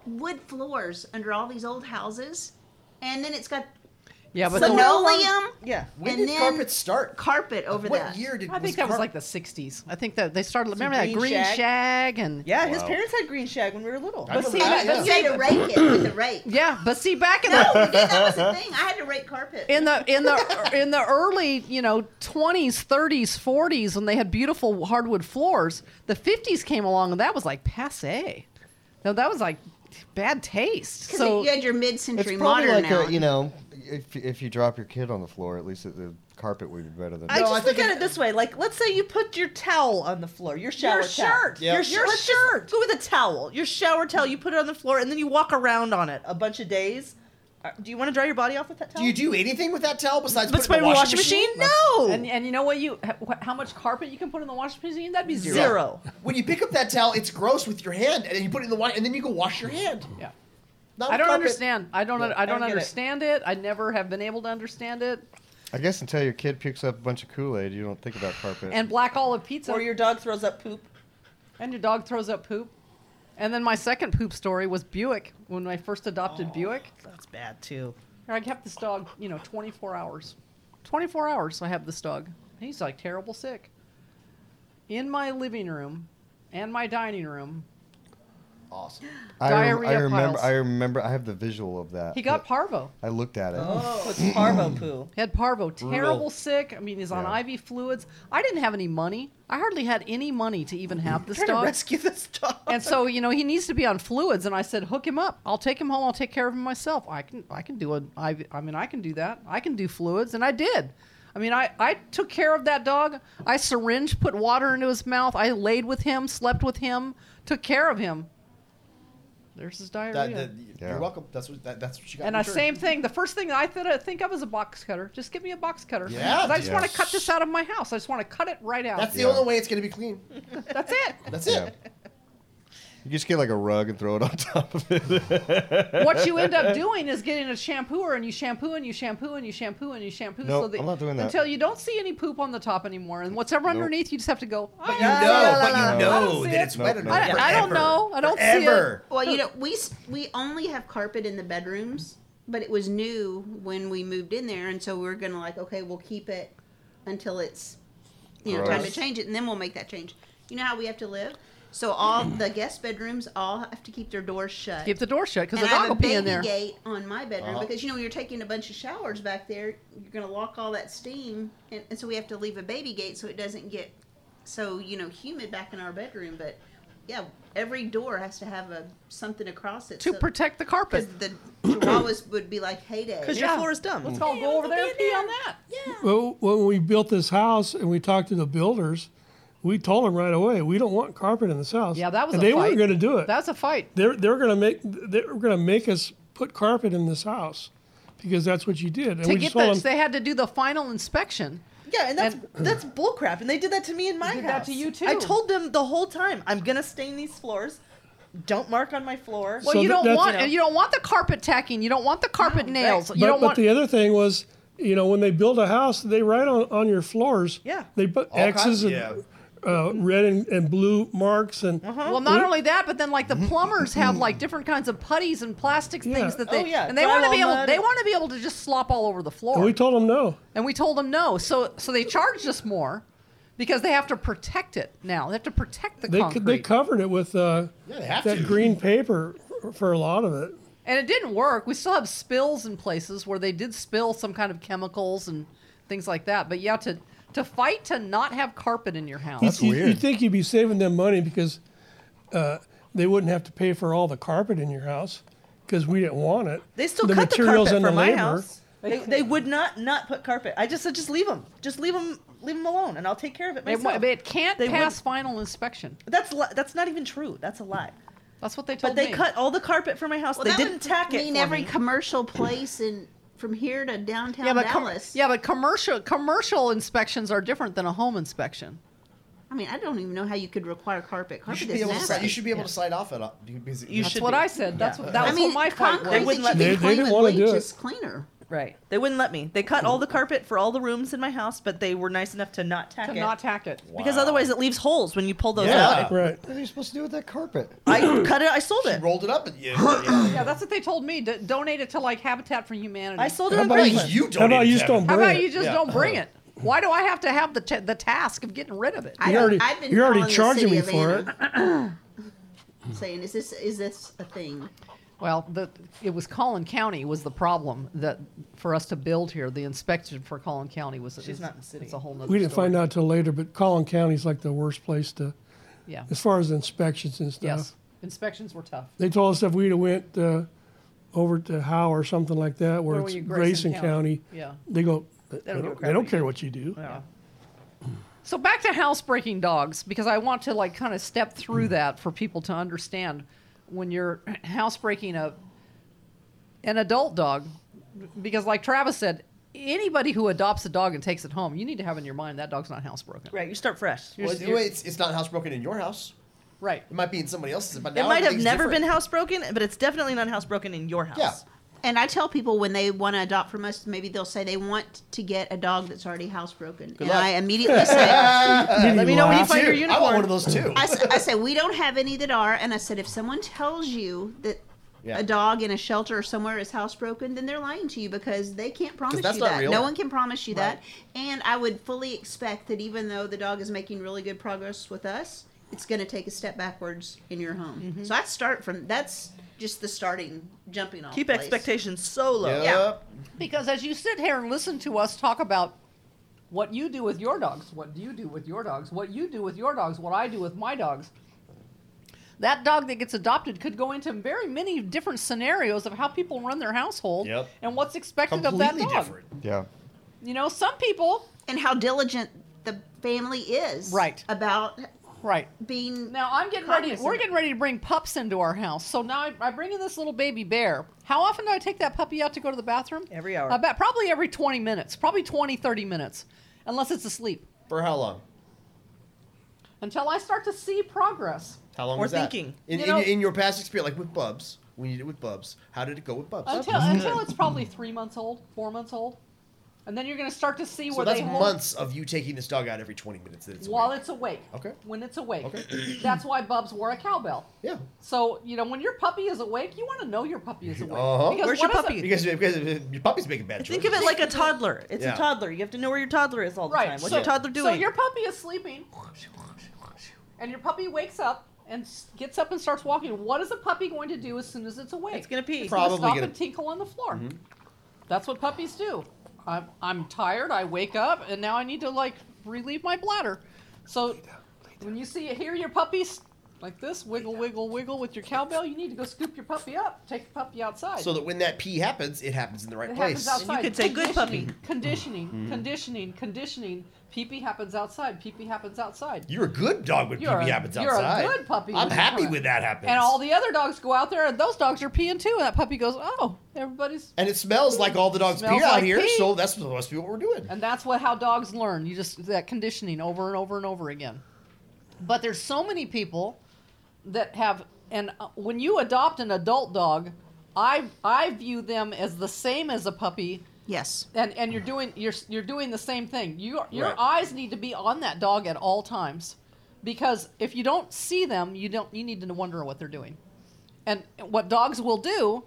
Speaker 4: wood floors under all these old houses, and then it's got
Speaker 2: Yeah, but
Speaker 1: So
Speaker 2: the-
Speaker 1: no-
Speaker 4: linoleum
Speaker 1: Yeah.
Speaker 3: When
Speaker 4: and
Speaker 3: did
Speaker 4: then
Speaker 3: carpet start?
Speaker 4: carpet over
Speaker 3: what
Speaker 4: that.
Speaker 3: year did?
Speaker 2: I think that was
Speaker 3: carpet-
Speaker 2: like the '60s. I think that they started. Remember that
Speaker 1: green
Speaker 2: green
Speaker 1: shag?
Speaker 2: shag, and
Speaker 1: Yeah, his parents had green shag when we were little.
Speaker 3: I remember
Speaker 2: see,
Speaker 3: that,
Speaker 4: And
Speaker 3: yeah.
Speaker 4: you had to rake it with a rake.
Speaker 2: yeah. But see, back in
Speaker 4: No,
Speaker 2: the
Speaker 4: that was the thing. I had to rake carpet.
Speaker 2: in the in the in the early you know 20s 30s 40s when they had beautiful hardwood floors the 50s came along and that was like passe no that was like bad taste
Speaker 4: 'Cause
Speaker 2: so
Speaker 4: you had your
Speaker 6: It's
Speaker 4: mid-century
Speaker 6: probably
Speaker 4: modern
Speaker 6: like
Speaker 4: now.
Speaker 6: a you know, if if you drop your kid on the floor, at least the carpet would be better than.
Speaker 1: I
Speaker 3: No,
Speaker 1: just
Speaker 3: I think
Speaker 1: look at
Speaker 3: it-
Speaker 1: it this way. Like, let's say you put your towel on the floor, your shower
Speaker 4: Your
Speaker 1: towel.
Speaker 4: shirt.
Speaker 3: Yeah.
Speaker 1: Your, sh-
Speaker 3: Your
Speaker 1: let's just Go with a towel. Your shower towel. You put it on the floor, and then you walk around on it a bunch of days. Uh, Do you want to dry your body off with that towel?
Speaker 3: Do you do anything with that towel besides
Speaker 1: But
Speaker 3: put it in the washing
Speaker 1: machine?
Speaker 3: machine?
Speaker 1: No.
Speaker 2: and, and you know what you h- how much carpet you can put in the washing machine that'd be zero,
Speaker 1: Zero.
Speaker 3: When you pick up that towel, it's gross with your hand, and then you put it in the wash, and then you go wash your hand.
Speaker 2: yeah
Speaker 3: Not
Speaker 2: I
Speaker 3: with
Speaker 2: don't
Speaker 3: carpet.
Speaker 2: understand. I don't. I don't
Speaker 1: don't get it.
Speaker 2: understand it. I never have been able to understand it.
Speaker 6: I guess until your kid pukes up a bunch of Kool Aid, you don't think about carpet.
Speaker 2: And black olive pizza.
Speaker 1: Or your dog throws up poop.
Speaker 2: And your dog throws up poop. And then my second poop story was Buick. When I first adopted Buick,
Speaker 1: That's bad too.
Speaker 2: I kept this dog, you know, 24 hours. 24 hours I have this dog. He's like terrible sick. In my living room and my dining room,
Speaker 3: Awesome.
Speaker 6: I, rem-
Speaker 2: diarrhea
Speaker 6: I remember.
Speaker 2: piles.
Speaker 6: I remember. I have the visual of that.
Speaker 2: he got parvo.
Speaker 6: I looked at it.
Speaker 1: Oh, it's parvo poo.
Speaker 2: He had parvo, terrible
Speaker 3: Brutal.
Speaker 2: sick. I mean, he's on
Speaker 6: Yeah.
Speaker 2: IV fluids. I didn't have any money. I hardly had any money to even have this
Speaker 1: Trying to
Speaker 2: dog.
Speaker 1: rescue this dog.
Speaker 2: And so, you know, he needs to be on fluids. And I said, hook him up. I'll take him home. I'll take care of him myself. I can, I can do a, I, I mean, I can do that. I can do fluids. And I did. I mean, I, I took care of that dog. I syringe, put water into his mouth. I laid with him, slept with him, took care of him. There's his
Speaker 3: That,
Speaker 2: diarrhea.
Speaker 3: that,
Speaker 6: Yeah.
Speaker 3: You're welcome. That's what that, that's what you got.
Speaker 2: and
Speaker 3: in
Speaker 2: the
Speaker 3: return.
Speaker 2: same thing. The first thing I thought I think of is a box cutter. Just give me a box cutter.
Speaker 3: Yeah,
Speaker 2: 'Cause I just want to
Speaker 6: yes.
Speaker 2: cut this out of my house. I just want to cut it right out.
Speaker 3: That's the
Speaker 6: Yeah.
Speaker 3: only way it's gonna be clean.
Speaker 2: That's it.
Speaker 3: That's
Speaker 6: Yeah.
Speaker 3: it.
Speaker 6: You just get like a rug and throw it on top of it.
Speaker 2: what you end up doing is getting a shampooer and you shampoo and you shampoo and you shampoo and you shampoo
Speaker 6: Nope,
Speaker 2: so that
Speaker 6: I'm not doing that.
Speaker 2: until you don't see any poop on the top anymore and whatever underneath you just have to go "Ah, I,
Speaker 3: But you
Speaker 2: don't-
Speaker 3: know, but
Speaker 6: la, la.
Speaker 3: you
Speaker 2: I don't
Speaker 3: know
Speaker 2: see
Speaker 3: that
Speaker 2: it.
Speaker 3: it's wet or
Speaker 6: Nope,
Speaker 3: not.
Speaker 2: I, I don't
Speaker 3: Forever.
Speaker 2: know I don't
Speaker 3: Forever.
Speaker 2: see it
Speaker 4: Well, you know, we s- we only have carpet in the bedrooms, but it was new when we moved in there, and so we are gonna like, okay, we'll keep it until it's you know time to
Speaker 6: Gross.
Speaker 4: change it, and then we'll make that change. You know how we have to live. So all the guest bedrooms all have to keep their doors shut.
Speaker 2: keep the door shut because
Speaker 4: and
Speaker 2: the
Speaker 4: I have
Speaker 2: dog
Speaker 4: a
Speaker 2: will pee in
Speaker 4: baby
Speaker 2: there
Speaker 4: gate on my bedroom
Speaker 3: Uh-huh.
Speaker 4: because you know when you're taking a bunch of showers back there, you're gonna lock all that steam, and, and so we have to leave a baby gate so it doesn't get so you know humid back in our bedroom. But yeah, every door has to have a something across it
Speaker 2: to
Speaker 4: so-
Speaker 2: protect the carpet
Speaker 4: because the chihuahuas would be like heyday.
Speaker 1: Because your floor is dumb.
Speaker 2: let's all go over there and pee on that
Speaker 5: Well, when we built this house and we talked to the builders, we told them right away we don't want carpet in this house.
Speaker 2: yeah that was
Speaker 5: and
Speaker 2: a
Speaker 5: they
Speaker 2: fight
Speaker 5: weren't going to do it.
Speaker 2: that's a fight
Speaker 5: they're they're going to make they're going to make us put carpet in this house because that's what you did. And
Speaker 2: to
Speaker 5: we
Speaker 2: get
Speaker 5: just told
Speaker 2: this
Speaker 5: 'em,
Speaker 2: they had to do the final inspection
Speaker 1: Yeah, and that's that's bullcrap. And they did that to me in my
Speaker 2: did
Speaker 1: house.
Speaker 2: that to you, too.
Speaker 1: I told them the whole time, I'm gonna stain these floors. Don't mark on my floor.
Speaker 2: well
Speaker 5: So
Speaker 2: you
Speaker 5: th-
Speaker 2: don't
Speaker 5: that's-
Speaker 2: want and you don't want the carpet tacking you don't want the carpet nails you
Speaker 5: but,
Speaker 2: don't
Speaker 5: but
Speaker 2: want
Speaker 5: the other thing was, you know, when they build a house, they write on, on your floors.
Speaker 1: Yeah.
Speaker 5: They put
Speaker 3: All
Speaker 5: X's
Speaker 3: kinds-
Speaker 5: and
Speaker 3: yeah.
Speaker 5: uh, red and, and blue marks and
Speaker 1: Uh-huh.
Speaker 2: Well, not only that, but then like the plumbers have like different kinds of putties and plastics
Speaker 5: Yeah.
Speaker 2: things that they
Speaker 1: Oh, Mm-hmm. yeah,
Speaker 2: and they want to be
Speaker 1: drywall
Speaker 2: able
Speaker 1: mud.
Speaker 2: they want to be able to just slop all over the floor.
Speaker 5: and we told them no.
Speaker 2: and we told them no, so so they charged us more because they have to protect it now. They have to protect the
Speaker 5: They co-
Speaker 2: concrete,
Speaker 5: they covered it with uh,
Speaker 3: Yeah, they have
Speaker 5: that
Speaker 3: to.
Speaker 5: green paper f- for a lot of it.
Speaker 2: and it didn't work. We still have spills in places where they did spill some kind of chemicals and things like that. But yeah, to to fight to not have carpet in your house.
Speaker 5: you, you- You'd
Speaker 6: weird.
Speaker 5: think you'd be saving them money because uh, they wouldn't have to pay for all the carpet in your house because we didn't want it.
Speaker 1: They still
Speaker 5: the
Speaker 1: cut the
Speaker 5: materials
Speaker 1: carpet
Speaker 5: and
Speaker 1: for
Speaker 5: the
Speaker 1: my
Speaker 5: labor.
Speaker 1: house. They, they would not not put carpet. I just said just leave them. Just leave them leave them alone, and I'll take care of it
Speaker 2: It,
Speaker 1: myself.
Speaker 2: it can't
Speaker 1: They
Speaker 2: pass final inspection.
Speaker 1: That's li- that's not even true. That's a lie.
Speaker 2: That's what they told
Speaker 1: But they
Speaker 2: me.
Speaker 1: cut all the carpet for my house.
Speaker 4: Oh, Well,
Speaker 1: they
Speaker 4: that
Speaker 1: didn't
Speaker 4: would
Speaker 1: tack it.
Speaker 4: Mean
Speaker 1: for
Speaker 4: every
Speaker 1: me.
Speaker 4: commercial place in from here to downtown
Speaker 2: yeah, but com-
Speaker 4: Dallas.
Speaker 2: yeah, but commercial commercial inspections are different than a home inspection.
Speaker 4: I mean, I don't even know how you could require carpet.
Speaker 3: You
Speaker 4: Carpet
Speaker 3: should
Speaker 4: is
Speaker 3: be able to.
Speaker 4: nasty.
Speaker 3: Sign, you should be able to sign off at. You, because
Speaker 1: You
Speaker 2: That's
Speaker 1: should
Speaker 2: what
Speaker 1: be.
Speaker 2: I said. That's what that
Speaker 4: I
Speaker 2: was what
Speaker 4: mean,
Speaker 2: my fight
Speaker 4: concrete
Speaker 1: They
Speaker 2: was.
Speaker 1: wouldn't
Speaker 4: that you
Speaker 1: let me-
Speaker 5: They-
Speaker 4: can
Speaker 5: they
Speaker 4: clean
Speaker 5: didn't
Speaker 4: with
Speaker 5: wanna do
Speaker 4: bleach
Speaker 5: it.
Speaker 4: is cleaner.
Speaker 2: Right.
Speaker 1: They wouldn't let me. They cut all the carpet for all the rooms in my house, but they were nice enough to not tack
Speaker 2: To
Speaker 1: it.
Speaker 2: not tack it.
Speaker 1: because otherwise it leaves holes when you pull those
Speaker 3: Yeah.
Speaker 1: out.
Speaker 5: Right.
Speaker 6: What are you supposed to do with that carpet?
Speaker 1: I cut it. I sold it.
Speaker 3: rolled it up and you.
Speaker 2: Yeah, that's what they told me. D- donate it to like Habitat for Humanity.
Speaker 1: I sold it
Speaker 5: How
Speaker 1: on
Speaker 5: about you-
Speaker 1: Craigslist.
Speaker 3: you don't.
Speaker 5: How about
Speaker 3: even
Speaker 5: you just
Speaker 3: have it.
Speaker 5: don't
Speaker 2: How
Speaker 5: bring
Speaker 2: about you
Speaker 5: it?
Speaker 2: just
Speaker 3: Yeah.
Speaker 2: don't bring it? Why do I have to have the t- the task of getting rid of it?
Speaker 4: I
Speaker 5: You
Speaker 4: don't-
Speaker 5: already-
Speaker 4: I've been
Speaker 5: you're already
Speaker 4: calling the
Speaker 5: charging
Speaker 4: city
Speaker 5: me
Speaker 4: of
Speaker 5: for
Speaker 4: Anna, Saying, is this is this a thing?
Speaker 2: Well, the, it was Collin County was the problem that for us to build here. The inspection for Collin County was
Speaker 1: She's
Speaker 2: is-
Speaker 1: not in the city.
Speaker 2: It's a whole nother
Speaker 5: We didn't
Speaker 2: story.
Speaker 5: find out till later, but Collin County's like the worst place to,
Speaker 2: Yeah.
Speaker 5: as far as inspections and stuff.
Speaker 2: Yes. Inspections were tough.
Speaker 5: They told us if we'd have went uh, over to Howe or something like that, where,
Speaker 2: Where were
Speaker 5: it's
Speaker 2: you, Grayson
Speaker 5: Grayson,
Speaker 2: County?
Speaker 5: County,
Speaker 2: Yeah.
Speaker 5: they go, they
Speaker 2: don't give a
Speaker 5: don't,
Speaker 2: crap
Speaker 5: they don't
Speaker 2: what you
Speaker 5: care
Speaker 2: do.
Speaker 5: what you do.
Speaker 2: Yeah. So back to housebreaking dogs because I want to like kind of step through that for people to understand when you're housebreaking a an adult dog because like Travis said anybody who adopts a dog and takes it home you need to have in your mind that dog's not housebroken.
Speaker 1: Right, you start fresh.
Speaker 2: You're-
Speaker 3: Well,
Speaker 2: you're-
Speaker 3: it's, it's not housebroken in your house.
Speaker 2: right.
Speaker 3: It might be in somebody else's. But
Speaker 1: It
Speaker 3: now
Speaker 1: might have
Speaker 3: everything's
Speaker 1: never
Speaker 3: different.
Speaker 1: been housebroken, but it's definitely not housebroken in your house.
Speaker 3: Yeah.
Speaker 4: And I tell people when they want to adopt from us, maybe they'll say they want to get a dog that's already housebroken, and
Speaker 3: luck.
Speaker 4: I immediately say.
Speaker 1: Let me know when you
Speaker 3: Me
Speaker 1: find your
Speaker 3: too.
Speaker 1: unicorn.
Speaker 3: I want one of those too.
Speaker 4: I, s- I say we don't have any that are, and I said if someone tells you that
Speaker 3: Yeah.
Speaker 4: a dog in a shelter or somewhere is housebroken, then they're lying to you because they can't promise
Speaker 3: that's
Speaker 4: you
Speaker 3: not
Speaker 4: that.
Speaker 3: real.
Speaker 4: No one can promise you that. And I would fully expect that even though the dog is making really good progress with us, it's going to take a step backwards in your home.
Speaker 3: Mm-hmm.
Speaker 4: So I start from that's just the starting jumping off.
Speaker 1: Keep
Speaker 4: place.
Speaker 1: expectations so low.
Speaker 3: Yep.
Speaker 4: yeah.
Speaker 2: Because as you sit here and listen to us talk about what you do with your dogs, what you do with your dogs, what you do with your dogs, what I do with my dogs, that dog that gets adopted could go into very many different scenarios of how people run their household
Speaker 3: Yep.
Speaker 2: and what's expected of that
Speaker 3: Completely
Speaker 2: dog.
Speaker 3: different.
Speaker 6: Yeah.
Speaker 2: You know, some people,
Speaker 4: And how diligent the family is
Speaker 2: Right.
Speaker 4: about
Speaker 2: right.
Speaker 4: being
Speaker 2: Now I'm getting ready.
Speaker 4: Cognizant.
Speaker 2: We're getting ready to bring pups into our house. So now I, I bring in this little baby bear. How often do I take that puppy out to go to the bathroom?
Speaker 1: Every hour.
Speaker 2: About probably every 20 minutes, probably 20, 30 minutes, unless it's asleep.
Speaker 3: For how long?
Speaker 2: until I start to see progress.
Speaker 3: How long
Speaker 1: Or
Speaker 3: was that?
Speaker 1: thinking.
Speaker 3: In,
Speaker 2: You
Speaker 3: in,
Speaker 2: know-
Speaker 3: in your past experience, like with Bubs, when you did it with Bubs, how did it go with Bubs?
Speaker 2: Until until it's probably three months old, four months old, and then you're going to start to see
Speaker 3: so
Speaker 2: where
Speaker 3: that's
Speaker 2: they hold
Speaker 3: months of you taking this dog out every 20 minutes. That it's
Speaker 2: while
Speaker 3: awake.
Speaker 2: it's awake.
Speaker 3: Okay.
Speaker 2: When it's awake.
Speaker 3: Okay.
Speaker 2: That's why Bubs wore a cowbell.
Speaker 3: yeah.
Speaker 2: So you know when your puppy is awake, you want to know your puppy is awake.
Speaker 3: Uh-huh.
Speaker 1: Where's
Speaker 2: what
Speaker 1: your
Speaker 2: is
Speaker 1: puppy?
Speaker 2: it-
Speaker 3: Because, because your puppy's making bad choices.
Speaker 1: Think of it like a toddler. It's
Speaker 3: Yeah.
Speaker 1: a toddler. You have to know where your toddler is all the
Speaker 2: Right,
Speaker 1: time. What's
Speaker 2: so-
Speaker 1: your toddler doing?
Speaker 2: So your puppy is sleeping, and your puppy wakes up and s- gets up and starts walking. What is a puppy going to do as soon as it's awake?
Speaker 1: it's gonna pee.
Speaker 2: Probably
Speaker 3: Probably.
Speaker 2: stop
Speaker 3: gonna- Mm-hmm.
Speaker 2: and tinkle on the floor. That's what puppies do. I'm, I'm tired. I wake up, and now I need to like relieve my bladder. So when you see hear your puppies like this, wiggle, wiggle, wiggle with your cowbell, you need to go scoop your puppy up, take the puppy outside.
Speaker 3: so that when that pee happens, it happens in the right
Speaker 2: it
Speaker 3: place.
Speaker 2: happens outside.
Speaker 1: could say, "Good puppy."
Speaker 2: Conditioning,
Speaker 3: Mm-hmm.
Speaker 2: conditioning, conditioning. Pee pee happens outside. Pee pee happens outside.
Speaker 3: You're a good dog when pee
Speaker 2: You're a-
Speaker 3: happens
Speaker 2: you're a
Speaker 3: outside.
Speaker 2: good puppy
Speaker 3: I'm
Speaker 2: when-
Speaker 3: happy when that happens.
Speaker 2: And all the other dogs go out there, and those dogs are peeing too. And that puppy goes, "Oh, everybody's
Speaker 3: And it smells like all the dogs pee
Speaker 2: Smells
Speaker 3: out
Speaker 2: like
Speaker 3: here,
Speaker 2: pee.
Speaker 3: so that's supposed to be what we're doing.
Speaker 2: And that's what how dogs learn. You just that conditioning over and over and over again. But there's so many people that have and uh, when you adopt an adult dog, I I view them as the same as a puppy
Speaker 4: yes.
Speaker 2: and and you're doing you're you're doing the same thing. You your
Speaker 3: Right.
Speaker 2: eyes need to be on that dog at all times, because if you don't see them, you don't you need to wonder what they're doing, and what dogs will do.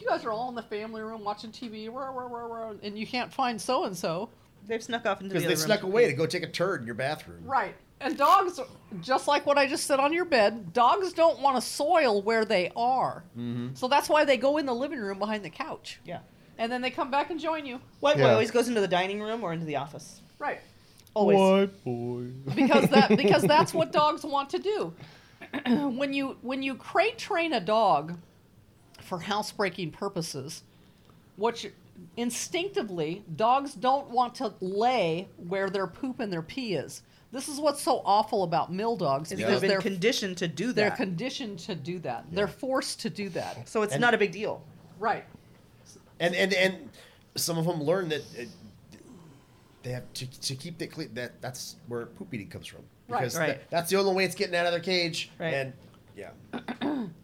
Speaker 2: You guys are all in the family room watching TV, rah, rah, rah, rah, and you can't find so and so.
Speaker 1: They've snuck off into the
Speaker 3: Because
Speaker 1: other
Speaker 3: they
Speaker 1: room
Speaker 3: snuck
Speaker 1: to
Speaker 3: away
Speaker 1: pee.
Speaker 3: to go take a turd in your bathroom.
Speaker 2: Right. And dogs, just like what I just said on your bed, dogs don't want to soil where they are. So that's why they go in the living room behind the couch,
Speaker 1: Yeah.
Speaker 2: and then they come back and join you.
Speaker 1: White boy
Speaker 6: Yeah.
Speaker 1: always goes into the dining room or into the office.
Speaker 2: Right.
Speaker 1: Always.
Speaker 2: because that because that's what dogs want to do. when you when you crate train a dog for housebreaking purposes, what you, instinctively dogs don't want to lay where their poop and their pee is. This is what's so awful about mill dogs
Speaker 1: Is
Speaker 2: because
Speaker 1: they've
Speaker 2: they're
Speaker 1: been conditioned to do
Speaker 2: they're
Speaker 1: that.
Speaker 2: conditioned to do that. They're forced to do that.
Speaker 1: so it's
Speaker 3: And-
Speaker 1: not a big deal.
Speaker 2: Right.
Speaker 3: and and and some of them learn that uh, they have to, to keep it clean. That that's where poop eating comes from.
Speaker 2: Right.
Speaker 3: Because
Speaker 1: Right.
Speaker 3: that- that's the only way it's getting out of their cage.
Speaker 1: Right.
Speaker 3: And yeah,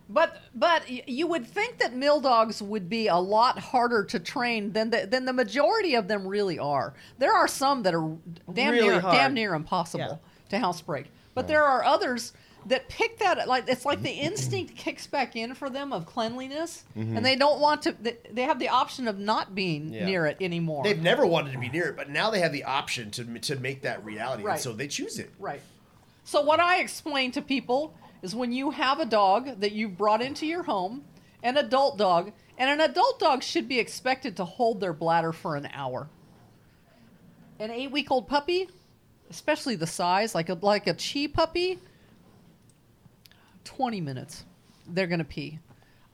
Speaker 2: But but y- you would think that mill dogs would be a lot harder to train than the, than the majority of them really are. There are some that are damn
Speaker 1: Really
Speaker 2: near
Speaker 1: hard.
Speaker 2: damn near impossible to housebreak, but there are others that pick that like it's like the instinct kicks back in for them of cleanliness, and they don't want to. They, they have the option of not being
Speaker 3: Yeah.
Speaker 2: near it anymore.
Speaker 3: they've never wanted to be near it, but now they have the option to to make that reality,
Speaker 2: Right.
Speaker 3: and so they choose it.
Speaker 2: Right. So what I explain to people is when you have a dog that you've brought into your home, an adult dog, and an adult dog should be expected to hold their bladder for an hour. An eight-week-old puppy, especially the size, like a like a chi puppy, 20 minutes. They're going to pee.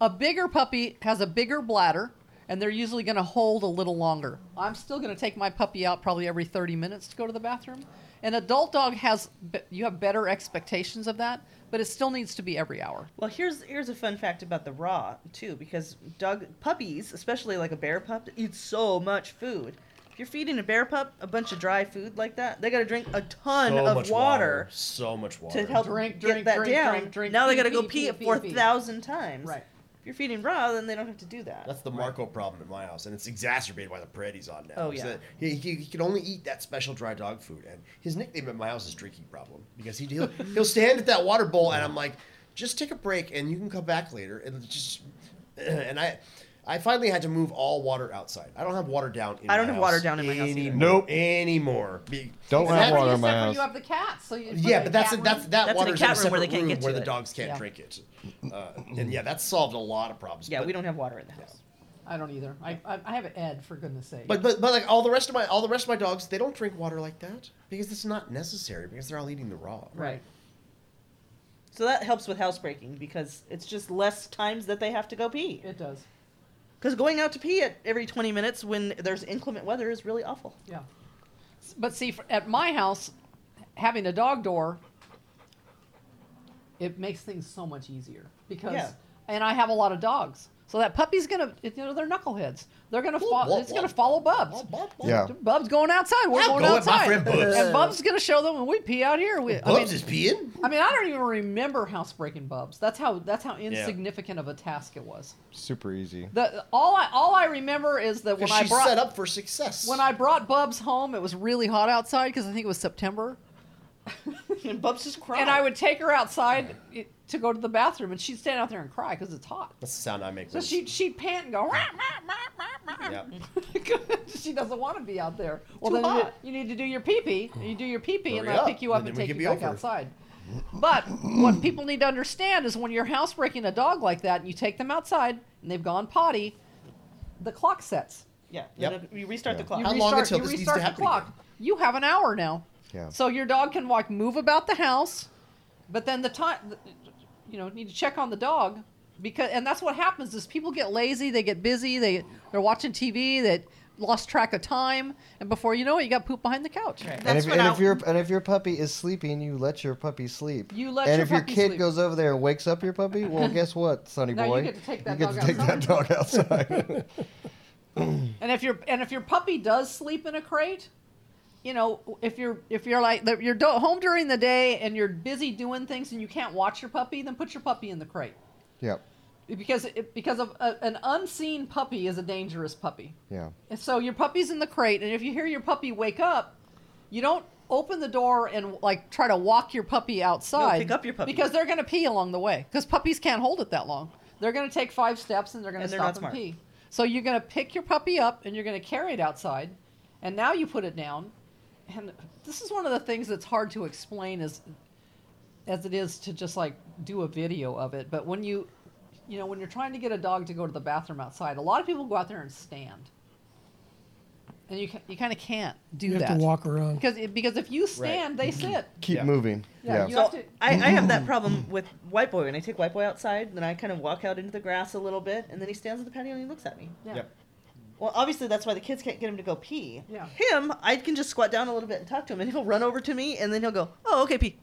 Speaker 2: A bigger puppy has a bigger bladder, and they're usually going to hold a little longer. I'm still going to take my puppy out probably every 30 minutes to go to the bathroom. An adult dog has, be- you have better expectations of that, but it still needs to be every hour.
Speaker 1: Well, here's here's a fun fact about the raw too, because dog puppies, especially like a bear pup, eat so much food. If you're feeding a bear pup a bunch of dry food like that, they got to drink a ton
Speaker 3: so
Speaker 1: of
Speaker 3: much
Speaker 1: water,
Speaker 3: so much water.
Speaker 1: to help
Speaker 2: Drink,
Speaker 1: get
Speaker 2: drink,
Speaker 1: that
Speaker 2: drink,
Speaker 1: down.
Speaker 2: drink, drink,
Speaker 1: now they
Speaker 2: pee,
Speaker 1: got to go
Speaker 2: pee,
Speaker 1: pee
Speaker 2: pee,
Speaker 1: it
Speaker 2: pee,
Speaker 1: four
Speaker 2: pee.
Speaker 1: thousand times.
Speaker 2: Right.
Speaker 1: If you're feeding raw, then they don't have to do that.
Speaker 3: That's the Marco problem at my house, and it's exacerbated by the Paredes on now.
Speaker 1: Oh,
Speaker 3: Is
Speaker 1: yeah.
Speaker 3: that he, he, he can only eat that special dry dog food, and his nickname at my house is Drinking Problem because he he'll, he'll stand at that water bowl, and I'm like, just take a break, and you can come back later, and just and I. I finally had to move all water outside. I don't have water down. In
Speaker 1: I don't
Speaker 3: my
Speaker 1: have water
Speaker 3: house
Speaker 1: down in my house either.
Speaker 3: anymore,
Speaker 6: Nope.
Speaker 3: Anymore. Be-
Speaker 6: Don't
Speaker 3: and
Speaker 6: have
Speaker 3: that's-
Speaker 6: water in my
Speaker 2: Except for
Speaker 6: house.
Speaker 2: you have the cats, so you
Speaker 3: yeah, but that's
Speaker 2: a,
Speaker 3: a, that's that
Speaker 1: That's in a
Speaker 3: water
Speaker 1: cat
Speaker 3: is in a
Speaker 1: room where they
Speaker 3: separate
Speaker 1: can't get
Speaker 3: where
Speaker 1: to
Speaker 3: the
Speaker 1: it.
Speaker 3: dogs can't
Speaker 2: Yeah.
Speaker 3: drink it, uh, and yeah, that solved a lot of problems.
Speaker 1: yeah,
Speaker 3: but-
Speaker 1: we don't have water in the house.
Speaker 2: I don't either. I, I I have an Ed for goodness sake.
Speaker 3: But, but but like all the rest of my all the rest of my dogs, they don't drink water like that because it's not necessary because they're all eating the raw.
Speaker 2: right.
Speaker 1: So that helps with housebreaking because it's just less times that they have to go pee.
Speaker 2: It does.
Speaker 1: Because going out to pee at every 20 minutes when there's inclement weather is really awful.
Speaker 2: Yeah. S- But see, for, at my house, having a dog door, it makes things so much easier because,
Speaker 1: Yeah.
Speaker 2: and I have a lot of dogs. So that puppy's gonna, it- you know, they're knuckleheads. They're gonna follow.
Speaker 3: whoa,
Speaker 2: It's
Speaker 3: whoa.
Speaker 2: gonna follow Bubs.
Speaker 6: Yeah.
Speaker 2: Bub's going outside. We're
Speaker 3: I'll
Speaker 2: going
Speaker 3: go with my
Speaker 2: outside.
Speaker 3: friend Bubs.
Speaker 2: And Bub's gonna show them, and we pee out here. We, I mean,
Speaker 3: Bubs is peeing.
Speaker 2: I mean, I don't even remember housebreaking Bubs. That's how that's how insignificant of a task it was.
Speaker 6: Super easy.
Speaker 2: The all I all I remember is that when
Speaker 3: Because
Speaker 2: I
Speaker 3: she's
Speaker 2: brought
Speaker 3: set up for success.
Speaker 2: when I brought Bubs home, it was really hot outside because I think it was September.
Speaker 1: And Bubs just crying.
Speaker 2: And I would take her outside i- to go to the bathroom, and she'd stand out there and cry because it's hot.
Speaker 3: that's the sound I make.
Speaker 2: So
Speaker 3: when-
Speaker 2: she'd, she'd pant and go, rah, rah, rah, rah,
Speaker 3: Yep.
Speaker 2: rah. she doesn't want to be out there. Well,
Speaker 1: Too
Speaker 2: then you,
Speaker 1: hot.
Speaker 2: you need to do your pee pee. You do your pee pee, and
Speaker 3: Hurry
Speaker 2: I'll
Speaker 3: up,
Speaker 2: pick you up
Speaker 3: and
Speaker 2: and
Speaker 3: then we
Speaker 2: take
Speaker 3: can
Speaker 2: you
Speaker 3: be
Speaker 2: back
Speaker 3: over.
Speaker 2: outside. But what people need to understand is when you're housebreaking a dog like that, and you take them outside and they've gone potty, the clock sets.
Speaker 1: yeah.
Speaker 3: Yep.
Speaker 1: You restart the
Speaker 6: Yeah.
Speaker 1: clock.
Speaker 2: You
Speaker 3: How long
Speaker 2: restart,
Speaker 3: until
Speaker 2: you
Speaker 3: this needs
Speaker 2: restart
Speaker 3: to
Speaker 2: the
Speaker 3: happen
Speaker 2: clock.
Speaker 3: again?
Speaker 2: You have an hour now.
Speaker 6: Yeah.
Speaker 2: So your dog can like move about the house, but then the time, you know, need to check on the dog because, and that's what happens is people get lazy, they get busy, they they're watching TV, they lost track of time, and before you know it, you got poop behind the couch.
Speaker 1: Right.
Speaker 6: And
Speaker 4: That's
Speaker 6: if,
Speaker 4: what
Speaker 6: and
Speaker 4: I-
Speaker 6: if your and if your puppy is sleeping, you let your puppy sleep.
Speaker 2: You let
Speaker 6: and
Speaker 2: your
Speaker 6: if your
Speaker 2: puppy
Speaker 6: kid
Speaker 2: sleep.
Speaker 6: goes over there and wakes up your puppy, well, guess what, Sonny
Speaker 2: Now you
Speaker 6: boy?
Speaker 2: get to take that
Speaker 6: You get
Speaker 2: dog
Speaker 6: to take that dog outside.
Speaker 2: And if your and if your puppy does sleep in a crate, you know, if you're if you're like that- you're do- home during the day and you're busy doing things and you can't watch your puppy, then put your puppy in the crate
Speaker 6: yeah,
Speaker 2: because it, because of a, an unseen puppy is a dangerous puppy.
Speaker 6: yeah.
Speaker 2: And so your puppy's in the crate, and if you hear your puppy wake up, you don't open the door and like try to walk your puppy outside.
Speaker 1: No, pick up your puppy.
Speaker 2: because they're going to pee along the way. Because puppies can't hold it that long. They're going to take five steps and they're going to
Speaker 1: And they're
Speaker 2: stop and
Speaker 1: not smart.
Speaker 2: pee. So you're going to pick your puppy up and you're going to carry it outside, and now you put it down. And this is one of the things that's hard to explain as as it is to just like do a video of it. But when you you know when you're trying to get a dog to go to the bathroom outside, a lot of people go out there and stand and you ca- you kind of can't do
Speaker 5: You have
Speaker 2: that
Speaker 5: to walk around.
Speaker 2: because it- because if you stand, they sit.
Speaker 6: Keep
Speaker 3: Yeah.
Speaker 6: moving.
Speaker 2: Yeah,
Speaker 6: Yeah.
Speaker 2: you-
Speaker 1: So
Speaker 2: have to-
Speaker 1: I, I have that problem with White Boy. When I take White Boy outside, then I kind of walk out into the grass a little bit, and then he stands on the patio and he looks at me.
Speaker 2: Yeah.
Speaker 3: Yep.
Speaker 1: Well, obviously that's why the kids can't get him to go pee.
Speaker 2: Yeah.
Speaker 1: Him, I can just squat down a little bit and talk to him, and he'll run over to me, and then he'll go, "Oh, okay, pee."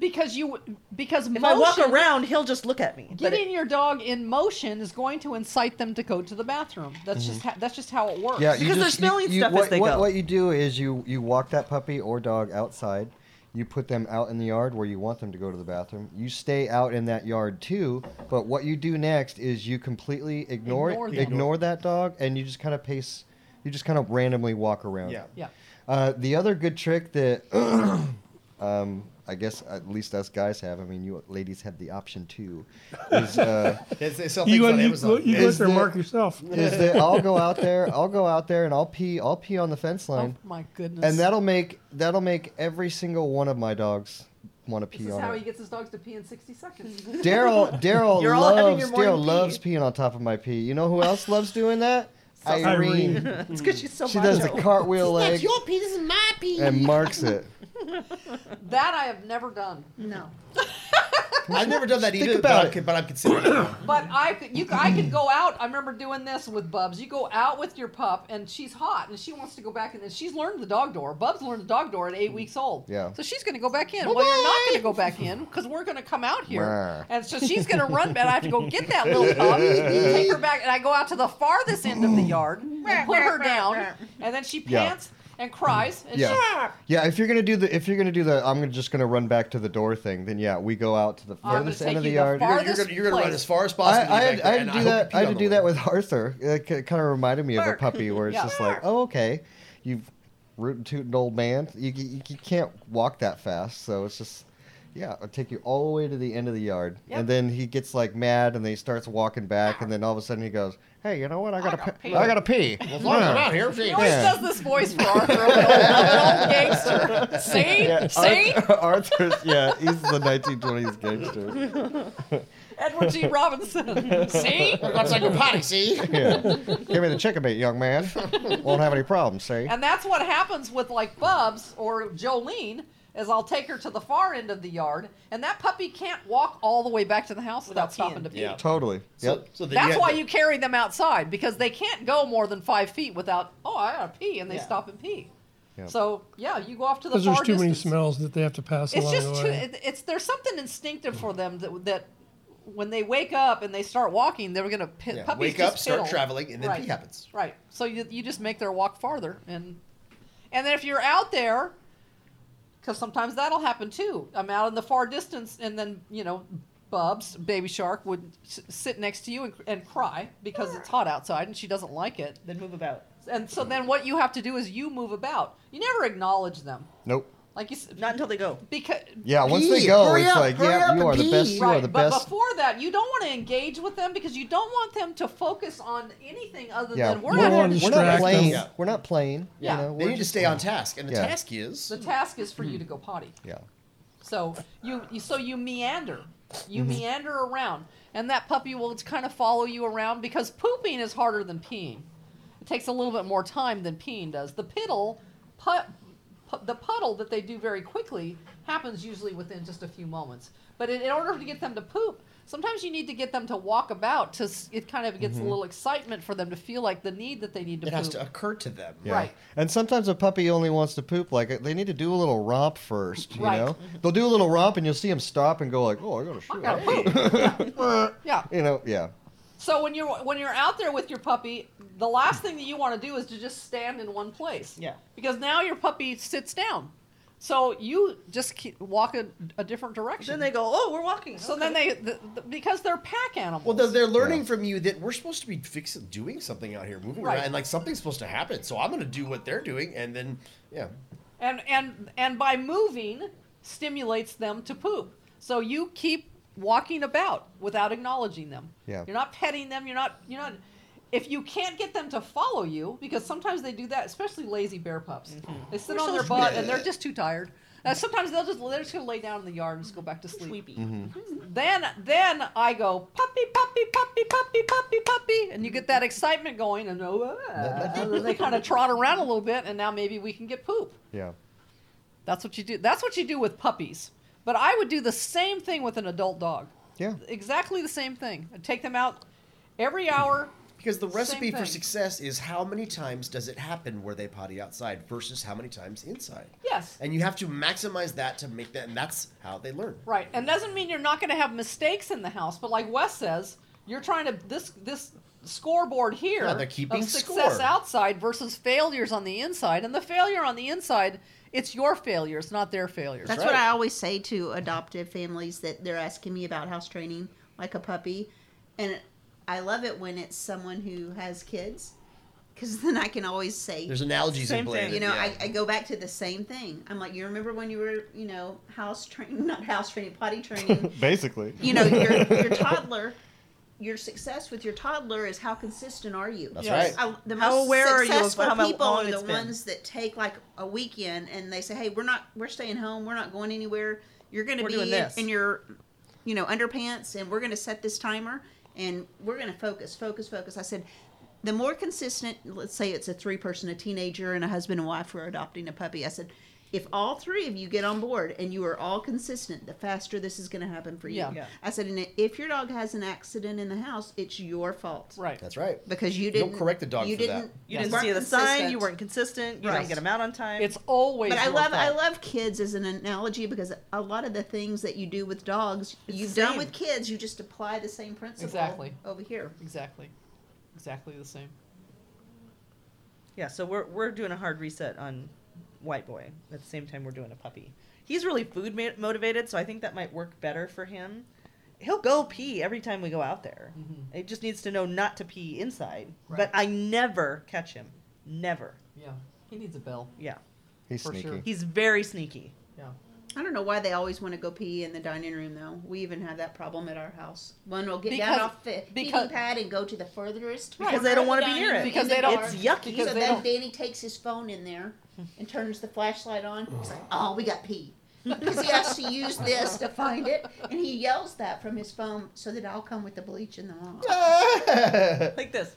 Speaker 2: because you because
Speaker 1: If
Speaker 2: motion,
Speaker 1: I walk around, he'll just look at me. But
Speaker 2: getting your dog in motion is going to incite them to go to the bathroom. That's just ha- that's just how it works.
Speaker 6: Yeah, you
Speaker 1: Because they're
Speaker 6: just- you-
Speaker 1: smelling
Speaker 6: you-
Speaker 1: stuff as
Speaker 6: what,
Speaker 1: they
Speaker 6: what,
Speaker 1: go.
Speaker 6: What you do is you you walk that puppy or dog outside. You put them out in the yard where you want them to go to the bathroom. You stay out in that yard too. But what you do next is you completely
Speaker 2: Ignore
Speaker 6: ignore ignore,
Speaker 2: them.
Speaker 6: ignore that dog, and you just kind of pace. You just kind of randomly walk around.
Speaker 3: Yeah.
Speaker 2: yeah.
Speaker 6: Uh, the other good trick that um, I guess at least us guys have. I mean, you ladies have the option too. Is uh,
Speaker 3: They, they sell things
Speaker 5: You,
Speaker 3: on
Speaker 5: you,
Speaker 3: Amazon.
Speaker 5: go- you go
Speaker 6: Is
Speaker 5: out there and
Speaker 6: the-
Speaker 5: mark yourself.
Speaker 6: is that I'll go out there, I'll go out there, and I'll pee, I'll pee on the fence
Speaker 2: Oh
Speaker 6: line.
Speaker 2: my goodness.
Speaker 6: And that'll make that'll make every single one of my dogs want to
Speaker 2: this
Speaker 6: pee
Speaker 2: is
Speaker 6: on
Speaker 2: how he
Speaker 6: it.
Speaker 2: gets his dogs to pee in 60 seconds.
Speaker 6: Daryl Daryl
Speaker 1: You're all having
Speaker 6: loves
Speaker 1: your morning
Speaker 6: Daryl
Speaker 1: pee.
Speaker 6: loves peeing on top of my pee. You know who else loves doing that?
Speaker 5: Irene.
Speaker 6: Irene.
Speaker 1: it's because she's so
Speaker 6: She does the
Speaker 1: macho.
Speaker 6: cartwheel leg and marks it.
Speaker 2: that I have never done.
Speaker 4: No.
Speaker 3: I've never done that
Speaker 6: Think
Speaker 3: either, but, I'm,
Speaker 6: about it.
Speaker 3: con- but I'm considering it.
Speaker 2: But I could, you, I could go out. I remember doing this with Bubs. You go out with your pup, and she's hot, and she wants to go back in. And she's learned the dog door. Bubs learned the dog door at eight weeks old.
Speaker 6: Yeah.
Speaker 2: So she's going to go back in. Well, you're not going to go back in because we're going to come out here,
Speaker 6: Brr.
Speaker 2: and so she's going to run. back. I have to go get that little pup, take her back, and I go out to the farthest end of the yard and put her down, and then she
Speaker 6: Yeah.
Speaker 2: pants and cries. And
Speaker 6: Yeah.
Speaker 2: She,
Speaker 6: Yeah, if you're gonna do the if you're gonna do the I'm gonna just gonna run back to the door thing, then yeah, we go out to the
Speaker 2: gonna
Speaker 6: furthest
Speaker 2: take
Speaker 6: end of
Speaker 2: you the
Speaker 6: the yard.
Speaker 2: far-
Speaker 3: You're, you're, gonna, you're gonna run
Speaker 2: Place.
Speaker 3: as far as
Speaker 6: I,
Speaker 3: possible.
Speaker 6: I, had,
Speaker 3: to get back there,
Speaker 6: I had
Speaker 3: and
Speaker 6: to do
Speaker 3: hope you
Speaker 6: that.
Speaker 3: pee
Speaker 6: I had
Speaker 3: on
Speaker 6: to
Speaker 3: the
Speaker 6: do
Speaker 3: way.
Speaker 6: that with Arthur. It kind of reminded me of a
Speaker 1: Bark.
Speaker 6: puppy, where it's
Speaker 2: Yeah.
Speaker 6: just like, oh okay, you've rootin' tootin' old man. You, you you can't walk that fast, so it's just yeah, it'll take you all the way to the end of the yard,
Speaker 2: Yep.
Speaker 6: and then he gets like mad, and then he starts walking back, and then all of a sudden he goes, hey, you know what? I gotta
Speaker 2: gotta
Speaker 6: pee.
Speaker 2: pee."
Speaker 6: I gotta pee.
Speaker 3: As long as I'm out here,
Speaker 2: he
Speaker 3: see.
Speaker 2: always
Speaker 6: Yeah.
Speaker 2: does this voice for Arthur, an old, an old gangster. See, see,
Speaker 6: Arthur, Arthur's yeah, he's the 1920s gangster.
Speaker 2: Edward G. Robinson. see.
Speaker 3: That's like a potty, see?
Speaker 6: Yeah. Give me the chicken bait, young man. Won't have any problems, see?
Speaker 2: And that's what happens with like Bubs or Jolene is I'll take her to the far end of the yard, and that puppy can't walk all the way back to the house without,
Speaker 1: Without
Speaker 2: stopping
Speaker 1: peeing.
Speaker 2: to pee.
Speaker 3: Yeah.
Speaker 6: Totally.
Speaker 3: So,
Speaker 6: Yep.
Speaker 3: so then
Speaker 2: That's
Speaker 3: had
Speaker 2: why
Speaker 3: the-
Speaker 2: you carry them outside because they can't go more than five feet without. Oh, I gotta pee, and they
Speaker 1: Yeah.
Speaker 2: stop and pee.
Speaker 6: Yep.
Speaker 2: So yeah, you go off to the
Speaker 5: Because
Speaker 2: far
Speaker 5: there's too many
Speaker 2: distance.
Speaker 5: smells that they have to pass
Speaker 2: It's
Speaker 5: along
Speaker 2: just
Speaker 5: the
Speaker 2: too.
Speaker 5: way.
Speaker 2: it- It's there's something instinctive for them that that when they wake up and they start walking, they're gonna pit,
Speaker 3: Yeah,
Speaker 2: puppies
Speaker 3: wake up,
Speaker 2: just
Speaker 3: start
Speaker 2: piddle.
Speaker 3: traveling, and then
Speaker 2: right.
Speaker 3: pee happens.
Speaker 2: Right. So you, you just make their walk farther, and and then if you're out there, because sometimes that'll happen too. I'm out in the far distance, and then you know, Bubs, baby shark, would s- sit next to you and, and cry because it's hot outside and she doesn't like it.
Speaker 1: Then move about.
Speaker 2: And so then what you have to do is you move about. You never acknowledge them,
Speaker 6: Nope.
Speaker 2: like you s-
Speaker 1: Not until they go.
Speaker 2: because
Speaker 6: Yeah, once they
Speaker 3: Pee,
Speaker 6: go,
Speaker 3: hurry
Speaker 6: it's
Speaker 3: up,
Speaker 6: like,
Speaker 3: hurry
Speaker 6: yeah,
Speaker 3: up
Speaker 6: you are
Speaker 3: and
Speaker 6: the best.
Speaker 3: pee.
Speaker 6: You are the
Speaker 2: but
Speaker 6: best.
Speaker 2: before that, you don't want to engage with them because you don't want them to focus on anything other
Speaker 6: Yeah,
Speaker 2: than we're
Speaker 5: You
Speaker 2: not
Speaker 5: don't
Speaker 2: here
Speaker 5: wanna
Speaker 2: to
Speaker 6: We're
Speaker 5: distract
Speaker 6: not
Speaker 5: them.
Speaker 6: playing.
Speaker 3: Yeah.
Speaker 6: We're not playing.
Speaker 2: Yeah.
Speaker 6: You know,
Speaker 3: They
Speaker 6: we're
Speaker 3: need to
Speaker 6: just
Speaker 3: stay on task, and the
Speaker 6: Yeah.
Speaker 3: task is
Speaker 2: The task is for you to go potty.
Speaker 6: Yeah.
Speaker 2: So you, you so you meander, you
Speaker 3: Mm-hmm.
Speaker 2: meander around, and that puppy will kind of follow you around because pooping is harder than peeing. It takes a little bit more time than peeing does. The piddle, put, put, the puddle that they do very quickly happens usually within just a few moments. But in, in order to get them to poop, sometimes you need to get them to walk about. To s- it kind of gets a little excitement for them to feel like the need that they need to
Speaker 3: Mm-hmm. it
Speaker 2: poop.
Speaker 3: has to occur to them.
Speaker 6: Yeah.
Speaker 2: Right.
Speaker 6: And sometimes a puppy only wants to poop. Like they need to do a little romp first, you
Speaker 2: Right.
Speaker 6: know. They'll do a little romp, and you'll see them stop and go like, "Oh, I gotta shit."
Speaker 2: Gotta poop. Yeah. yeah.
Speaker 6: You know, yeah.
Speaker 2: So when you're when you're out there with your puppy, the last thing that you want to do is to just stand in one place.
Speaker 1: Yeah.
Speaker 2: Because now your puppy sits down, so you just keep, walk a, a different direction.
Speaker 1: Then they go, "Oh, we're walking."
Speaker 2: so then they the, the, because they're pack animals.
Speaker 3: Well, they're, they're learning from you that we're supposed to be fixing, doing something out here, moving
Speaker 2: Right.
Speaker 3: around, and like something's supposed to happen. So I'm going to do what they're doing, and then yeah,
Speaker 2: and and and by moving stimulates them to poop. So you keep walking about without acknowledging them.
Speaker 6: Yeah.
Speaker 2: You're not petting them. You're not. You're not. If you can't get them to follow you, because sometimes they do that, especially lazy bear pups. They sit on their butt and they're just too tired. Uh, sometimes they'll just they're just gonna lay down in the yard and just go back to sleep. Mm-hmm.
Speaker 1: Sweepy.
Speaker 2: Then then I go puppy puppy puppy puppy puppy puppy, and you get that excitement going, and oh, ah. And then they kind of trot around a little bit, and now maybe we can get poop.
Speaker 6: Yeah.
Speaker 2: That's what you do. That's what you do with puppies. But I would do the same thing with an adult dog.
Speaker 6: Yeah.
Speaker 2: Exactly the same thing. I'd take them out every hour,
Speaker 3: Because the recipe for
Speaker 2: thing.
Speaker 3: success is how many times does it happen where they potty outside versus how many times inside.
Speaker 2: Yes.
Speaker 3: And you have to maximize that to make that, and that's how they learn.
Speaker 2: Right, and doesn't mean you're not going to have mistakes in the house, but like Wes says, you're trying to this this scoreboard here
Speaker 3: Yeah, they're keeping
Speaker 2: of success
Speaker 3: score.
Speaker 2: outside versus failures on the inside, and the failure on the inside, it's your failure, it's not their failure.
Speaker 4: That's what I always say to adoptive families that they're asking me about house training, like a puppy. And I love it when it's someone who has kids, because then I can always say,
Speaker 3: There's analogies
Speaker 1: Same
Speaker 3: in play.
Speaker 1: thing.
Speaker 4: you know,
Speaker 3: yeah.
Speaker 4: I, I go back to the same thing. I'm like, you remember when you were, you know, house training, not house training, potty training.
Speaker 6: Basically.
Speaker 4: you know, your, your toddler, your success with your toddler is how consistent are you?
Speaker 3: that's
Speaker 2: Yes.
Speaker 3: right.
Speaker 4: I, the most
Speaker 1: How aware are you of
Speaker 4: successful
Speaker 1: how
Speaker 4: people
Speaker 1: long
Speaker 4: are the
Speaker 1: it's been?
Speaker 4: ones that take like a weekend and they say, "Hey, we're not, we're staying home. We're not going anywhere. You're going to
Speaker 1: We're
Speaker 4: be
Speaker 1: doing
Speaker 4: in,
Speaker 1: this."
Speaker 4: in your, you know, underpants, and we're going to set this timer, and we're going to focus, focus, focus." I said, "The more consistent, let's say it's a three person, a teenager, and a husband and wife who are adopting a puppy." I said. If all three of you get on board and you are all consistent, the faster this is going to happen for you.
Speaker 2: Yeah.
Speaker 1: Yeah.
Speaker 4: I said, and if your dog has an accident in the house, it's your fault
Speaker 2: Right.
Speaker 3: That's right.
Speaker 4: because you
Speaker 3: You don't
Speaker 4: didn't
Speaker 3: correct the dog
Speaker 4: You
Speaker 3: for that.
Speaker 4: didn't.
Speaker 1: You
Speaker 2: Yes.
Speaker 1: didn't
Speaker 4: weren't
Speaker 1: see the sign. You
Speaker 4: consistent.
Speaker 1: weren't consistent. You
Speaker 4: Right.
Speaker 1: didn't get them out on time.
Speaker 2: It's always.
Speaker 4: But I
Speaker 2: your
Speaker 4: love I
Speaker 2: fault.
Speaker 4: love kids as an analogy because a lot of the things that you do with dogs
Speaker 1: It's
Speaker 4: you've
Speaker 1: the
Speaker 4: done
Speaker 1: same.
Speaker 4: with kids you just apply the same principle
Speaker 2: Exactly.
Speaker 4: over here.
Speaker 2: exactly, exactly the same.
Speaker 1: yeah. So we're we're doing a hard reset on White Boy at the same time we're doing a puppy. He's really food ma- motivated, so I think that might work better for him. He'll go pee every time we go out there. He just needs to know not to pee inside.
Speaker 2: Right.
Speaker 1: But I never catch him. Never.
Speaker 2: Yeah, he needs a bell.
Speaker 1: Yeah.
Speaker 6: He's
Speaker 2: For sure.
Speaker 6: sneaky.
Speaker 1: He's very sneaky.
Speaker 2: Yeah,
Speaker 4: I don't know why they always want to go pee in the dining room though. We even have that problem at our house. One will get
Speaker 2: Because-
Speaker 4: down off the
Speaker 2: because-
Speaker 4: feeding pad and go to the furthest
Speaker 1: Because they don't
Speaker 4: want to
Speaker 1: be near it.
Speaker 2: Because they don't-
Speaker 1: It's yucky.
Speaker 2: because
Speaker 4: so
Speaker 2: they
Speaker 4: then
Speaker 2: don't-
Speaker 4: Danny takes his phone in there and turns the flashlight on. He's like, "Oh, we got pee," because he has to use this to find it, and he yells that from his phone so that I'll come with the bleach in the lawn.
Speaker 1: Like this.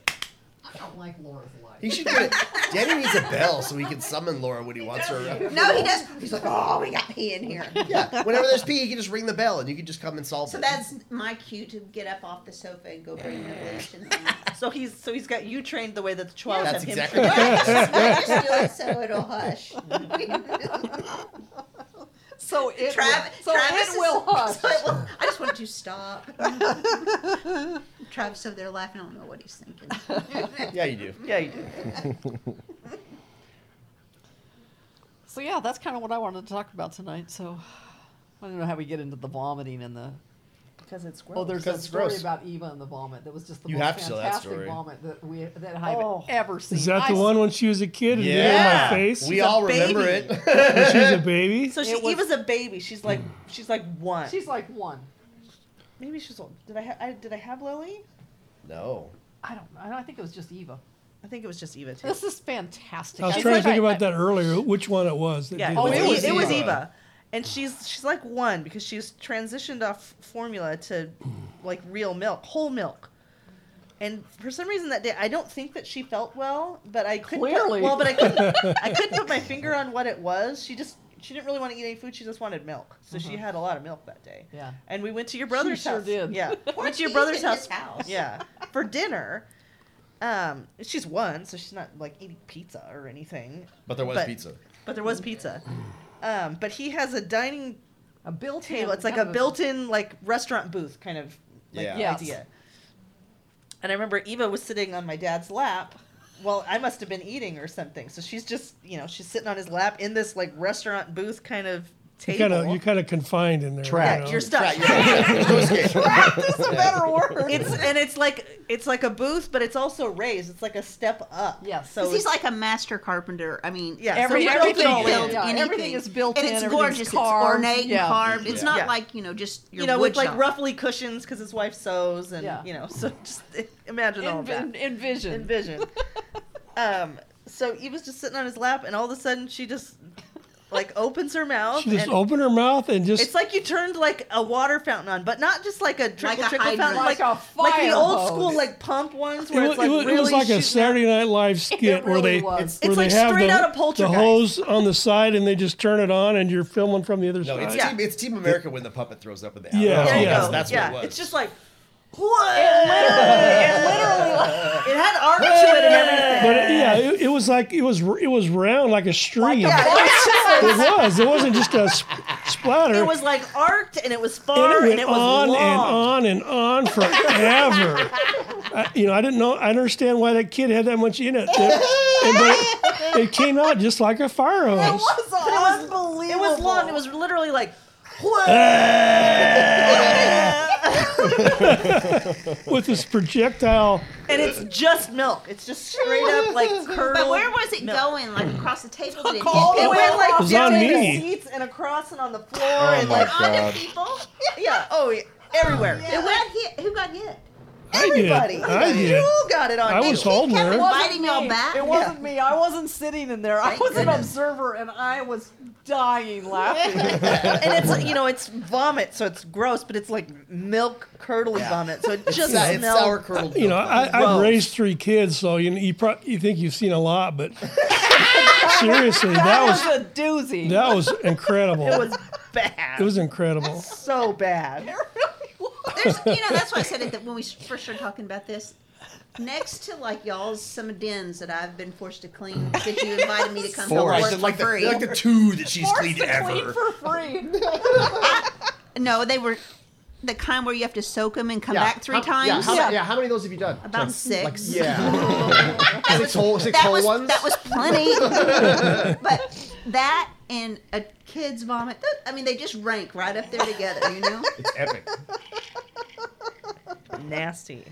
Speaker 2: I don't like Laura's life.
Speaker 3: He should get it. Danny needs a bell so he can summon Laura when he wants her. around.
Speaker 4: No, he does. He's like, "Oh, we got pee in here."
Speaker 3: Yeah. Whenever there's pee, he can just ring the bell and you can just come and solve
Speaker 4: So
Speaker 3: it.
Speaker 4: that's my cue to get up off the sofa and go bring the bleach in the lawn.
Speaker 1: So he's so he's got you trained the way that the chihuahuas
Speaker 3: That's
Speaker 1: have him
Speaker 3: exactly
Speaker 1: trained.
Speaker 3: right.
Speaker 4: I just do it so it'll hush.
Speaker 2: So it will,
Speaker 4: Trav-
Speaker 2: so
Speaker 4: Travis
Speaker 2: it
Speaker 4: is-
Speaker 2: will hush.
Speaker 4: so it will- I just want you to stop. Travis over there laughing. I don't know what he's thinking.
Speaker 3: Yeah, you do.
Speaker 1: Yeah, you do.
Speaker 2: So yeah, that's kind of what I wanted to talk about tonight. So I don't know how we get into the vomiting and the
Speaker 1: because it's gross.
Speaker 2: oh, there's
Speaker 3: Because
Speaker 2: that
Speaker 3: it's
Speaker 2: story
Speaker 3: gross.
Speaker 2: about Eva and the vomit that was just the
Speaker 3: You
Speaker 2: most
Speaker 3: have to tell that
Speaker 2: fantastic
Speaker 3: story.
Speaker 2: vomit that we that I've
Speaker 1: Oh.
Speaker 2: ever seen.
Speaker 5: Is that
Speaker 2: I
Speaker 5: the
Speaker 2: s-
Speaker 5: one when she was a kid and did it in my
Speaker 3: Yeah.
Speaker 5: face?
Speaker 3: We
Speaker 1: She's a
Speaker 3: all remember
Speaker 1: baby.
Speaker 5: when
Speaker 3: it.
Speaker 5: she was a baby?
Speaker 1: so she
Speaker 2: It was-
Speaker 1: Eva's a baby. She's like she's like one.
Speaker 2: She's like one.
Speaker 1: Maybe she's old. Did I, ha- I did I have Lily?
Speaker 3: no.
Speaker 2: I don't. I don't. I think it was just Eva.
Speaker 1: I think it was just Eva too.
Speaker 2: This is fantastic.
Speaker 5: I was
Speaker 2: She's
Speaker 5: trying to
Speaker 2: like-
Speaker 5: think
Speaker 2: I-
Speaker 5: about that earlier, which one it was. that
Speaker 1: Yeah,
Speaker 5: did
Speaker 2: Oh,
Speaker 5: that.
Speaker 1: it, was, it was
Speaker 3: Eva.
Speaker 1: Eva, and she's she's like one because she's transitioned off formula to like real milk, whole milk. And for some reason that day, I don't think that she felt well, but I couldn't put-
Speaker 2: Clearly.
Speaker 1: well, but I couldn't, I couldn't put my finger on what it was. She just she didn't really want to eat any food. She just wanted milk, so she had a lot of milk that day.
Speaker 2: Yeah.
Speaker 1: And we went to your brother's
Speaker 2: sure
Speaker 1: house.
Speaker 2: did.
Speaker 1: Yeah,
Speaker 4: Poor
Speaker 1: went to your
Speaker 4: Keith
Speaker 1: brother's
Speaker 4: in his
Speaker 1: house.
Speaker 4: house.
Speaker 1: Yeah, for dinner. Um, she's one, so she's not like eating pizza or anything.
Speaker 3: But there was
Speaker 1: But-
Speaker 3: pizza.
Speaker 1: But there was pizza. Um, but he has a dining
Speaker 2: A built-in
Speaker 1: table. It's like a
Speaker 2: kind of
Speaker 1: built-in like restaurant booth kind of like
Speaker 3: Yeah.
Speaker 2: Yes.
Speaker 1: idea. And I remember Eva was sitting on my dad's lap. Well, I must have been eating or something. So she's just, you know, she's sitting on his lap in this like restaurant booth kind of
Speaker 5: You
Speaker 1: table.
Speaker 5: kind of you kind of confined in there.
Speaker 6: Trapped.
Speaker 5: You know?
Speaker 1: You're stuck.
Speaker 3: Right, yeah. There's no escape.
Speaker 2: That's a better word.
Speaker 1: It's and it's like it's like a booth, but it's also raised. It's like a step up.
Speaker 2: Yes.
Speaker 1: So
Speaker 4: Because he's
Speaker 1: it's-
Speaker 4: like a master carpenter. I mean,
Speaker 1: Yeah,
Speaker 4: so
Speaker 1: Every-
Speaker 4: he
Speaker 1: everything's
Speaker 4: can
Speaker 1: all in.
Speaker 4: build
Speaker 1: Yeah,
Speaker 4: anything.
Speaker 2: everything is built
Speaker 4: and
Speaker 2: in,
Speaker 4: it's
Speaker 2: everything's
Speaker 4: gorgeous. It's
Speaker 2: carved.
Speaker 4: ornate
Speaker 2: Yeah.
Speaker 4: and carved. It's
Speaker 3: Yeah.
Speaker 4: not
Speaker 1: Yeah.
Speaker 4: like you know just your
Speaker 1: you know,
Speaker 4: wood
Speaker 1: with like
Speaker 4: shop.
Speaker 1: roughly cushions because his wife sews and
Speaker 2: Yeah.
Speaker 1: you know, so just imagine all of that.
Speaker 2: Envi- envision.
Speaker 1: envision. um, so Eva's just sitting on his lap, and all of a sudden she just like opens her mouth.
Speaker 5: She just
Speaker 1: and
Speaker 5: opened her mouth and just
Speaker 1: it's like you turned like a water fountain on, but not just like a trickle
Speaker 4: a
Speaker 1: trickle fountain,
Speaker 4: hydrant.
Speaker 2: Like
Speaker 1: like,
Speaker 2: a
Speaker 1: like
Speaker 2: fire
Speaker 1: the old
Speaker 2: hose.
Speaker 1: school like pump ones
Speaker 5: it
Speaker 1: where
Speaker 5: was,
Speaker 1: it's like
Speaker 5: it was- it
Speaker 1: really
Speaker 5: was like a
Speaker 1: shooting out-
Speaker 5: Saturday Night Live skit where
Speaker 2: really was.
Speaker 5: they where
Speaker 2: It's-
Speaker 1: it's
Speaker 5: they
Speaker 1: like
Speaker 5: have
Speaker 1: straight
Speaker 5: the,
Speaker 1: out of Poltergeist.
Speaker 5: the hose on the side and they just turn it on and you're filming from the other
Speaker 3: No,
Speaker 5: side.
Speaker 3: it's,
Speaker 1: Yeah.
Speaker 3: team, it's Team America when the puppet throws up in the alley.
Speaker 5: Yeah,
Speaker 1: There you
Speaker 5: yeah.
Speaker 1: go.
Speaker 3: That's
Speaker 1: yeah,
Speaker 3: what it was.
Speaker 1: it's just like
Speaker 4: It literally, it literally, it had arcs to it and everything.
Speaker 5: But it, yeah, it, it was like it was it was round like a stream.
Speaker 4: Yeah, it was-
Speaker 5: it was. It wasn't just a sp- splatter.
Speaker 4: It was like arced and it was
Speaker 5: and
Speaker 4: far
Speaker 5: it
Speaker 4: and
Speaker 5: went
Speaker 4: it was
Speaker 5: on
Speaker 4: long.
Speaker 5: and on and on forever. I, you know, I didn't know. I didn't understand why that kid had that much in it. It, and- but it, it came out just like a fire hose.
Speaker 4: But it was It was long. It was literally like
Speaker 5: with this projectile.
Speaker 1: and it's just milk. It's just straight up like curled.
Speaker 4: But where was it
Speaker 1: milk.
Speaker 4: going? Like across the table? Did it hit
Speaker 2: all the
Speaker 1: It
Speaker 4: people?
Speaker 2: way
Speaker 1: went
Speaker 2: It
Speaker 1: like
Speaker 5: was
Speaker 1: down
Speaker 5: on
Speaker 1: the
Speaker 5: me.
Speaker 1: seats and across and on the floor
Speaker 6: Oh
Speaker 1: and
Speaker 6: my
Speaker 1: like
Speaker 4: Other
Speaker 6: God.
Speaker 4: people?
Speaker 1: yeah, oh yeah, everywhere.
Speaker 4: Who got hit? Who got hit?
Speaker 5: I did.
Speaker 1: Everybody.
Speaker 5: I
Speaker 1: You
Speaker 5: did.
Speaker 1: all got it on.
Speaker 5: I
Speaker 1: you.
Speaker 5: was holding
Speaker 4: kept
Speaker 5: her.
Speaker 4: it Biting y'all
Speaker 2: me.
Speaker 4: back?
Speaker 2: It wasn't me. I wasn't sitting in there. I
Speaker 4: Thank
Speaker 2: was an
Speaker 4: goodness.
Speaker 2: observer, and I was dying laughing.
Speaker 1: and it's like, you know it's vomit, so it's gross, but it's like milk curdly
Speaker 3: Yeah.
Speaker 1: vomit, so it just
Speaker 3: It's, it's
Speaker 1: smells.
Speaker 3: sour curdled
Speaker 5: You know,
Speaker 3: milk.
Speaker 5: I, I've
Speaker 1: Gross.
Speaker 5: raised three kids, so you know, you, pro- you think you've seen a lot, but seriously, that
Speaker 2: That was
Speaker 5: was
Speaker 2: a doozy.
Speaker 5: that was incredible.
Speaker 1: It was bad.
Speaker 5: It was incredible.
Speaker 1: so bad.
Speaker 4: There's, you know, that's why I said it that when we first started talking about this. Next to like y'all's some dens that I've been forced to clean that you invited me to come
Speaker 3: Four.
Speaker 4: to
Speaker 3: I
Speaker 4: work
Speaker 3: said, like
Speaker 4: for
Speaker 3: the,
Speaker 4: free.
Speaker 3: like the two that she's
Speaker 2: Forced
Speaker 3: cleaned
Speaker 2: to
Speaker 3: ever.
Speaker 2: clean for free.
Speaker 4: no, they were the kind where you have to soak them and come
Speaker 7: Yeah,
Speaker 4: back three
Speaker 7: how- Yeah
Speaker 4: times.
Speaker 7: how, yeah, how many of those have you done?
Speaker 4: About
Speaker 7: Like-
Speaker 4: six.
Speaker 7: Like, yeah. six whole, six
Speaker 4: that
Speaker 7: whole
Speaker 4: was
Speaker 7: ones?
Speaker 4: that was plenty. but that and a kid's vomit. th- I mean, they just rank right up there together. You know.
Speaker 7: It's epic.
Speaker 1: Nasty.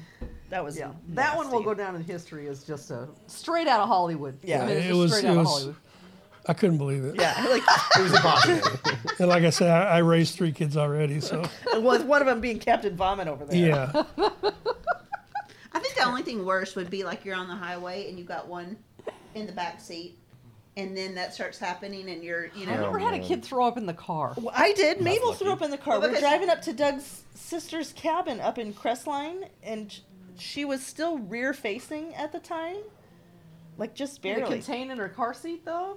Speaker 1: That was
Speaker 2: Yeah, that one will
Speaker 1: nasty.
Speaker 2: go down in history as just a straight out of Hollywood.
Speaker 1: Yeah.
Speaker 2: I mean, it's
Speaker 5: It
Speaker 2: just
Speaker 5: was-
Speaker 2: straight
Speaker 5: it
Speaker 2: out of
Speaker 5: was-
Speaker 2: Hollywood.
Speaker 5: I couldn't believe it.
Speaker 1: Yeah, like
Speaker 7: It was impossible.
Speaker 5: And like I said, I, I raised three kids already, so
Speaker 1: with one of them being Captain Vomit over there.
Speaker 5: yeah.
Speaker 4: I think the only thing worse would be like you're on the highway and you got one in the back seat, and then that starts happening, and you're you
Speaker 2: I
Speaker 4: know.
Speaker 5: Oh,
Speaker 2: never had a kid throw up in the car.
Speaker 1: Well, I did. Mabel threw up in the car.
Speaker 4: Well,
Speaker 1: We're
Speaker 4: because-
Speaker 1: driving up to Doug's sister's cabin up in Crestline, and sh- she was still rear facing at the time, like just
Speaker 2: Did it
Speaker 1: barely.
Speaker 2: contain in her car seat though?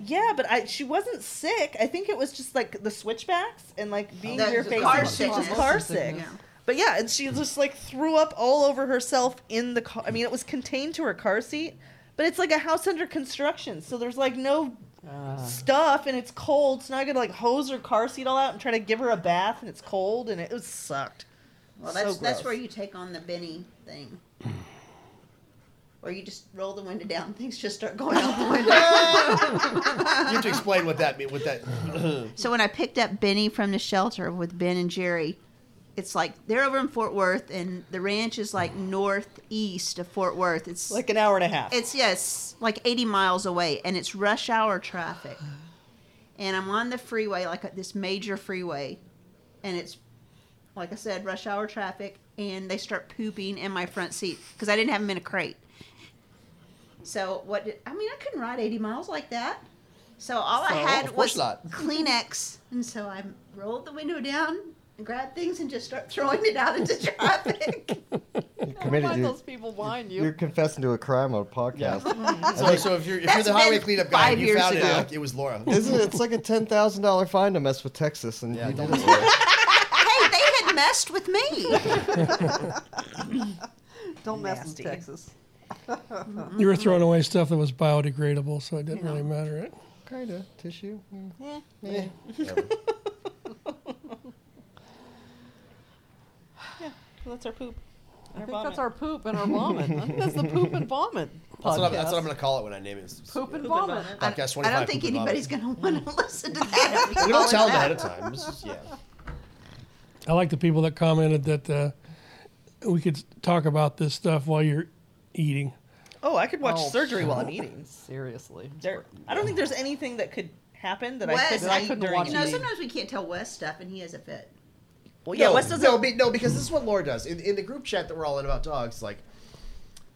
Speaker 1: yeah, but I she wasn't sick. I think it was just like the switchbacks and like being
Speaker 4: That's
Speaker 1: rear
Speaker 4: just
Speaker 1: facing.
Speaker 4: car
Speaker 1: She was just
Speaker 4: sickness.
Speaker 1: car
Speaker 2: Motion
Speaker 1: sick.
Speaker 2: sickness.
Speaker 4: Yeah.
Speaker 1: But yeah, and she just like threw up all over herself in the car. I mean, it was contained to her car seat, but it's like a house under construction, so there's like no
Speaker 4: Ah.
Speaker 1: stuff and it's cold. So now I gotta like hose her car seat all out and try to give her a bath, and it's cold, and it, it sucked.
Speaker 4: Well,
Speaker 1: So
Speaker 4: that's that's
Speaker 1: gross.
Speaker 4: where you take on the Benny thing. Or you just roll the window down, things just start going out the window.
Speaker 3: You have to explain what that means. What that
Speaker 4: so when I picked up Benny from the shelter with Ben and Jerry, it's like they're over in Fort Worth, and the ranch is like northeast of Fort Worth. It's
Speaker 1: Like an hour and a half.
Speaker 4: It's yes, like 80 miles away, and it's rush hour traffic. And I'm on the freeway, like uh, this major freeway, and it's like I said, rush hour traffic, and they start pooping in my front seat because I didn't have them in a crate. So what? Did, I mean, I couldn't ride 80 miles like that. So all I
Speaker 3: So,
Speaker 4: had
Speaker 3: of
Speaker 4: was
Speaker 3: course not.
Speaker 4: Kleenex, and so I rolled the window down. and grabbed things and just start throwing it out into traffic.
Speaker 6: You committed.
Speaker 2: Why
Speaker 6: you-
Speaker 2: those people behind you?
Speaker 6: You're confessing to a crime on a podcast.
Speaker 3: so, so if you're if you're
Speaker 4: That's
Speaker 3: the highway
Speaker 4: been
Speaker 3: cleanup guy,
Speaker 4: five
Speaker 3: and you
Speaker 4: years
Speaker 3: found it.
Speaker 4: ago.
Speaker 3: Like, it was Laura.
Speaker 6: Isn't it? It's like a ten thousand dollar fine to mess with Texas, and
Speaker 3: Yeah,
Speaker 6: you
Speaker 3: don't
Speaker 6: did it.
Speaker 4: hey, they had messed with me.
Speaker 2: Don't mess
Speaker 1: Nasty.
Speaker 2: with Texas.
Speaker 5: You were throwing away stuff that was biodegradable, so it didn't really matter. It.
Speaker 6: Kinda tissue. Mm.
Speaker 4: Yeah.
Speaker 6: Yeah.
Speaker 1: that's our poop.
Speaker 2: I think that's our poop and our vomit. I think that's the poop and vomit.
Speaker 3: That's what, I'm,
Speaker 2: podcast.
Speaker 3: that's what I'm gonna call it when I name it. It's-
Speaker 2: Poop and
Speaker 1: Poop and
Speaker 2: vomit.
Speaker 1: vomit.
Speaker 4: I-
Speaker 3: Podcast
Speaker 4: I
Speaker 3: 25,
Speaker 4: don't think
Speaker 3: Poop and Vomit.
Speaker 4: anybody's going to want to listen to that. if
Speaker 3: We don't
Speaker 4: call it
Speaker 3: tell them
Speaker 4: that.
Speaker 3: ahead of time. This is, yeah.
Speaker 5: I like the people that commented that uh, we could talk about this stuff while you're eating.
Speaker 1: Oh, I could watch
Speaker 2: Oh,
Speaker 1: surgery while I'm eating.
Speaker 2: Seriously.
Speaker 1: There, I don't think there's anything that could happen that I
Speaker 4: Wes,
Speaker 1: couldn't
Speaker 4: I
Speaker 1: eat
Speaker 2: couldn't
Speaker 1: during
Speaker 2: watch
Speaker 1: it.
Speaker 4: You know, sometimes we can't tell Wes stuff, and he has a fit.
Speaker 1: Well, yeah,
Speaker 3: no,
Speaker 1: Wes doesn't.
Speaker 7: no, be, no, because this is what Laura does in, in the group chat that we're all in about dogs. Like,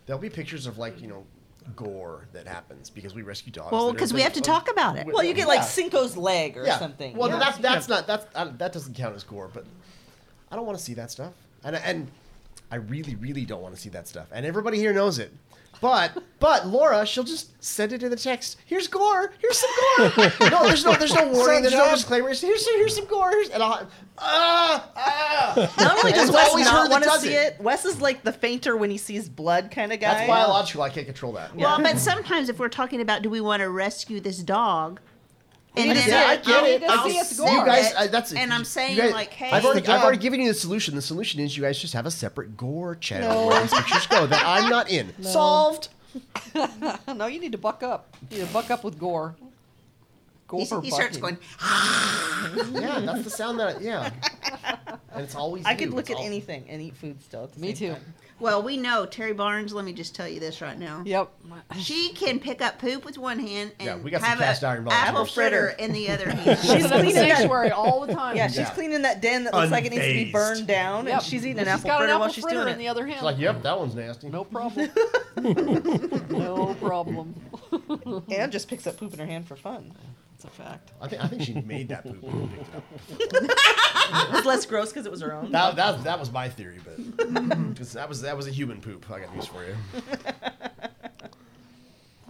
Speaker 7: there'll be pictures of like you know gore that happens because we rescue dogs.
Speaker 4: Well,
Speaker 7: that are-
Speaker 4: because we have to talk about it.
Speaker 1: well, you get like
Speaker 7: Yeah.
Speaker 1: Cinco's leg or something.
Speaker 7: Well,
Speaker 1: you know?
Speaker 7: that's that's not that's uh, that doesn't count as gore, but I don't want to see that stuff. And and
Speaker 3: I really, really don't want to see that stuff. And everybody here knows it. But but Laura, she'll just send it in the text. Here's gore. Here's some gore. no, there's no there's no warning. There's no disclaimer. It's, Here's some, here's some gore. Here's, and I'll ah ah.
Speaker 1: Not only does
Speaker 3: It's
Speaker 1: Wes
Speaker 3: always her
Speaker 1: not
Speaker 3: that
Speaker 1: want to
Speaker 3: does
Speaker 1: see
Speaker 3: it.
Speaker 1: it, Wes is like the fainter when he sees blood kind of guy.
Speaker 3: That's biological. I can't control that.
Speaker 1: Yeah.
Speaker 4: Well, but sometimes if we're talking about do we want to rescue this dog, and
Speaker 3: I
Speaker 4: then
Speaker 3: get- I get
Speaker 4: I'll-
Speaker 3: it.
Speaker 4: I'll
Speaker 3: I'll
Speaker 2: see it's
Speaker 4: see
Speaker 2: gore.
Speaker 3: You guys,
Speaker 4: it,
Speaker 3: I, that's
Speaker 4: and I'm
Speaker 3: you
Speaker 4: saying
Speaker 3: guys-
Speaker 4: like, hey,
Speaker 3: I've already,
Speaker 9: That's the
Speaker 3: I've already
Speaker 9: job.
Speaker 3: given you the solution. The solution is you guys just have a separate gore channel where these pictures go that I'm not in. Solved.
Speaker 2: no, you need to buck up. You need to buck up with gore. Gore
Speaker 4: he, he starts
Speaker 2: bucking.
Speaker 4: going.
Speaker 3: Yeah, that's the sound that. I, yeah, and it's always.
Speaker 1: I
Speaker 3: you.
Speaker 1: could
Speaker 3: It's
Speaker 1: look at
Speaker 3: all-
Speaker 1: anything and eat food still. at the
Speaker 2: Me
Speaker 1: same
Speaker 2: too.
Speaker 1: time.
Speaker 4: Well, we know Terry Barnes. Let me just tell you this right now.
Speaker 2: Yep.
Speaker 4: She can pick up poop with one hand and
Speaker 3: Yeah, we got some
Speaker 4: have
Speaker 3: cast
Speaker 4: a
Speaker 3: iron balls.
Speaker 4: apple fritter
Speaker 1: fritter.
Speaker 4: in the other hand.
Speaker 2: She's in the sanctuary all the time.
Speaker 1: Yeah, she's
Speaker 3: Yeah.
Speaker 1: cleaning that den that looks like it needs to be
Speaker 3: Unfazed.
Speaker 1: burned down,
Speaker 2: Yep.
Speaker 1: and she's eating
Speaker 2: And
Speaker 1: an
Speaker 2: she's
Speaker 1: apple
Speaker 2: got
Speaker 1: fritter,
Speaker 2: an apple
Speaker 1: while she's
Speaker 2: fritter
Speaker 1: doing
Speaker 2: in
Speaker 1: it.
Speaker 2: the other hand.
Speaker 3: It's like, yep, that one's nasty.
Speaker 2: No problem. no problem.
Speaker 1: and just picks up poop in her hand for fun.
Speaker 2: It's a fact.
Speaker 3: I think I think she made that poop. and picked it up.
Speaker 1: It was less gross because it was her own.
Speaker 3: That, that, that was my theory, but 'cause that was that was a human poop. I got news for you.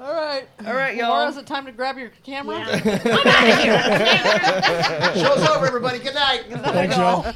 Speaker 2: All right.
Speaker 1: All right, y'all.
Speaker 2: Laura, is it time to grab your camera?
Speaker 4: Yeah.
Speaker 5: Thanks, y'all.